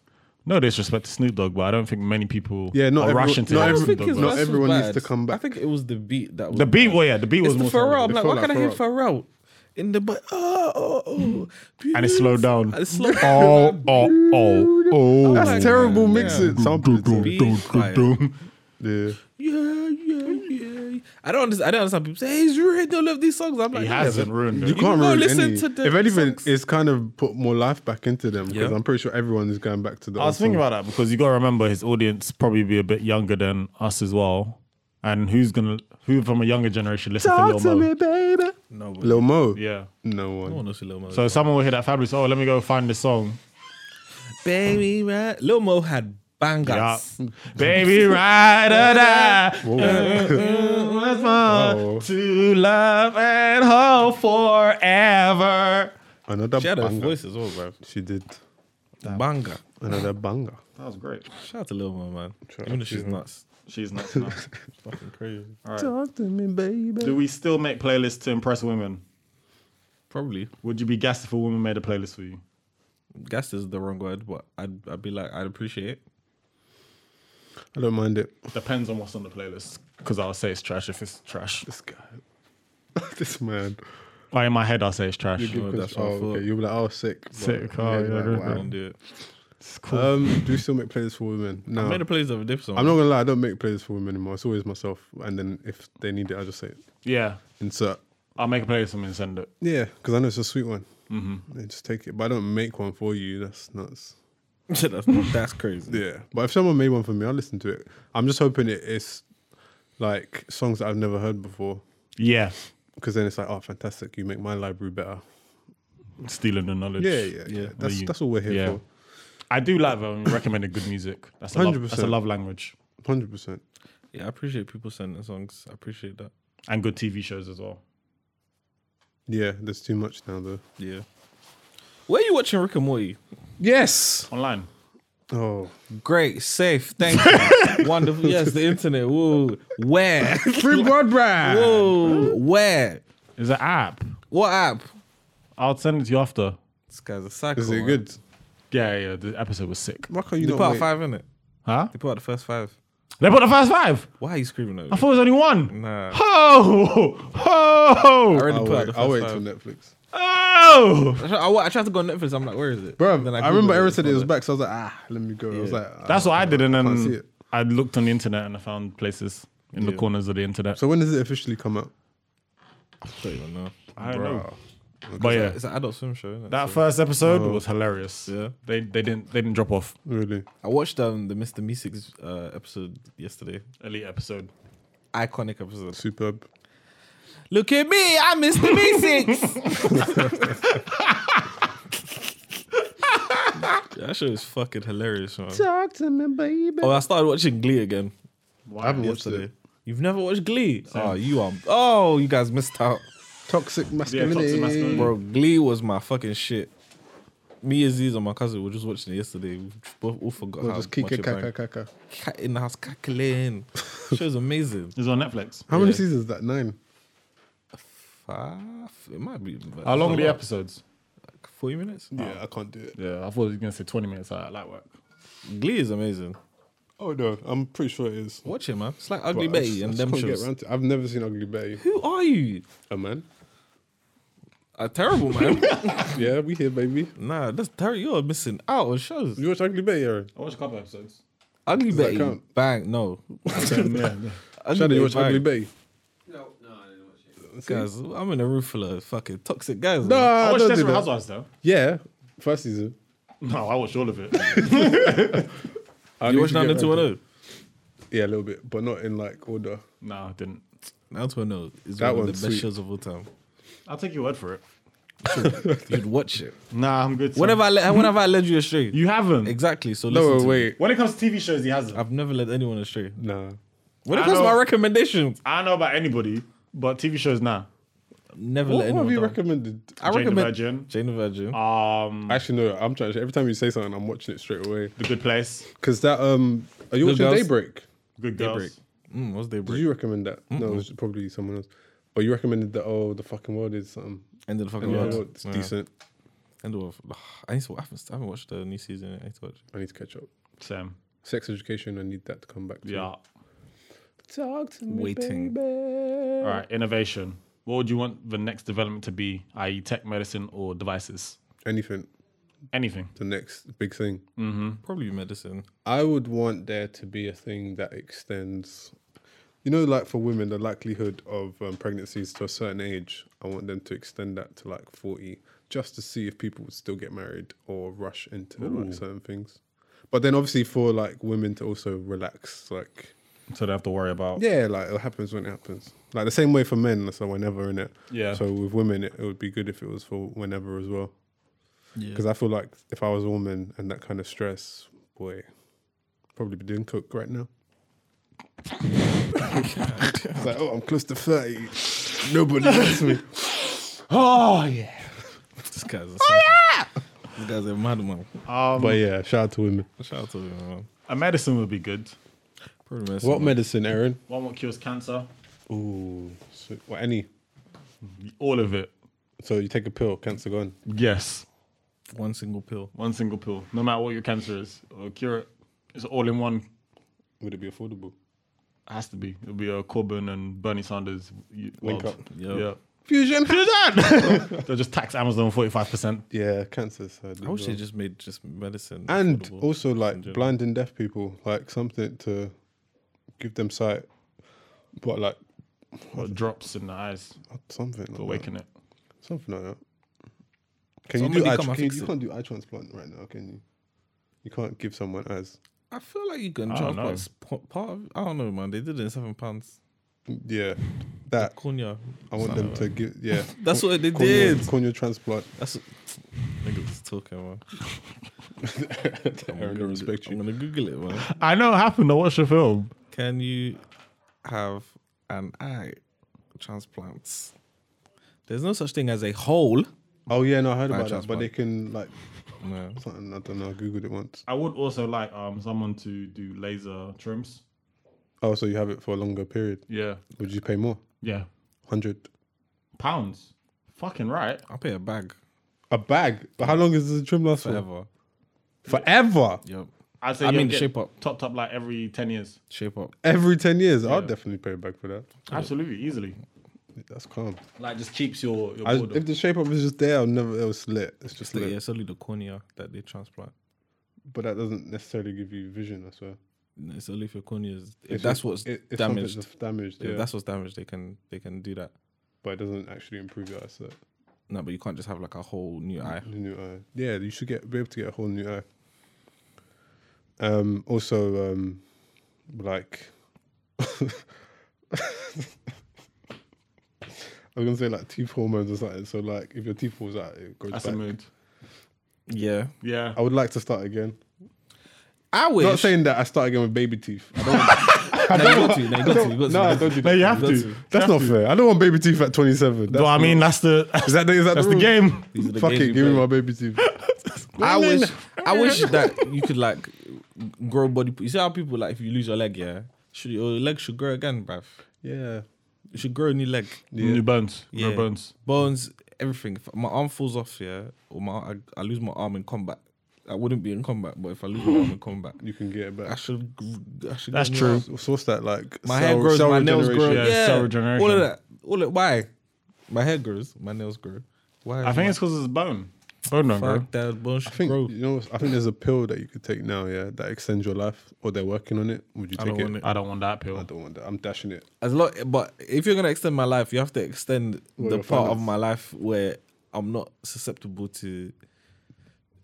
Speaker 3: no disrespect to Snoop Dogg, but I don't think many people
Speaker 4: Yeah, not
Speaker 3: are
Speaker 4: everyone-
Speaker 3: rushing to
Speaker 4: not
Speaker 3: hear
Speaker 4: every-
Speaker 3: Snoop
Speaker 5: think
Speaker 3: Dogg.
Speaker 5: his
Speaker 3: verse.
Speaker 4: not
Speaker 5: verse was
Speaker 4: everyone needs
Speaker 5: bad.
Speaker 4: to come back.
Speaker 5: I think it was the beat that was
Speaker 3: The beat,
Speaker 5: bad.
Speaker 3: well, yeah, the beat was
Speaker 5: it's the
Speaker 3: more.
Speaker 5: Pharrell. I'm
Speaker 4: It
Speaker 5: like,
Speaker 4: felt
Speaker 5: why
Speaker 4: like
Speaker 5: can't I hear Pharrell in the but oh oh oh,
Speaker 3: and it slowed down.
Speaker 5: And it slowed
Speaker 3: Oh, oh, oh, oh.
Speaker 4: That's
Speaker 5: like,
Speaker 4: terrible
Speaker 5: yeah.
Speaker 4: mixing. Sampling.
Speaker 5: Beat fire.
Speaker 4: Yeah.
Speaker 5: Yeah, yeah, yeah. I don't understand. I don't understand. People say, "Hey, you really don't love these songs." I'm like,
Speaker 3: He
Speaker 5: yeah,
Speaker 3: hasn't
Speaker 5: but-
Speaker 3: ruined
Speaker 4: You
Speaker 3: it.
Speaker 4: can't
Speaker 5: go
Speaker 4: ruin
Speaker 5: listen
Speaker 4: any.
Speaker 5: to the
Speaker 4: if anything,
Speaker 5: songs.
Speaker 4: it's kind of put more life back into them because
Speaker 5: Yeah.
Speaker 4: I'm pretty sure everyone is going back to the.
Speaker 3: I was
Speaker 4: old
Speaker 3: thinking
Speaker 4: songs.
Speaker 3: about that because you got to remember his audience probably be a bit younger than us as well. And who's gonna who from a younger generation listen to Lil Mo?
Speaker 4: baby.
Speaker 5: No, but
Speaker 4: Lil Mo.
Speaker 3: Yeah.
Speaker 4: No one.
Speaker 5: I want to see Lil Mo.
Speaker 3: So someone will hear that fabulous. Oh, let me go find this song.
Speaker 5: baby, right? Lil Mo had bangers.
Speaker 3: Yeah. Baby ride or die. That's my
Speaker 4: Whoa.
Speaker 3: to love and hope forever.
Speaker 4: Another
Speaker 5: She had a
Speaker 4: banger.
Speaker 5: voice as well, bro.
Speaker 4: She did
Speaker 5: Banger.
Speaker 4: another banger.
Speaker 3: That was great.
Speaker 5: Shout out to Lil Mo, man. Even if she's nuts,
Speaker 3: She's nuts. now.
Speaker 5: fucking crazy.
Speaker 4: Talk to me, baby.
Speaker 3: Do we still make playlists to impress women?
Speaker 5: Probably.
Speaker 3: Would you be gassed if a woman made a playlist for you?
Speaker 5: Guess is the wrong word, but I'd I'd be like, I'd appreciate it.
Speaker 4: I don't mind it.
Speaker 3: Depends on what's on the playlist. Because I'll say it's trash if it's trash.
Speaker 4: This guy. this man.
Speaker 3: Like in my head, I'll say it's trash.
Speaker 4: You
Speaker 5: Oh,
Speaker 4: could-
Speaker 5: that's
Speaker 4: oh,
Speaker 5: what I thought.
Speaker 4: okay. You'll be like, oh, sick.
Speaker 3: Sick,
Speaker 4: But-
Speaker 3: oh, yeah,
Speaker 4: like,
Speaker 3: good,
Speaker 4: wow.
Speaker 5: Don't do it.
Speaker 4: Um, do you still make playlists for women? No.
Speaker 5: I made a playlist of a diff song.
Speaker 4: I'm not gonna lie, I don't make playlists for women anymore. It's always myself, and then if they need it, I just say it.
Speaker 3: Yeah,
Speaker 4: insert.
Speaker 3: I'll make a playlist for me and send it.
Speaker 4: Yeah, because I know it's a sweet one. Mm-hmm. just take it, but I don't make one for you. That's nuts.
Speaker 5: that's, not- that's crazy.
Speaker 4: Yeah, but if someone made one for me, I'll listen to it. I'm just hoping it is like songs that I've never heard before.
Speaker 3: Yeah,
Speaker 4: Because then it's like, oh, fantastic! You make my library better.
Speaker 3: stealing the knowledge.
Speaker 4: Yeah, yeah, yeah. That's
Speaker 3: you-
Speaker 4: that's all we're here
Speaker 3: yeah. I do like um, recommending good music. That's a love, that's a
Speaker 4: 100%.
Speaker 3: love language
Speaker 4: for. Hundred percent.
Speaker 5: Yeah, I appreciate people sending songs. I appreciate that.
Speaker 3: and good TV shows as well.
Speaker 4: Yeah, there's too much now though.
Speaker 5: Yeah. Where are you watching Rick and Morty?
Speaker 4: Yes.
Speaker 3: Online,
Speaker 4: Oh,
Speaker 5: Great, safe, thank you. Wonderful. Yes, the internet. Whoa. Where?
Speaker 4: free broadband.
Speaker 5: Whoa. Where?
Speaker 3: is an app.
Speaker 5: What app?
Speaker 3: I'll send it to you after.
Speaker 5: This guy's a psycho.
Speaker 4: Is it
Speaker 5: man.
Speaker 4: good?
Speaker 3: Yeah, yeah. The episode was sick.
Speaker 4: Why can't you
Speaker 5: They
Speaker 4: not
Speaker 5: put out
Speaker 4: make-
Speaker 5: five in it.
Speaker 3: Huh?
Speaker 5: They put out the first five.
Speaker 3: They put the first five.
Speaker 5: Why are you screaming at
Speaker 3: I
Speaker 5: me?
Speaker 3: thought it was only one.
Speaker 5: Nah.
Speaker 3: Ho!
Speaker 5: I
Speaker 3: Ho!
Speaker 5: already
Speaker 4: I'll
Speaker 5: put
Speaker 4: wait,
Speaker 5: out the first
Speaker 4: I'll wait
Speaker 5: five.
Speaker 4: till Netflix.
Speaker 3: Oh!
Speaker 5: I, tried, I, wa- I tried to go on Netflix. I'm like, where is it?
Speaker 4: Bro,
Speaker 5: Then
Speaker 4: I, remember
Speaker 5: Googled
Speaker 4: Aaron
Speaker 5: it's
Speaker 4: said
Speaker 5: not
Speaker 4: it was
Speaker 5: there.
Speaker 4: back, so I was like, ah, let me go. I was like, ah,
Speaker 3: That's what I did, and
Speaker 4: can't see
Speaker 3: then
Speaker 4: it.
Speaker 3: I looked on the internet and I found places in the
Speaker 5: Yeah.
Speaker 3: corners of the internet.
Speaker 4: So when does it officially come out?
Speaker 5: I don't even know.
Speaker 3: I don't know.
Speaker 4: Bruh.
Speaker 3: But yeah,
Speaker 5: It's an adult swim show. Isn't it?
Speaker 3: that
Speaker 5: So-
Speaker 3: first episode was hilarious.
Speaker 5: Yeah.
Speaker 3: They they didn't they didn't drop off.
Speaker 4: Really?
Speaker 5: I watched um, the Mr. Meeseeks uh, episode yesterday.
Speaker 3: Elite episode.
Speaker 5: Iconic episode.
Speaker 4: Superb.
Speaker 5: Look at me, I'm Mr. Meeseeks. that show is fucking hilarious, man.
Speaker 4: Talk to me, baby.
Speaker 5: Oh, I started watching Glee again.
Speaker 4: I haven't watched
Speaker 5: yesterday.
Speaker 4: it.
Speaker 5: You've never watched Glee? Oh, you are. Oh, you guys missed out.
Speaker 4: Toxic
Speaker 3: Yeah,
Speaker 4: masculinity.
Speaker 3: toxic masculinity.
Speaker 5: Bro, Glee was my fucking shit. Me, Aziz, and my cousin were just watching it yesterday. We both all forgot
Speaker 4: Or
Speaker 5: how
Speaker 4: just
Speaker 5: much
Speaker 4: kika
Speaker 5: it
Speaker 4: kaka
Speaker 5: banged.
Speaker 4: kaka.
Speaker 5: Cat in the house cackling. Show's amazing.
Speaker 3: It's on Netflix.
Speaker 4: How many
Speaker 5: Yeah.
Speaker 4: seasons is that? Nine.
Speaker 5: Five? It might be.
Speaker 3: How long are the
Speaker 5: Like
Speaker 3: episodes?
Speaker 5: Forty minutes.
Speaker 4: Yeah, I can't do it.
Speaker 3: Yeah, I thought you were gonna say twenty minutes. I like work.
Speaker 5: Glee is amazing.
Speaker 4: Oh no, I'm pretty sure it is.
Speaker 5: Watch it, man. It's like
Speaker 4: But
Speaker 5: Ugly
Speaker 4: I
Speaker 5: Betty
Speaker 4: just- I
Speaker 5: and
Speaker 4: just
Speaker 5: them
Speaker 4: can't get
Speaker 5: shows.
Speaker 4: round to- I've never seen Ugly Betty.
Speaker 5: Who are you?
Speaker 4: A man.
Speaker 5: A terrible man.
Speaker 4: Yeah, we here, baby.
Speaker 5: nah, that's terrible. You're missing out on shows.
Speaker 4: You watch Ugly Betty, Aaron?
Speaker 3: I watched a couple episodes.
Speaker 5: Ugly
Speaker 4: that
Speaker 5: Betty.
Speaker 4: count?
Speaker 5: Bang. No. Ugly
Speaker 4: Shannon, you
Speaker 5: Betty,
Speaker 4: watch Ugly
Speaker 5: bang.
Speaker 4: Betty?
Speaker 6: No, no, I didn't watch it.
Speaker 5: Guys, I'm in a room full of fucking toxic guys.
Speaker 4: No,
Speaker 5: man.
Speaker 3: I
Speaker 4: I
Speaker 3: watched
Speaker 4: don't do
Speaker 3: Desperate
Speaker 4: that.
Speaker 3: Housewives though.
Speaker 4: Yeah, first season.
Speaker 3: No, I watched all of it.
Speaker 4: I
Speaker 5: You
Speaker 4: need
Speaker 5: watch
Speaker 4: to
Speaker 5: Down
Speaker 4: get
Speaker 5: to
Speaker 4: round to-
Speaker 5: 210?
Speaker 4: Yeah, a little bit, but not in like order.
Speaker 3: no, I didn't.
Speaker 5: Down to 110 is
Speaker 4: That
Speaker 5: one of the
Speaker 4: one's
Speaker 5: best
Speaker 4: sweet.
Speaker 5: shows of all time.
Speaker 3: I'll take your word for it.
Speaker 5: You'd watch it.
Speaker 3: Nah, I'm good.
Speaker 5: When have I, le- when have I led you astray?
Speaker 3: You haven't.
Speaker 5: exactly. So listen
Speaker 4: No,
Speaker 5: to me.
Speaker 4: wait,
Speaker 3: when it comes to TV shows, he hasn't.
Speaker 5: I've never led anyone astray.
Speaker 4: nah.
Speaker 5: When it
Speaker 3: I
Speaker 5: comes to
Speaker 3: know-
Speaker 5: my recommendations,
Speaker 3: I don't know about anybody, but TV shows now.
Speaker 5: never
Speaker 4: What,
Speaker 5: let
Speaker 4: what
Speaker 5: anyone
Speaker 4: have you
Speaker 5: down.
Speaker 4: recommended?
Speaker 5: I
Speaker 3: Jane the
Speaker 5: recommend
Speaker 3: Virgin.
Speaker 5: Jane the Virgin.
Speaker 3: Um,
Speaker 4: Actually, no. I'm trying. To, every time you say something, I'm watching it straight away.
Speaker 3: The Good Place,
Speaker 4: Cause that um, are you
Speaker 5: Good
Speaker 4: watching
Speaker 5: Girls.
Speaker 4: Daybreak?
Speaker 3: Good Girls.
Speaker 5: Mm, what's their
Speaker 4: Did
Speaker 5: break?
Speaker 4: you recommend that? No, it was probably someone else. But you recommended that. Oh, the fucking world is something.
Speaker 5: End of the fucking
Speaker 4: And yeah,
Speaker 5: world.
Speaker 4: it's
Speaker 5: Yeah.
Speaker 4: decent.
Speaker 5: End of. Ugh, I need to. I haven't, I haven't watched the new season. yet. I need to watch.
Speaker 4: I need to catch up.
Speaker 3: Sam.
Speaker 4: Sex education. I need that to come back. To.
Speaker 3: Yeah.
Speaker 4: Talk to me,
Speaker 5: Waiting.
Speaker 4: baby.
Speaker 3: All right. Innovation. What would you want the next development to be, i.e., tech, medicine, or devices?
Speaker 4: Anything.
Speaker 3: Anything.
Speaker 4: The next big thing.
Speaker 5: Probably medicine.
Speaker 4: I would want there to be a thing that extends, you know, like for women, the likelihood of um, pregnancies to a certain age. I want them to extend that to like 40, just to see if people would still get married or rush into like certain things. But then obviously for like women to also relax, like,
Speaker 3: So they have to worry about.
Speaker 4: yeah, like it happens when it happens. Like the same way for men, so whenever in it.
Speaker 3: Yeah.
Speaker 4: So with women, it, it would be good if it was for whenever as well.
Speaker 5: Yeah.
Speaker 4: Because I feel like if I was a woman and that kind of stress, boy, probably be doing cook right now. it's like, oh, I'm close to 30. Nobody wants me.
Speaker 3: Oh yeah.
Speaker 5: This guy's. A oh yeah. This guy's a madman.
Speaker 4: But yeah, shout out to women.
Speaker 5: Shout out to him, man.
Speaker 3: A medicine would be good.
Speaker 5: Probably medicine.
Speaker 4: What medicine, Aaron?
Speaker 3: One what cures cancer.
Speaker 4: Ooh, so, what, any.
Speaker 3: All of it.
Speaker 4: So you take a pill, cancer gone.
Speaker 3: Yes.
Speaker 5: One single pill.
Speaker 3: One single pill. No matter what your cancer is, or cure it. It's all in one.
Speaker 4: Would it be affordable?
Speaker 3: Has to be. It'll be a Corbyn and Bernie Sanders. y-
Speaker 4: Link
Speaker 3: world.
Speaker 4: up.
Speaker 5: Yep.
Speaker 3: Yeah.
Speaker 4: Fusion.
Speaker 3: They'll just tax Amazon forty five percent.
Speaker 4: yeah, cancer side. as
Speaker 5: I wish they
Speaker 4: well.
Speaker 5: just made just medicine.
Speaker 4: And
Speaker 5: affordable.
Speaker 4: also like
Speaker 5: general.
Speaker 4: blind and deaf people, like something to give them sight, but like
Speaker 3: Drops in the eyes.
Speaker 4: something.
Speaker 3: to
Speaker 4: like that.
Speaker 3: awaken it.
Speaker 4: Something like that. Can you do
Speaker 5: Somebody
Speaker 4: eye,
Speaker 5: come and
Speaker 4: can you,
Speaker 5: fix
Speaker 4: you
Speaker 5: it.
Speaker 4: can't do eye transplant right now, can you? You can't give someone eyes.
Speaker 5: I feel like you can
Speaker 3: I don't
Speaker 5: drop
Speaker 3: know.
Speaker 5: us p- part of. I don't know, man. They did it in seven pounds.
Speaker 4: Yeah, that
Speaker 5: Cunha.
Speaker 4: I want them to give. Yeah,
Speaker 5: That's what they
Speaker 4: corneal,
Speaker 5: did.
Speaker 4: corneal transplant.
Speaker 5: That's what niggas talking, man. I'm
Speaker 4: Aaron, I
Speaker 5: gonna-
Speaker 4: respect
Speaker 5: I'm
Speaker 4: you.
Speaker 5: gonna Google it, man.
Speaker 3: I know it happened. I watched the film.
Speaker 5: Can you have an eye transplant? There's no such thing as a hole.
Speaker 4: Oh yeah, no, I heard about that. But
Speaker 5: transplant.
Speaker 4: they can like
Speaker 5: No.
Speaker 4: something. I don't know. I googled it once.
Speaker 3: I would also like um someone to do laser trims.
Speaker 4: Oh, so you have it for a longer period?
Speaker 3: Yeah,
Speaker 4: Would you pay more?
Speaker 3: yeah,
Speaker 4: Hundred
Speaker 3: pounds. Fucking right.
Speaker 5: I'll pay a bag
Speaker 4: a bag. But how long is the trim last
Speaker 5: forever.
Speaker 4: for? Forever.
Speaker 5: Yep.
Speaker 3: I'd say
Speaker 5: I
Speaker 3: you'll
Speaker 5: mean,
Speaker 3: get
Speaker 5: shape up.
Speaker 3: topped up like every ten years.
Speaker 5: Shape up.
Speaker 4: Every ten years, I'll definitely pay a bag for that.
Speaker 3: Absolutely, easily.
Speaker 4: That's calm.
Speaker 3: Like just keeps your your
Speaker 4: I,
Speaker 3: boredom.
Speaker 4: if the shape up is just there, I'll never. It was lit. It's just
Speaker 5: So,
Speaker 4: lit.
Speaker 5: yeah, it's only the cornea that they transplant.
Speaker 4: But that doesn't necessarily give you vision, I swear.
Speaker 5: No, It's only if your cornea is if
Speaker 4: If
Speaker 5: that's
Speaker 4: it-
Speaker 5: what's
Speaker 4: if- if something's
Speaker 5: damaged.
Speaker 4: just damaged,
Speaker 5: If
Speaker 4: yeah.
Speaker 5: that's what's damaged, they can they can do that.
Speaker 4: but it doesn't actually improve your eyesight.
Speaker 5: No, but you can't just have like a whole new eye.
Speaker 4: The new eye. Yeah, you should get be able to get a whole new eye. Um. Also, um, like, I was gonna say like teeth hormones or something. So like, if your teeth falls out, it goes
Speaker 3: That's
Speaker 4: back.
Speaker 3: a mood.
Speaker 5: Yeah.
Speaker 3: Yeah.
Speaker 4: I would like to start again.
Speaker 5: I wish.
Speaker 4: Not saying that I start again with baby teeth. I don't,
Speaker 5: no, you got to. No, you got to. You got to.
Speaker 4: no, I don't do that.
Speaker 3: No, you have
Speaker 5: That's-
Speaker 3: to.
Speaker 4: That's not fair. I don't want baby teeth at 27. That's
Speaker 3: Well, I
Speaker 4: not-
Speaker 3: mean, that's the
Speaker 4: is that the, is that
Speaker 3: that's the
Speaker 4: the, rule?
Speaker 3: game.
Speaker 5: These are the
Speaker 4: Fuck
Speaker 5: games
Speaker 4: it,
Speaker 5: we
Speaker 4: give me
Speaker 5: play.
Speaker 4: my baby teeth.
Speaker 5: I wish I wish that you could like grow body. You see how people like if you lose your leg, yeah, should your leg should grow again, bruv.
Speaker 4: Yeah.
Speaker 5: You should grow a new leg,
Speaker 3: New bones.
Speaker 5: Yeah.
Speaker 3: New bones.
Speaker 5: bones, everything. If my arm falls off, yeah, or my I, I lose my arm in combat, I wouldn't be in combat, but if I lose my arm in combat,
Speaker 4: You can get it
Speaker 5: I
Speaker 4: back.
Speaker 5: should. gr- I should
Speaker 3: That's
Speaker 5: get a new
Speaker 3: true.
Speaker 5: arm.
Speaker 4: So what's that like?
Speaker 5: My
Speaker 4: Cell-
Speaker 5: hair grows,
Speaker 4: cell
Speaker 5: my nails grow.
Speaker 4: regeneration?
Speaker 5: Yeah,
Speaker 3: Yeah, cell regeneration.
Speaker 5: All of that. All of, why? My hair grows. My nails grow. Why?
Speaker 3: I think it's because it's bone. Bone don't grow.
Speaker 5: fuck that bullshit.
Speaker 4: I think
Speaker 5: grow.
Speaker 4: you know. what's- I think there's a pill that you could take now. Yeah, that extends your life, or they're working on it. Would you
Speaker 5: I
Speaker 4: take
Speaker 5: don't
Speaker 4: it?
Speaker 5: want it.
Speaker 3: I don't want that pill.
Speaker 4: I don't want that. I'm dashing it.
Speaker 5: As long, but if you're gonna extend my life, you have to extend the
Speaker 4: your
Speaker 5: part of
Speaker 4: finance.
Speaker 5: my life where I'm not susceptible to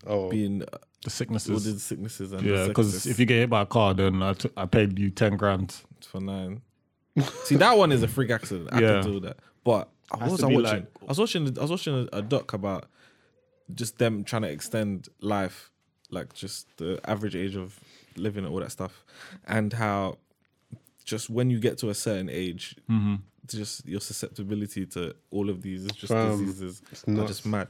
Speaker 4: Oh,
Speaker 5: being uh,
Speaker 3: The
Speaker 5: all
Speaker 3: sicknesses.
Speaker 5: the sicknesses and
Speaker 3: yeah,
Speaker 5: the
Speaker 3: because
Speaker 5: sexes
Speaker 3: if you get hit by a car, then I, t- I paid you ten grand.
Speaker 5: for nine. See, that one is a freak accident. I
Speaker 3: Yeah.
Speaker 5: can do that. But I
Speaker 3: Has
Speaker 5: was
Speaker 3: to
Speaker 5: I
Speaker 3: be
Speaker 5: watching.
Speaker 3: like-
Speaker 5: I was watching. I was watching a, a doc about just them trying to extend life, like just the average age of living and all that stuff, and how just when you get to a certain age, just your susceptibility to all of these is just
Speaker 4: Fam,
Speaker 5: diseases
Speaker 4: it's
Speaker 5: are
Speaker 4: nuts.
Speaker 5: just mad.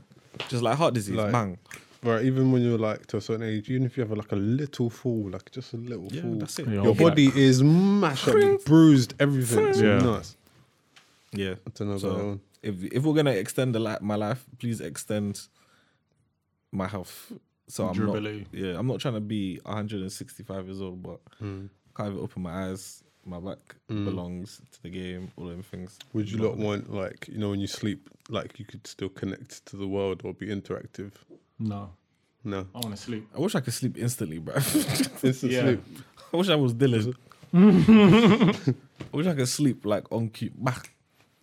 Speaker 5: Just like heart disease,
Speaker 4: Like-
Speaker 5: bang.
Speaker 4: right. Even when you're like to a certain age, even if you have like a little fall, like just a little
Speaker 5: Yeah,
Speaker 4: fall,
Speaker 5: that's it.
Speaker 3: Yeah.
Speaker 4: your
Speaker 3: You'll be
Speaker 4: body is mashed up, you've bruised, everything. It's
Speaker 3: Yeah.
Speaker 4: nuts.
Speaker 5: Yeah.
Speaker 4: I don't know about that
Speaker 5: So
Speaker 4: one.
Speaker 5: if if we're gonna extend the li- my life, please extend my health. So I'm
Speaker 3: Durability.
Speaker 5: not. Yeah, I'm not trying to be 165 years old, but
Speaker 4: Hmm.
Speaker 5: can't even open my eyes. My back belongs to the game. All them things.
Speaker 4: Would you not want like you know when you sleep, like you could still connect to the world or be interactive?
Speaker 3: No,
Speaker 4: No,
Speaker 3: I want to sleep.
Speaker 5: I wish I could sleep instantly, bro.
Speaker 4: instant
Speaker 3: Oh, Yeah.
Speaker 4: sleep.
Speaker 5: I wish I was Dylan. I wish I could sleep like on cue. Bah.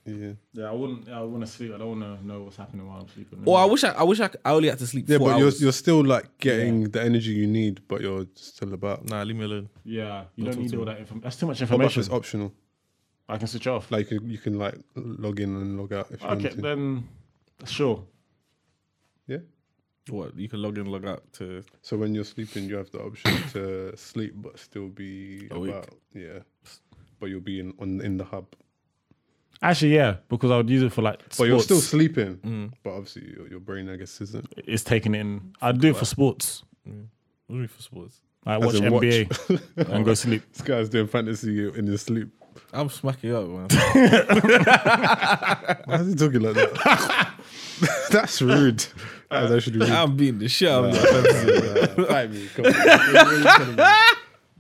Speaker 4: Yeah,
Speaker 3: Yeah, I wouldn't. I want to sleep. I don't want to know what's happening while I'm sleeping.
Speaker 5: Or I wish I, I wish I, c- I only had to sleep.
Speaker 4: yeah,
Speaker 5: four
Speaker 4: but
Speaker 5: hours.
Speaker 4: you're you're still like getting the energy you need, but you're still about.
Speaker 5: Nah, leave me alone.
Speaker 3: Yeah, you don't need all that information. That's too much
Speaker 4: How much
Speaker 3: information.
Speaker 4: is optional?
Speaker 3: I can switch off.
Speaker 4: Like you, you can like log in and log out if you
Speaker 3: okay,
Speaker 4: want to.
Speaker 3: then sure.
Speaker 4: Yeah.
Speaker 5: What you can log in, log out to
Speaker 4: So when you're sleeping, you have the option to sleep but still be
Speaker 5: Awake.
Speaker 4: about. Yeah, but you'll be in on in the hub.
Speaker 3: Actually, yeah, because I would use it for like. Sports. Mm.
Speaker 4: But you're still sleeping. But obviously, your, your brain, I guess, isn't.
Speaker 3: It's taking it in. I'd do it for sports.
Speaker 5: what do you mean for sports.
Speaker 3: Like
Speaker 4: As
Speaker 3: watch
Speaker 4: in watch.
Speaker 3: NBA and go sleep.
Speaker 4: This guy's doing fantasy in his sleep.
Speaker 5: I'm smacking up, man.
Speaker 4: Why is he talking like that? That's rude. That's actually rude.
Speaker 5: I'm beating the shit out of you.
Speaker 4: Nah, fight me. Come on. What are you telling me?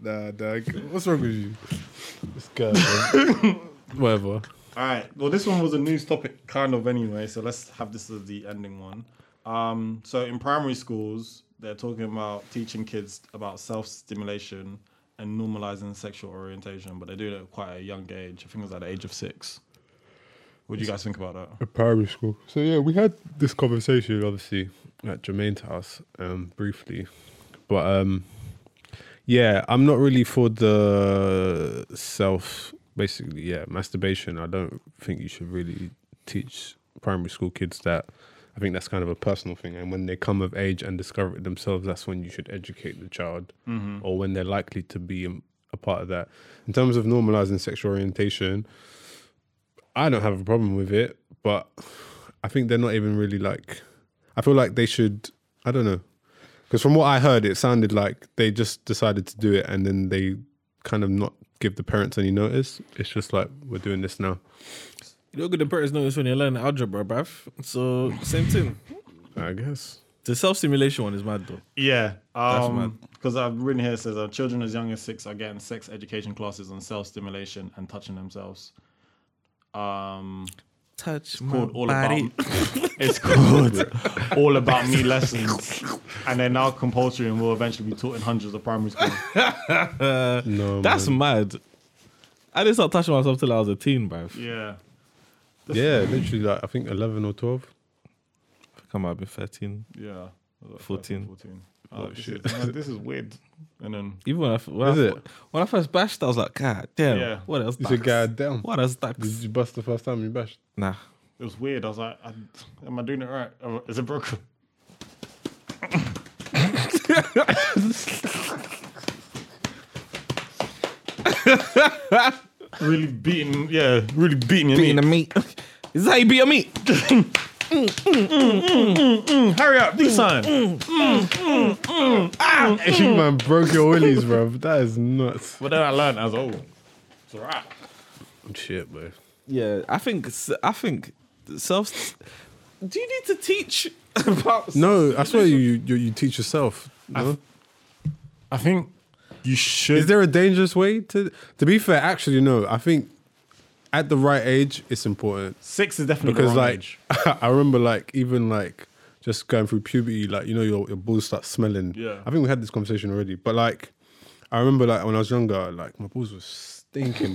Speaker 4: Nah, dog. What's wrong with you? This guy, man.
Speaker 5: Whatever.
Speaker 3: All right. Well, this one was a news topic, kind of anyway. So let's have this as the ending one. Um, so in primary schools, they're talking about teaching kids about self-stimulation and normalizing sexual orientation, but they do it at quite a young age. I think it was at the age of six. What do you guys think about that?
Speaker 4: at primary school. So yeah, we had this conversation obviously at Jermaine's house um, briefly, but um, yeah, I'm not really for the self. Basically, yeah, masturbation. I don't think you should really teach primary school kids that. I think that's kind of a personal thing, and when they come of age and discover it themselves, that's when you should educate the child, or when they're likely to be um, a part of that. In terms of normalizing sexual orientation, I don't have a problem with it, but I think they're not even really like. I feel like they should. I don't know, because from what I heard, it sounded like they just decided to do it and then they kind of not give the parents any notice. It's just like we're doing this now.
Speaker 5: You don't get the parents notice when you're learning algebra, bruv. So, same thing.
Speaker 4: I guess.
Speaker 5: The self stimulation one is mad, though.
Speaker 3: Yeah,
Speaker 5: mad.
Speaker 3: because I've written here it says uh, children as young as six are getting sex education classes on self-stimulation and touching themselves. Um,
Speaker 5: Touch
Speaker 3: called
Speaker 5: my
Speaker 3: all
Speaker 5: body.
Speaker 3: about. it's called all about me lessons, and they're now compulsory and will eventually be taught in hundreds of primary schools.
Speaker 4: No,
Speaker 5: That's
Speaker 4: man.
Speaker 5: mad. I didn't start touching myself till I was a teen, bruv.
Speaker 3: Yeah,
Speaker 4: yeah, literally like I think eleven or twelve.
Speaker 5: I think I might be 13.
Speaker 3: yeah.
Speaker 5: 14.
Speaker 3: Fourteen. Oh, shit! This is, this is weird. And then
Speaker 5: Even when I, f- when, I,
Speaker 4: Is
Speaker 5: f-
Speaker 4: it?
Speaker 5: when I first bashed, I was like, God damn.
Speaker 3: Yeah.
Speaker 5: What else?
Speaker 4: You said,
Speaker 5: ducks?
Speaker 4: "God damn."
Speaker 5: What else?
Speaker 4: Did
Speaker 5: Ducks?
Speaker 4: you bust the first time you bashed?
Speaker 5: Nah.
Speaker 3: it was weird. I was like, I, "Am I doing it right? Am I- Is it broken?" really beating, yeah, really beating your
Speaker 5: Beating
Speaker 3: meat.
Speaker 5: the meat. Is that how you beat a meat?
Speaker 3: Hurry up, do something.
Speaker 4: Cheap man broke your willies, bro. That is nuts.
Speaker 3: But then I learned, I was like, oh, it's all right.
Speaker 4: Shit, bro.
Speaker 5: Yeah, I think, s- I think self. Do you need to teach about
Speaker 4: No, I swear you, you you teach yourself
Speaker 3: I think you should.
Speaker 4: Is there a dangerous way to? To be fair, actually, no. I think at the right age, it's important.
Speaker 3: six is definitely
Speaker 4: because
Speaker 3: the wrong
Speaker 4: like
Speaker 3: age.
Speaker 4: I remember like even like just going through puberty, like you know your, your balls start smelling.
Speaker 3: Yeah.
Speaker 4: I think we had this conversation already, but like I remember like when I was younger, like my balls were stinking,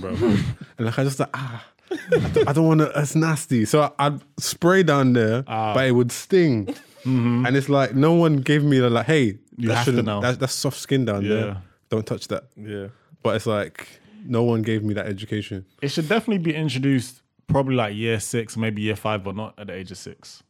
Speaker 4: bro, and like I just like ah. I don't- I don't want to. That's nasty. So I, I'd spray down there,
Speaker 3: Ah.
Speaker 4: but it would sting, and it's like no one gave me the like, "Hey, you
Speaker 3: Mm-hmm. have to know.
Speaker 4: That, that's soft skin down
Speaker 3: Yeah.
Speaker 4: there. Don't touch that."
Speaker 7: Yeah.
Speaker 4: But it's like no one gave me that education.
Speaker 3: It should definitely be introduced probably like year six, maybe year five, but not at the age of six.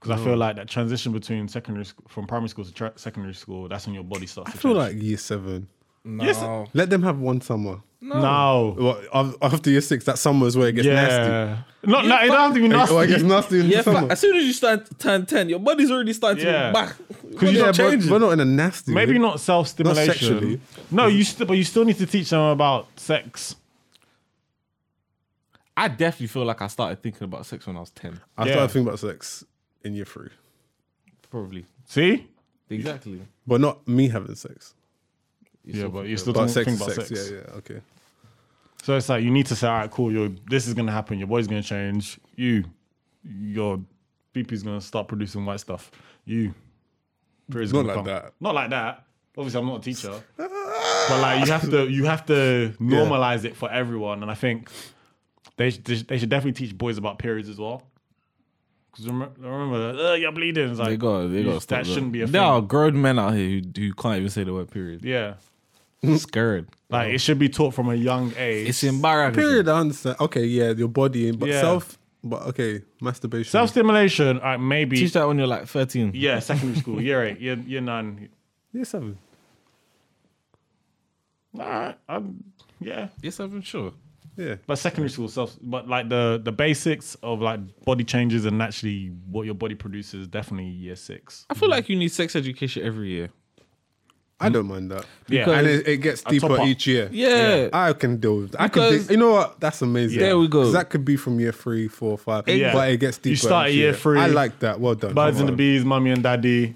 Speaker 3: Because I feel like that transition between secondary sc- from primary school to tra- secondary school, that's when your body starts.
Speaker 4: I
Speaker 3: to
Speaker 4: feel
Speaker 3: change.
Speaker 4: like year seven.
Speaker 7: No.
Speaker 4: Let them have one summer.
Speaker 3: no,
Speaker 4: Well, af- after year six, that summer is where it gets
Speaker 3: yeah,
Speaker 4: nasty.
Speaker 3: not no, it doesn't have to be
Speaker 4: Nasty. Well, it gets
Speaker 3: nasty.
Speaker 4: nasty in
Speaker 7: Yeah,
Speaker 4: the
Speaker 7: fa-
Speaker 4: summer.
Speaker 7: as soon as you start to turn 10, your body's already starting
Speaker 3: Yeah.
Speaker 7: to back.
Speaker 3: you
Speaker 4: yeah,
Speaker 3: not
Speaker 4: but we're not in a nasty.
Speaker 3: Maybe
Speaker 4: way.
Speaker 3: not self stimulation.
Speaker 4: sexually.
Speaker 3: no, you st- but you still need to teach them about sex.
Speaker 5: I definitely feel like I started thinking about sex when I was 10.
Speaker 4: I
Speaker 3: yeah.
Speaker 4: started thinking about sex in year three,
Speaker 5: Probably.
Speaker 3: See,
Speaker 5: Exactly.
Speaker 4: but not me having sex.
Speaker 3: yeah, but you're still
Speaker 4: But
Speaker 3: talking
Speaker 4: sex,
Speaker 3: think
Speaker 4: is
Speaker 3: about
Speaker 4: sex,
Speaker 3: sex.
Speaker 4: Yeah, yeah, okay.
Speaker 3: So it's like you need to say, all right, cool, you're, this is gonna happen, your body's gonna change, you, your BP's gonna start producing white stuff. You periods
Speaker 4: Not
Speaker 3: gonna
Speaker 4: like
Speaker 3: come.
Speaker 4: that.
Speaker 3: Not like that. Obviously I'm not a teacher. but like you have to you have to normalize it for everyone. And I think they should, they should definitely teach boys about periods as well. Because remember, uh, you're bleeding. It's
Speaker 5: They
Speaker 3: like,
Speaker 5: got they
Speaker 3: you-
Speaker 5: got
Speaker 3: that shouldn't be a
Speaker 5: There
Speaker 3: thing.
Speaker 5: are grown men out here who, who can't even say the word period.
Speaker 3: yeah.
Speaker 5: Scared.
Speaker 3: Like it should be taught from a young age.
Speaker 5: It's embarrassing.
Speaker 4: Period. I understand. Okay, yeah, your body, but
Speaker 3: Yeah.
Speaker 4: self. But okay, masturbation.
Speaker 3: Self stimulation, all right, maybe.
Speaker 5: Teach that when you're like 13.
Speaker 3: yeah, secondary school, year eight, year, year nine,
Speaker 4: year seven.
Speaker 3: All right, I'm, yeah.
Speaker 5: Yes, I'm sure.
Speaker 4: Yeah.
Speaker 3: But secondary school stuff, but like the the basics of like body changes and actually what your body produces, definitely year six.
Speaker 5: I feel like you need sex education every year.
Speaker 4: I don't mind that.
Speaker 3: Yeah.
Speaker 4: and it, it gets
Speaker 3: top
Speaker 4: deeper
Speaker 3: up.
Speaker 4: each year.
Speaker 5: Yeah.
Speaker 4: I can deal with that. I can
Speaker 5: Because-
Speaker 4: dig- you know what? That's amazing.
Speaker 5: There we go.
Speaker 4: 'Cause That could be from year three, four, five.
Speaker 3: Yeah.
Speaker 4: But it gets deeper.
Speaker 3: You start
Speaker 4: each
Speaker 3: at year three.
Speaker 4: I like that. Well done.
Speaker 3: Birds
Speaker 4: Well
Speaker 3: and the
Speaker 4: done.
Speaker 3: bees, mummy and daddy,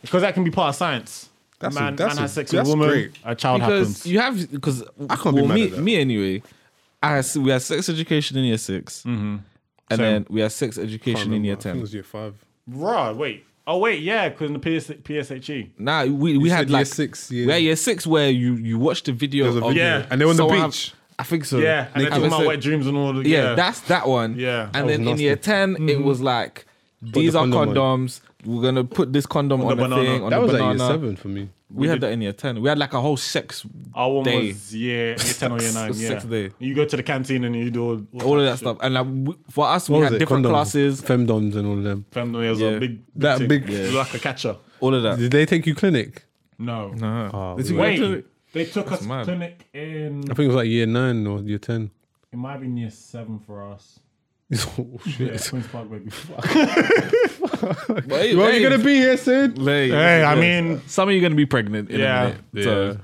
Speaker 3: because that can be part of science.
Speaker 4: That's a-
Speaker 3: man,
Speaker 4: that's
Speaker 3: man
Speaker 4: a-
Speaker 3: has sex with a
Speaker 4: that's
Speaker 3: woman,
Speaker 4: great.
Speaker 3: a child
Speaker 5: because
Speaker 3: happens.
Speaker 5: you have because I
Speaker 4: can't be mad
Speaker 5: me,
Speaker 4: at that.
Speaker 5: me anyway. I had- we had sex education in year 6
Speaker 3: Mm-hmm.
Speaker 5: and then we had sex education in year
Speaker 4: I think it
Speaker 5: ten.
Speaker 4: was year five.
Speaker 3: Bruh, wait. Oh wait, yeah, because in the PS- PSHE.
Speaker 5: Nah, we, we had
Speaker 4: said year
Speaker 5: like
Speaker 4: six, yeah.
Speaker 5: we had year six where you you watch the video,
Speaker 4: There's a
Speaker 5: of
Speaker 4: video.
Speaker 3: Oh, Yeah.
Speaker 4: And they were on the
Speaker 5: someone have-
Speaker 4: beach.
Speaker 5: I think so.
Speaker 3: Yeah, and they're
Speaker 5: Have
Speaker 3: talking about
Speaker 5: sex-
Speaker 3: wet dreams and all the
Speaker 5: yeah, that's that one.
Speaker 3: Yeah. That
Speaker 5: and
Speaker 3: was Mm-hmm.
Speaker 5: then in year ten it was like these
Speaker 4: the
Speaker 5: are
Speaker 4: condom on.
Speaker 5: condoms. We're gonna put this condom on,
Speaker 3: the
Speaker 5: the,
Speaker 3: banana.
Speaker 5: thing on
Speaker 4: that
Speaker 5: the
Speaker 4: was
Speaker 5: banana.
Speaker 4: at year seven for me.
Speaker 5: We, had that in year ten. We had like a whole sex
Speaker 3: Our one
Speaker 5: day.
Speaker 3: was year, year ten or year nine. Yeah,
Speaker 5: Sex day.
Speaker 3: you go to the canteen and you do all,
Speaker 5: all of
Speaker 3: types
Speaker 5: that stuff. And like, we, for us, we
Speaker 4: What was
Speaker 5: had
Speaker 4: it?
Speaker 5: different
Speaker 4: Condoms,
Speaker 5: classes,
Speaker 4: femdoms, and all of them.
Speaker 3: Fem- there was
Speaker 5: Yeah.
Speaker 3: a big
Speaker 4: That
Speaker 3: thing.
Speaker 4: big-
Speaker 3: It was like a catcher.
Speaker 5: all of that.
Speaker 4: Did they take you Oh, clinic?
Speaker 3: No,
Speaker 5: Uh-huh.
Speaker 4: They took you
Speaker 3: Wait,
Speaker 4: clinic?
Speaker 3: they took us
Speaker 5: mad.
Speaker 3: clinic in.
Speaker 4: I think it was like year nine or year ten.
Speaker 3: It might have been year seven for us.
Speaker 4: oh
Speaker 3: Yeah,
Speaker 4: shit!
Speaker 3: Queens Park Baby.
Speaker 5: Wait,
Speaker 4: Well,
Speaker 5: wait.
Speaker 4: Oh, you're gonna be here soon.
Speaker 5: Like,
Speaker 3: Hey, I mean,
Speaker 5: some of you gonna be pregnant. In
Speaker 3: Yeah.
Speaker 5: yeah, a minute. So,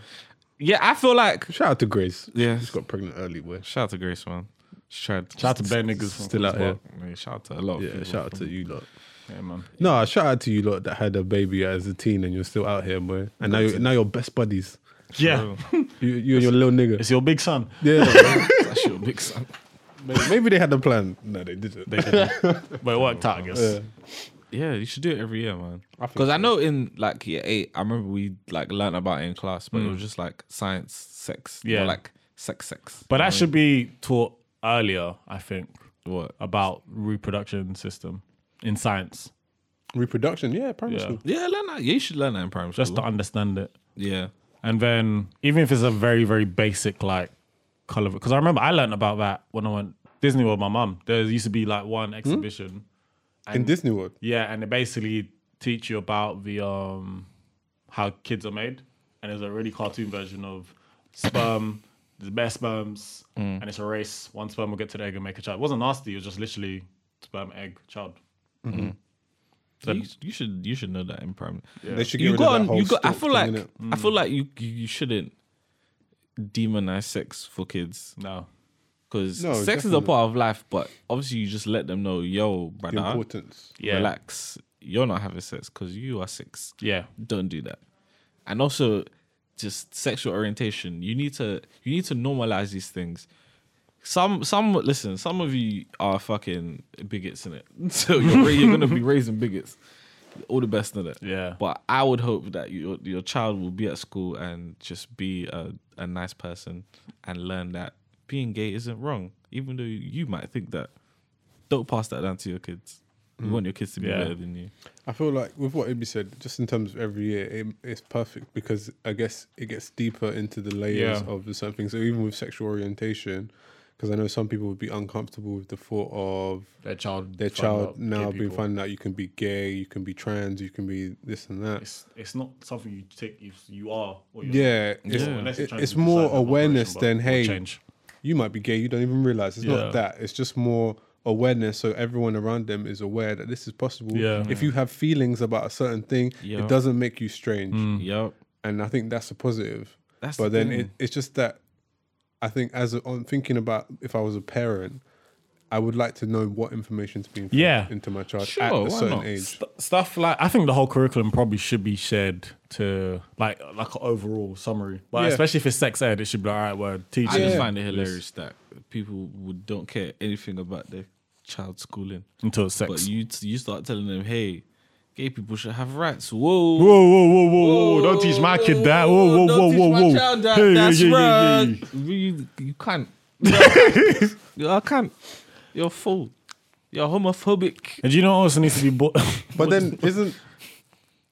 Speaker 5: yeah. I feel like
Speaker 4: Shout out to Grace.
Speaker 5: Yeah.
Speaker 4: she got pregnant early. Where?
Speaker 5: shout out to Grace, man. She tried.
Speaker 3: shout out to bare niggas.
Speaker 4: Still out here.
Speaker 5: Man, shout out to a lot. Of
Speaker 4: Yeah,
Speaker 5: people.
Speaker 4: shout out to you lot.
Speaker 3: Yeah, man.
Speaker 4: No, shout out to you lot that had a baby as a teen and you're still out here, boy. And now you're, now you're best buddies.
Speaker 3: Yeah,
Speaker 4: You, you and your little nigga.
Speaker 3: it's your big son.
Speaker 4: Yeah.
Speaker 5: That's your big son.
Speaker 4: Maybe they had a plan. No, they didn't.
Speaker 3: But it worked out, I guess.
Speaker 4: Yeah.
Speaker 5: Yeah, you should do it every year, man. Because I, know in like year eight, I remember we like learned about it in class, but it was just like science, sex,
Speaker 3: Yeah.
Speaker 5: Mm. yeah, like sex, sex.
Speaker 3: But that should be taught earlier, I think,
Speaker 5: what?
Speaker 3: about reproduction system in science,
Speaker 4: Reproduction, yeah, primary school.
Speaker 5: Yeah, learn that. Yeah, you should learn that in primary
Speaker 3: just to
Speaker 5: school.
Speaker 3: understand it.
Speaker 5: yeah,
Speaker 3: And then even if it's a very, very basic like color, because I remember I learned about that when I went Disney World with my mum. There used to be like one exhibition.
Speaker 4: In Disney World.
Speaker 3: Yeah, and they basically teach you about the um how kids are made, and there's a really cartoon version of sperm, the best sperms, and it's a race. One sperm will get to the egg and make a child. It wasn't nasty. It was just literally sperm, egg, child.
Speaker 4: Mm-hmm.
Speaker 3: Mm.
Speaker 5: you, you should you should know that in primary.
Speaker 4: They should get
Speaker 5: you
Speaker 4: rid
Speaker 5: got,
Speaker 4: of that
Speaker 5: on,
Speaker 4: whole
Speaker 5: you got. I
Speaker 4: stalk
Speaker 5: feel
Speaker 4: thing,
Speaker 5: like
Speaker 4: innit? Mm.
Speaker 5: I feel like you you you shouldn't demonize sex for kids
Speaker 3: No,
Speaker 5: because
Speaker 4: No,
Speaker 5: sex is a
Speaker 4: definitely.
Speaker 5: part of life, but obviously you just let them know, yo,
Speaker 4: the
Speaker 5: brother,
Speaker 4: importance.
Speaker 3: yeah,
Speaker 5: relax. You're not having sex because you are six.
Speaker 3: yeah,
Speaker 5: Don't do that. and also just sexual orientation. You need to you need to normalize these things. Some some listen. Some of you are fucking bigots in it, so you're ra- you're gonna be raising bigots. All the best in it.
Speaker 3: Yeah.
Speaker 5: But I would hope that your your child will be at school and just be a, a nice person and learn that being gay isn't wrong, even though you might think that. Don't pass that down to your kids. You want your kids to be
Speaker 3: Yeah.
Speaker 5: better than you.
Speaker 4: I feel like with what Ibby said, just in terms of every year, it, it's perfect because I guess it gets deeper into the layers
Speaker 3: Yeah.
Speaker 4: of the certain things. So even with sexual orientation, because I know some people would be uncomfortable with the thought of
Speaker 3: Their child,
Speaker 4: their
Speaker 3: find out
Speaker 4: child
Speaker 3: gay
Speaker 4: now being
Speaker 3: people.
Speaker 4: finding out you can be gay, you can be trans, you can be this and that.
Speaker 3: It's it's not something you take if you are. Or you're not.
Speaker 4: yeah, it's,
Speaker 3: Well, unless you're
Speaker 4: it-
Speaker 3: trying
Speaker 4: it's
Speaker 3: to decide
Speaker 4: more
Speaker 3: that operation,
Speaker 4: awareness
Speaker 3: but
Speaker 4: than
Speaker 3: we'll
Speaker 4: hey,
Speaker 3: change.
Speaker 4: you might be gay, you don't even realize. It's
Speaker 3: Yeah.
Speaker 4: not that. It's just more awareness so everyone around them is aware that this is possible.
Speaker 3: Yeah.
Speaker 4: If you have feelings about a certain thing,
Speaker 5: Yeah.
Speaker 4: it doesn't make you strange.
Speaker 3: Mm.
Speaker 5: Yep.
Speaker 4: And I think that's a positive.
Speaker 5: That's
Speaker 4: but
Speaker 5: the
Speaker 4: then
Speaker 5: thing.
Speaker 4: it, it's just that I think as a, on thinking about if I was a parent, I would like to know what information's being fed
Speaker 3: Yeah.
Speaker 4: into my child
Speaker 5: Sure,
Speaker 4: at
Speaker 5: why
Speaker 4: a certain
Speaker 5: not?
Speaker 4: age.
Speaker 3: St- stuff like I think the whole curriculum probably should be shared to like like an overall summary. But
Speaker 4: Yeah.
Speaker 3: especially if it's sex ed, it should be like, all right, well, teach
Speaker 5: I just
Speaker 3: it
Speaker 5: find it hilarious that people would don't care anything about their child schooling,
Speaker 3: until it's sex.
Speaker 5: but you you start telling them, "Hey, gay people should have rights." Whoa,
Speaker 3: Whoa, whoa, whoa, whoa, whoa! Oh, Don't teach my kid that! Whoa, whoa,
Speaker 5: Don't
Speaker 3: whoa,
Speaker 5: teach
Speaker 3: whoa,
Speaker 5: my
Speaker 3: whoa!
Speaker 5: child that.
Speaker 3: Hey,
Speaker 5: That's
Speaker 3: yeah, yeah, yeah,
Speaker 5: wrong.
Speaker 3: yeah,
Speaker 5: You, you can't. you, I can't. You're a fool. You're homophobic.
Speaker 3: And you know what also needs to be bought?
Speaker 4: But then isn't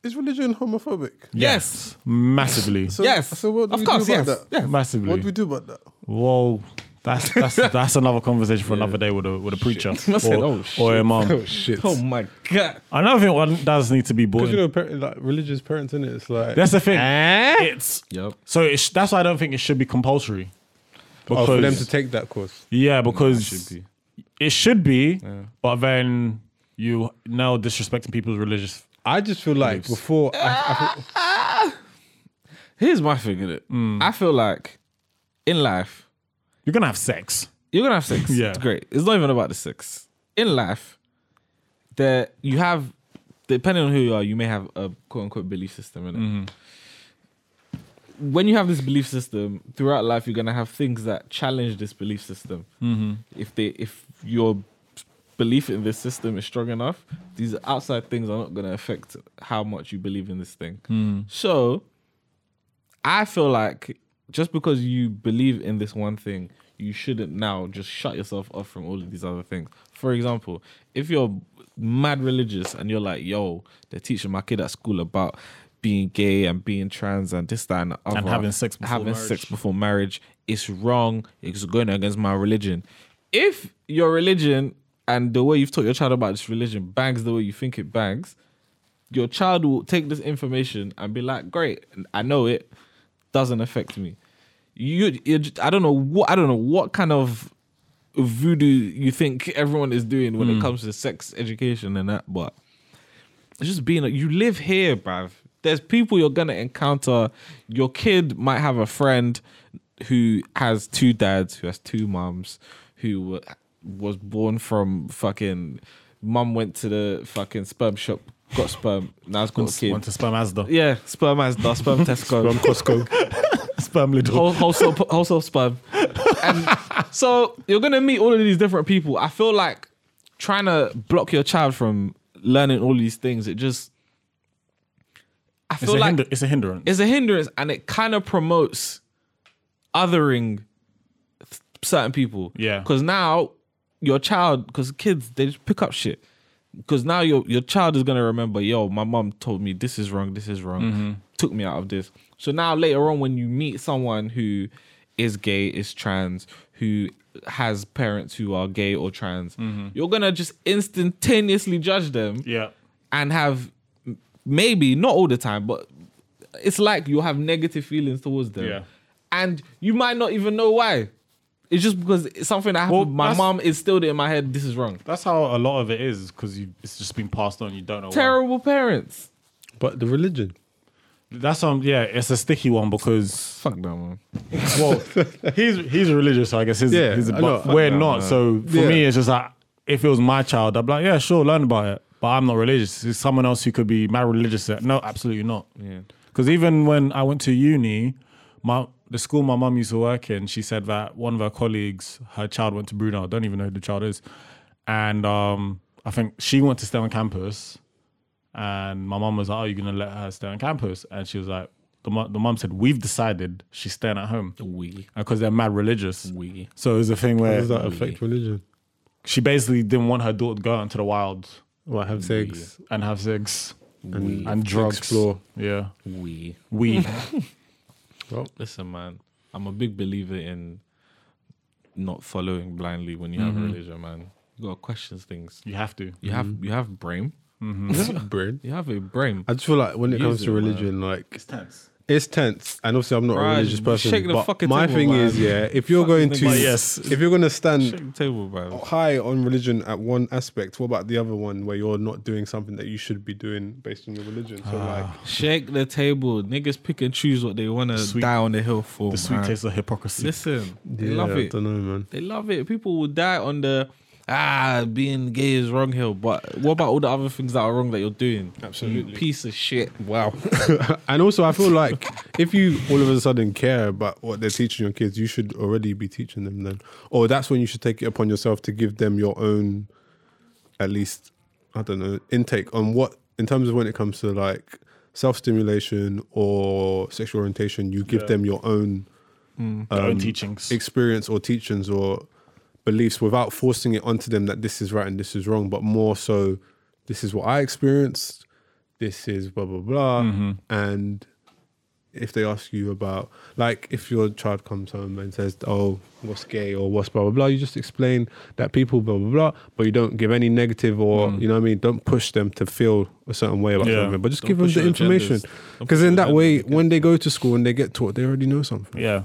Speaker 4: is religion homophobic?
Speaker 5: Yes.
Speaker 3: massively,
Speaker 4: So,
Speaker 5: Yes.
Speaker 4: So what do
Speaker 5: Of
Speaker 4: we
Speaker 5: course,
Speaker 4: do about
Speaker 5: yes.
Speaker 4: that?
Speaker 5: Yes.
Speaker 3: massively.
Speaker 4: What do we do about that?
Speaker 3: Whoa, that's that's that's another conversation for another day with a with a preacher or,
Speaker 5: oh,
Speaker 3: or a mom.
Speaker 4: shit.
Speaker 5: Oh my god.
Speaker 3: Another thing one does need to be bought.
Speaker 4: Because you
Speaker 3: in-
Speaker 4: know, parent, like religious parents, in it, it's like
Speaker 3: That's the thing.
Speaker 5: Ah.
Speaker 3: It's
Speaker 5: Yep.
Speaker 3: so it's, that's why I don't think it should be compulsory.
Speaker 4: oh,
Speaker 3: Because
Speaker 4: for them to take that course.
Speaker 3: yeah, because
Speaker 5: should be.
Speaker 3: it should be, but then you now disrespecting people's religious.
Speaker 4: I just feel like before, I, I feel,
Speaker 5: Here's my thing in it.
Speaker 3: Mm.
Speaker 5: I feel like in life
Speaker 3: You're gonna have sex.
Speaker 5: You're gonna have sex.
Speaker 3: Yeah.
Speaker 5: It's great. It's not even about the sex. In life, there you have depending on who you are, you may have a quote unquote belief system in it. When you have this belief system, throughout life you're gonna have things that challenge this belief system. If they if your belief in this system is strong enough, these outside things are not gonna affect how much you believe in this thing. So I feel like just because you believe in this one thing, you shouldn't now just shut yourself off from all of these other things. For example, if you're mad religious and you're like, yo, they're teaching my kid at school about being gay and being trans and this, that, and the other.
Speaker 3: having sex before
Speaker 5: having
Speaker 3: marriage.
Speaker 5: sex before marriage. It's wrong. It's going against my religion. If your religion and the way you've taught your child about this religion bangs the way you think it bangs, your child will take this information and be like, "Great, I know it doesn't affect me." You, you I don't know what I don't know what kind of voodoo you think everyone is doing when it comes to sex education and that, but it's just being you live here, bruv. There's people you're gonna encounter. Your kid might have a friend who has two dads, who has two moms, who wa- was born from fucking mum went to the fucking sperm shop, got sperm, now's got a
Speaker 3: Want
Speaker 5: kid.
Speaker 3: to spam Asda?
Speaker 5: Yeah, sperm as the sperm Tesco
Speaker 4: Costco.
Speaker 3: Spam Lidl.
Speaker 5: whole, wholesale, wholesale sperm. And so you're gonna meet all of these different people. I feel like trying to block your child from learning all these things. It just, I
Speaker 3: It's
Speaker 5: feel
Speaker 3: a,
Speaker 5: like
Speaker 3: hinder- it's a hindrance.
Speaker 5: it's a hindrance, and it kind of promotes othering th- certain people.
Speaker 3: Yeah.
Speaker 5: because now your child, because kids they just pick up shit. Because now your your child is gonna remember, yo, my mom told me this is wrong, this is wrong, took me out of this. So now later on, when you meet someone who is gay, is trans, who has parents who are gay or trans, you're gonna just instantaneously judge them
Speaker 3: yeah.
Speaker 5: and have m- maybe not all the time, but it's like you have negative feelings towards them,
Speaker 3: Yeah.
Speaker 5: and you might not even know why. It's just because it's something that happened.
Speaker 3: Well,
Speaker 5: my
Speaker 3: that's-
Speaker 5: mom instilled it in my head. This is wrong.
Speaker 3: That's how a lot of it is because it's just been passed on. You don't know. why.
Speaker 5: Terrible parents.
Speaker 4: but the religion.
Speaker 3: That's um yeah, it's a sticky one because
Speaker 5: Fuck that man.
Speaker 3: well, he's he's religious, so I guess. His,
Speaker 4: Yeah,
Speaker 3: his,
Speaker 4: I
Speaker 3: but
Speaker 4: know.
Speaker 3: we're not. So for
Speaker 4: Yeah.
Speaker 3: me, it's just like if it was my child, I'd be like, yeah, sure, learn about it. But I'm not religious. It's someone else who could be mad religious. No, absolutely not.
Speaker 5: Yeah.
Speaker 3: Because even when I went to uni, my the school my mum used to work in, she said that one of her colleagues, her child went to Brunel. I don't even know who the child is, and um, I think she went to stay on campus. And my mum was like, "Oh, you're gonna let her stay on campus?" And she was like, "The mum, the mum said we've decided she's staying at home
Speaker 5: We.
Speaker 3: because they're mad religious."
Speaker 5: We.
Speaker 3: So it was a thing where
Speaker 4: Does that affect religion?
Speaker 3: she basically didn't want her daughter to go out into the wild
Speaker 4: Well, have sex
Speaker 3: and have sex
Speaker 4: and,
Speaker 3: and drugs.
Speaker 4: explore.
Speaker 3: Yeah,
Speaker 5: We.
Speaker 3: we.
Speaker 5: Listen, man, I'm a big believer in not following blindly when you have a religion, man. You gotta question things.
Speaker 3: you have to.
Speaker 5: You have you have brain. Mm-hmm.
Speaker 4: Brain.
Speaker 5: You have a brain.
Speaker 4: I just feel like when it
Speaker 5: Use
Speaker 4: comes
Speaker 5: it,
Speaker 4: to
Speaker 5: man.
Speaker 4: religion, like
Speaker 8: It's tense.
Speaker 4: it's tense, and obviously I'm not
Speaker 5: Bruh,
Speaker 4: a religious person.
Speaker 5: shake the
Speaker 4: But
Speaker 5: fucking
Speaker 4: my
Speaker 5: table,
Speaker 4: thing
Speaker 5: man.
Speaker 4: is, yeah, if you're
Speaker 5: Fuck
Speaker 4: going
Speaker 5: this
Speaker 4: to,
Speaker 5: nigga.
Speaker 3: Yes.
Speaker 4: if you're going to stand
Speaker 5: Shake the table, bro.
Speaker 4: high on religion at one aspect, what about the other one where you're not doing something that you should be doing based on your religion?
Speaker 5: Ah,
Speaker 4: So like,
Speaker 5: Shake the table. Niggas pick and choose what they wanna
Speaker 3: sweet-
Speaker 5: die on the hill for.
Speaker 3: The sweet
Speaker 5: man.
Speaker 3: taste of hypocrisy.
Speaker 5: Listen, they
Speaker 4: yeah,
Speaker 5: love
Speaker 4: I
Speaker 5: it.
Speaker 4: don't know, man.
Speaker 5: They love it. People will die on the ah being gay is wrong hill. But what about all the other things that are wrong that you're doing? Absolutely, piece of shit. Wow.
Speaker 4: And also, I feel like if you all of a sudden care about what they're teaching your kids, you should already be teaching them then. Or that's when you should take it upon yourself to give them your own, at least, I don't know, intake on what, in terms of when it comes to like self stimulation or sexual orientation, you give them your own
Speaker 3: Their own uh, teachings.
Speaker 4: experience or teachings or beliefs without forcing it onto them that this is right and this is wrong, but more so, this is what I experienced, this is blah, blah, blah.
Speaker 5: Mm-hmm.
Speaker 4: And if they ask you about, like, if your child comes home and says, oh, what's gay or what's blah, blah, blah, you just explain that people, blah, blah, blah, but you don't give any negative or,
Speaker 5: Mm.
Speaker 4: you know what I mean? Don't push them to feel a certain way about
Speaker 3: Yeah.
Speaker 4: something, but just
Speaker 5: Don't
Speaker 4: give them
Speaker 5: push
Speaker 4: the
Speaker 5: your
Speaker 4: information.
Speaker 5: agendas. Don't
Speaker 4: Because
Speaker 5: push
Speaker 4: in
Speaker 5: your
Speaker 4: that way,
Speaker 5: agendas,
Speaker 4: when they go to school and they get taught, they already know something.
Speaker 3: Yeah.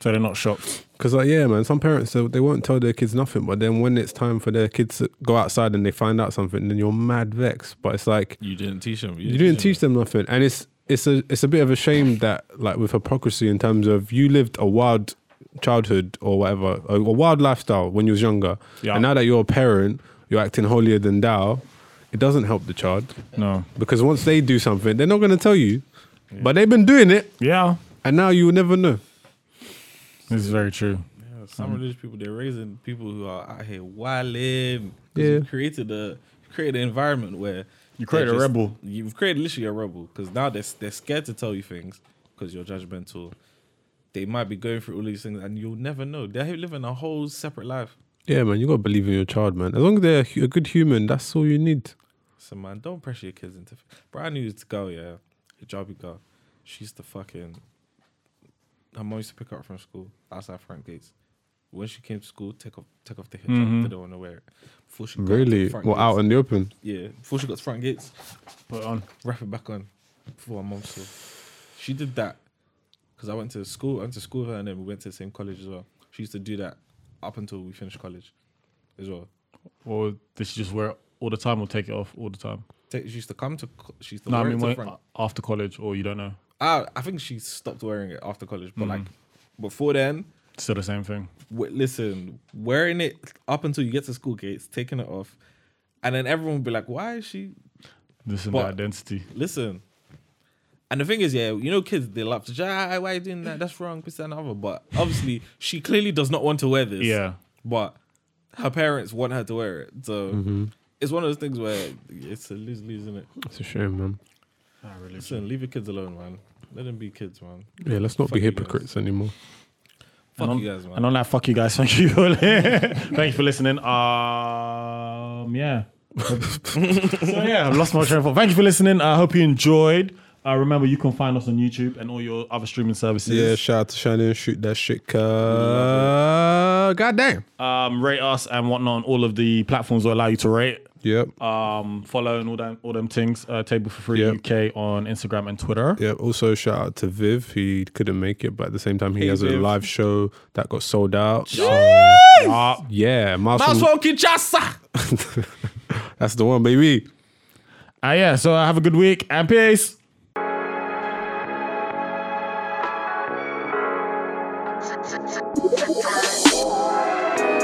Speaker 3: So they're not shocked.
Speaker 4: Because like yeah, man, some parents they, they won't tell their kids nothing, but then when it's time for their kids to go outside and they find out something, then you're mad vexed. But it's like
Speaker 5: You didn't teach them.
Speaker 4: you didn't teach them nothing, and it's it's a it's a bit of a shame that like with hypocrisy in terms of you lived a wild childhood or whatever, a, a wild lifestyle when you was younger,
Speaker 3: Yeah.
Speaker 4: and now that you're a parent, you're acting holier than thou. It doesn't help the child
Speaker 3: No.
Speaker 4: because once they do something, they're not going to tell you, but they've been doing it,
Speaker 3: Yeah.
Speaker 4: and now you'll never know.
Speaker 3: This is very true.
Speaker 5: Some religious people they're raising people who are out here wilding.
Speaker 4: Yeah.
Speaker 5: Yeah, created a you created an environment where you
Speaker 3: create a rebel.
Speaker 5: You've created literally a rebel because now they're they're scared to tell you things because you're judgmental. They might be going through all these things and you'll never know. They're living a whole separate life.
Speaker 4: Yeah, man, you gotta believe in your child, man. As long as they're a hu- a good human, that's all you need.
Speaker 5: So man, don't pressure your kids into. Bro, I knew this girl, yeah, hijabi girl. She used to fucking. Her mom used to pick her up from school outside front gates. When she came to school, take off, take off the hijab.
Speaker 3: Mm-hmm.
Speaker 5: Didn't want to wear it. Before she got to
Speaker 4: Really?
Speaker 5: the front
Speaker 4: Well,
Speaker 5: gates-
Speaker 4: out in the open.
Speaker 5: yeah. Before she got to front gates,
Speaker 3: Put it on.
Speaker 5: wrap it back on. Before her mom saw, she did that because I went to school. I went to school with her, and then we went to the same college as well. She used to do that up until we finished college, as well.
Speaker 3: Or did she just wear it all the time or take it off all the time?
Speaker 5: Take, she used to come to. co- She used to.
Speaker 3: No, I
Speaker 5: wear
Speaker 3: mean,
Speaker 5: it to
Speaker 3: when,
Speaker 5: front.
Speaker 3: after college or you don't know.
Speaker 5: I, I think she stopped wearing it after college, but like before then,
Speaker 3: Still the same thing.
Speaker 5: w- listen, wearing it up until you get to school gates, taking it off, and then everyone would be like, "Why is she?"
Speaker 3: This is
Speaker 5: But-
Speaker 3: the identity.
Speaker 5: Listen, and the thing is, yeah, you know, kids they love to, "Ah, "Why are you doing that? That's wrong." This that, and the other, but obviously, she clearly does not want to wear this.
Speaker 3: Yeah.
Speaker 5: but her parents want her to wear it, so it's one of those things where it's a lose lose, isn't it?
Speaker 4: It's a shame, man.
Speaker 5: Listen, leave your kids alone, man. Let them be kids, man.
Speaker 4: Yeah, let's not
Speaker 5: Fuck
Speaker 4: be
Speaker 5: you guys.
Speaker 4: hypocrites anymore.
Speaker 5: Fuck
Speaker 3: on-
Speaker 5: you guys, man.
Speaker 3: And on that, fuck you guys. Thank you. for- Thank you for listening. Um, yeah. so yeah, I've lost my train of thought. Thank you for listening. I hope you enjoyed. Uh, remember, you can find us on YouTube and all your other streaming services.
Speaker 4: Yeah, shout out to Shannon, shoot that shit. Uh, God damn.
Speaker 3: um, rate us and whatnot on all of the platforms that allow you to rate.
Speaker 4: Yep.
Speaker 3: Um, follow and all them all them things. Uh, Table for Free
Speaker 4: Yep.
Speaker 3: UK on Instagram and Twitter.
Speaker 4: Yep. Also, shout out to Viv. He couldn't make it, but at the same time, he has a
Speaker 5: Viv.
Speaker 4: live show that got sold out.
Speaker 3: Um,
Speaker 4: Um,
Speaker 3: Uh,
Speaker 4: Yeah, Miles from-
Speaker 5: Maxwell Kinshasa.
Speaker 4: that's the one, baby.
Speaker 3: uh, yeah. So uh, have a good week and peace.
Speaker 9: Surprise.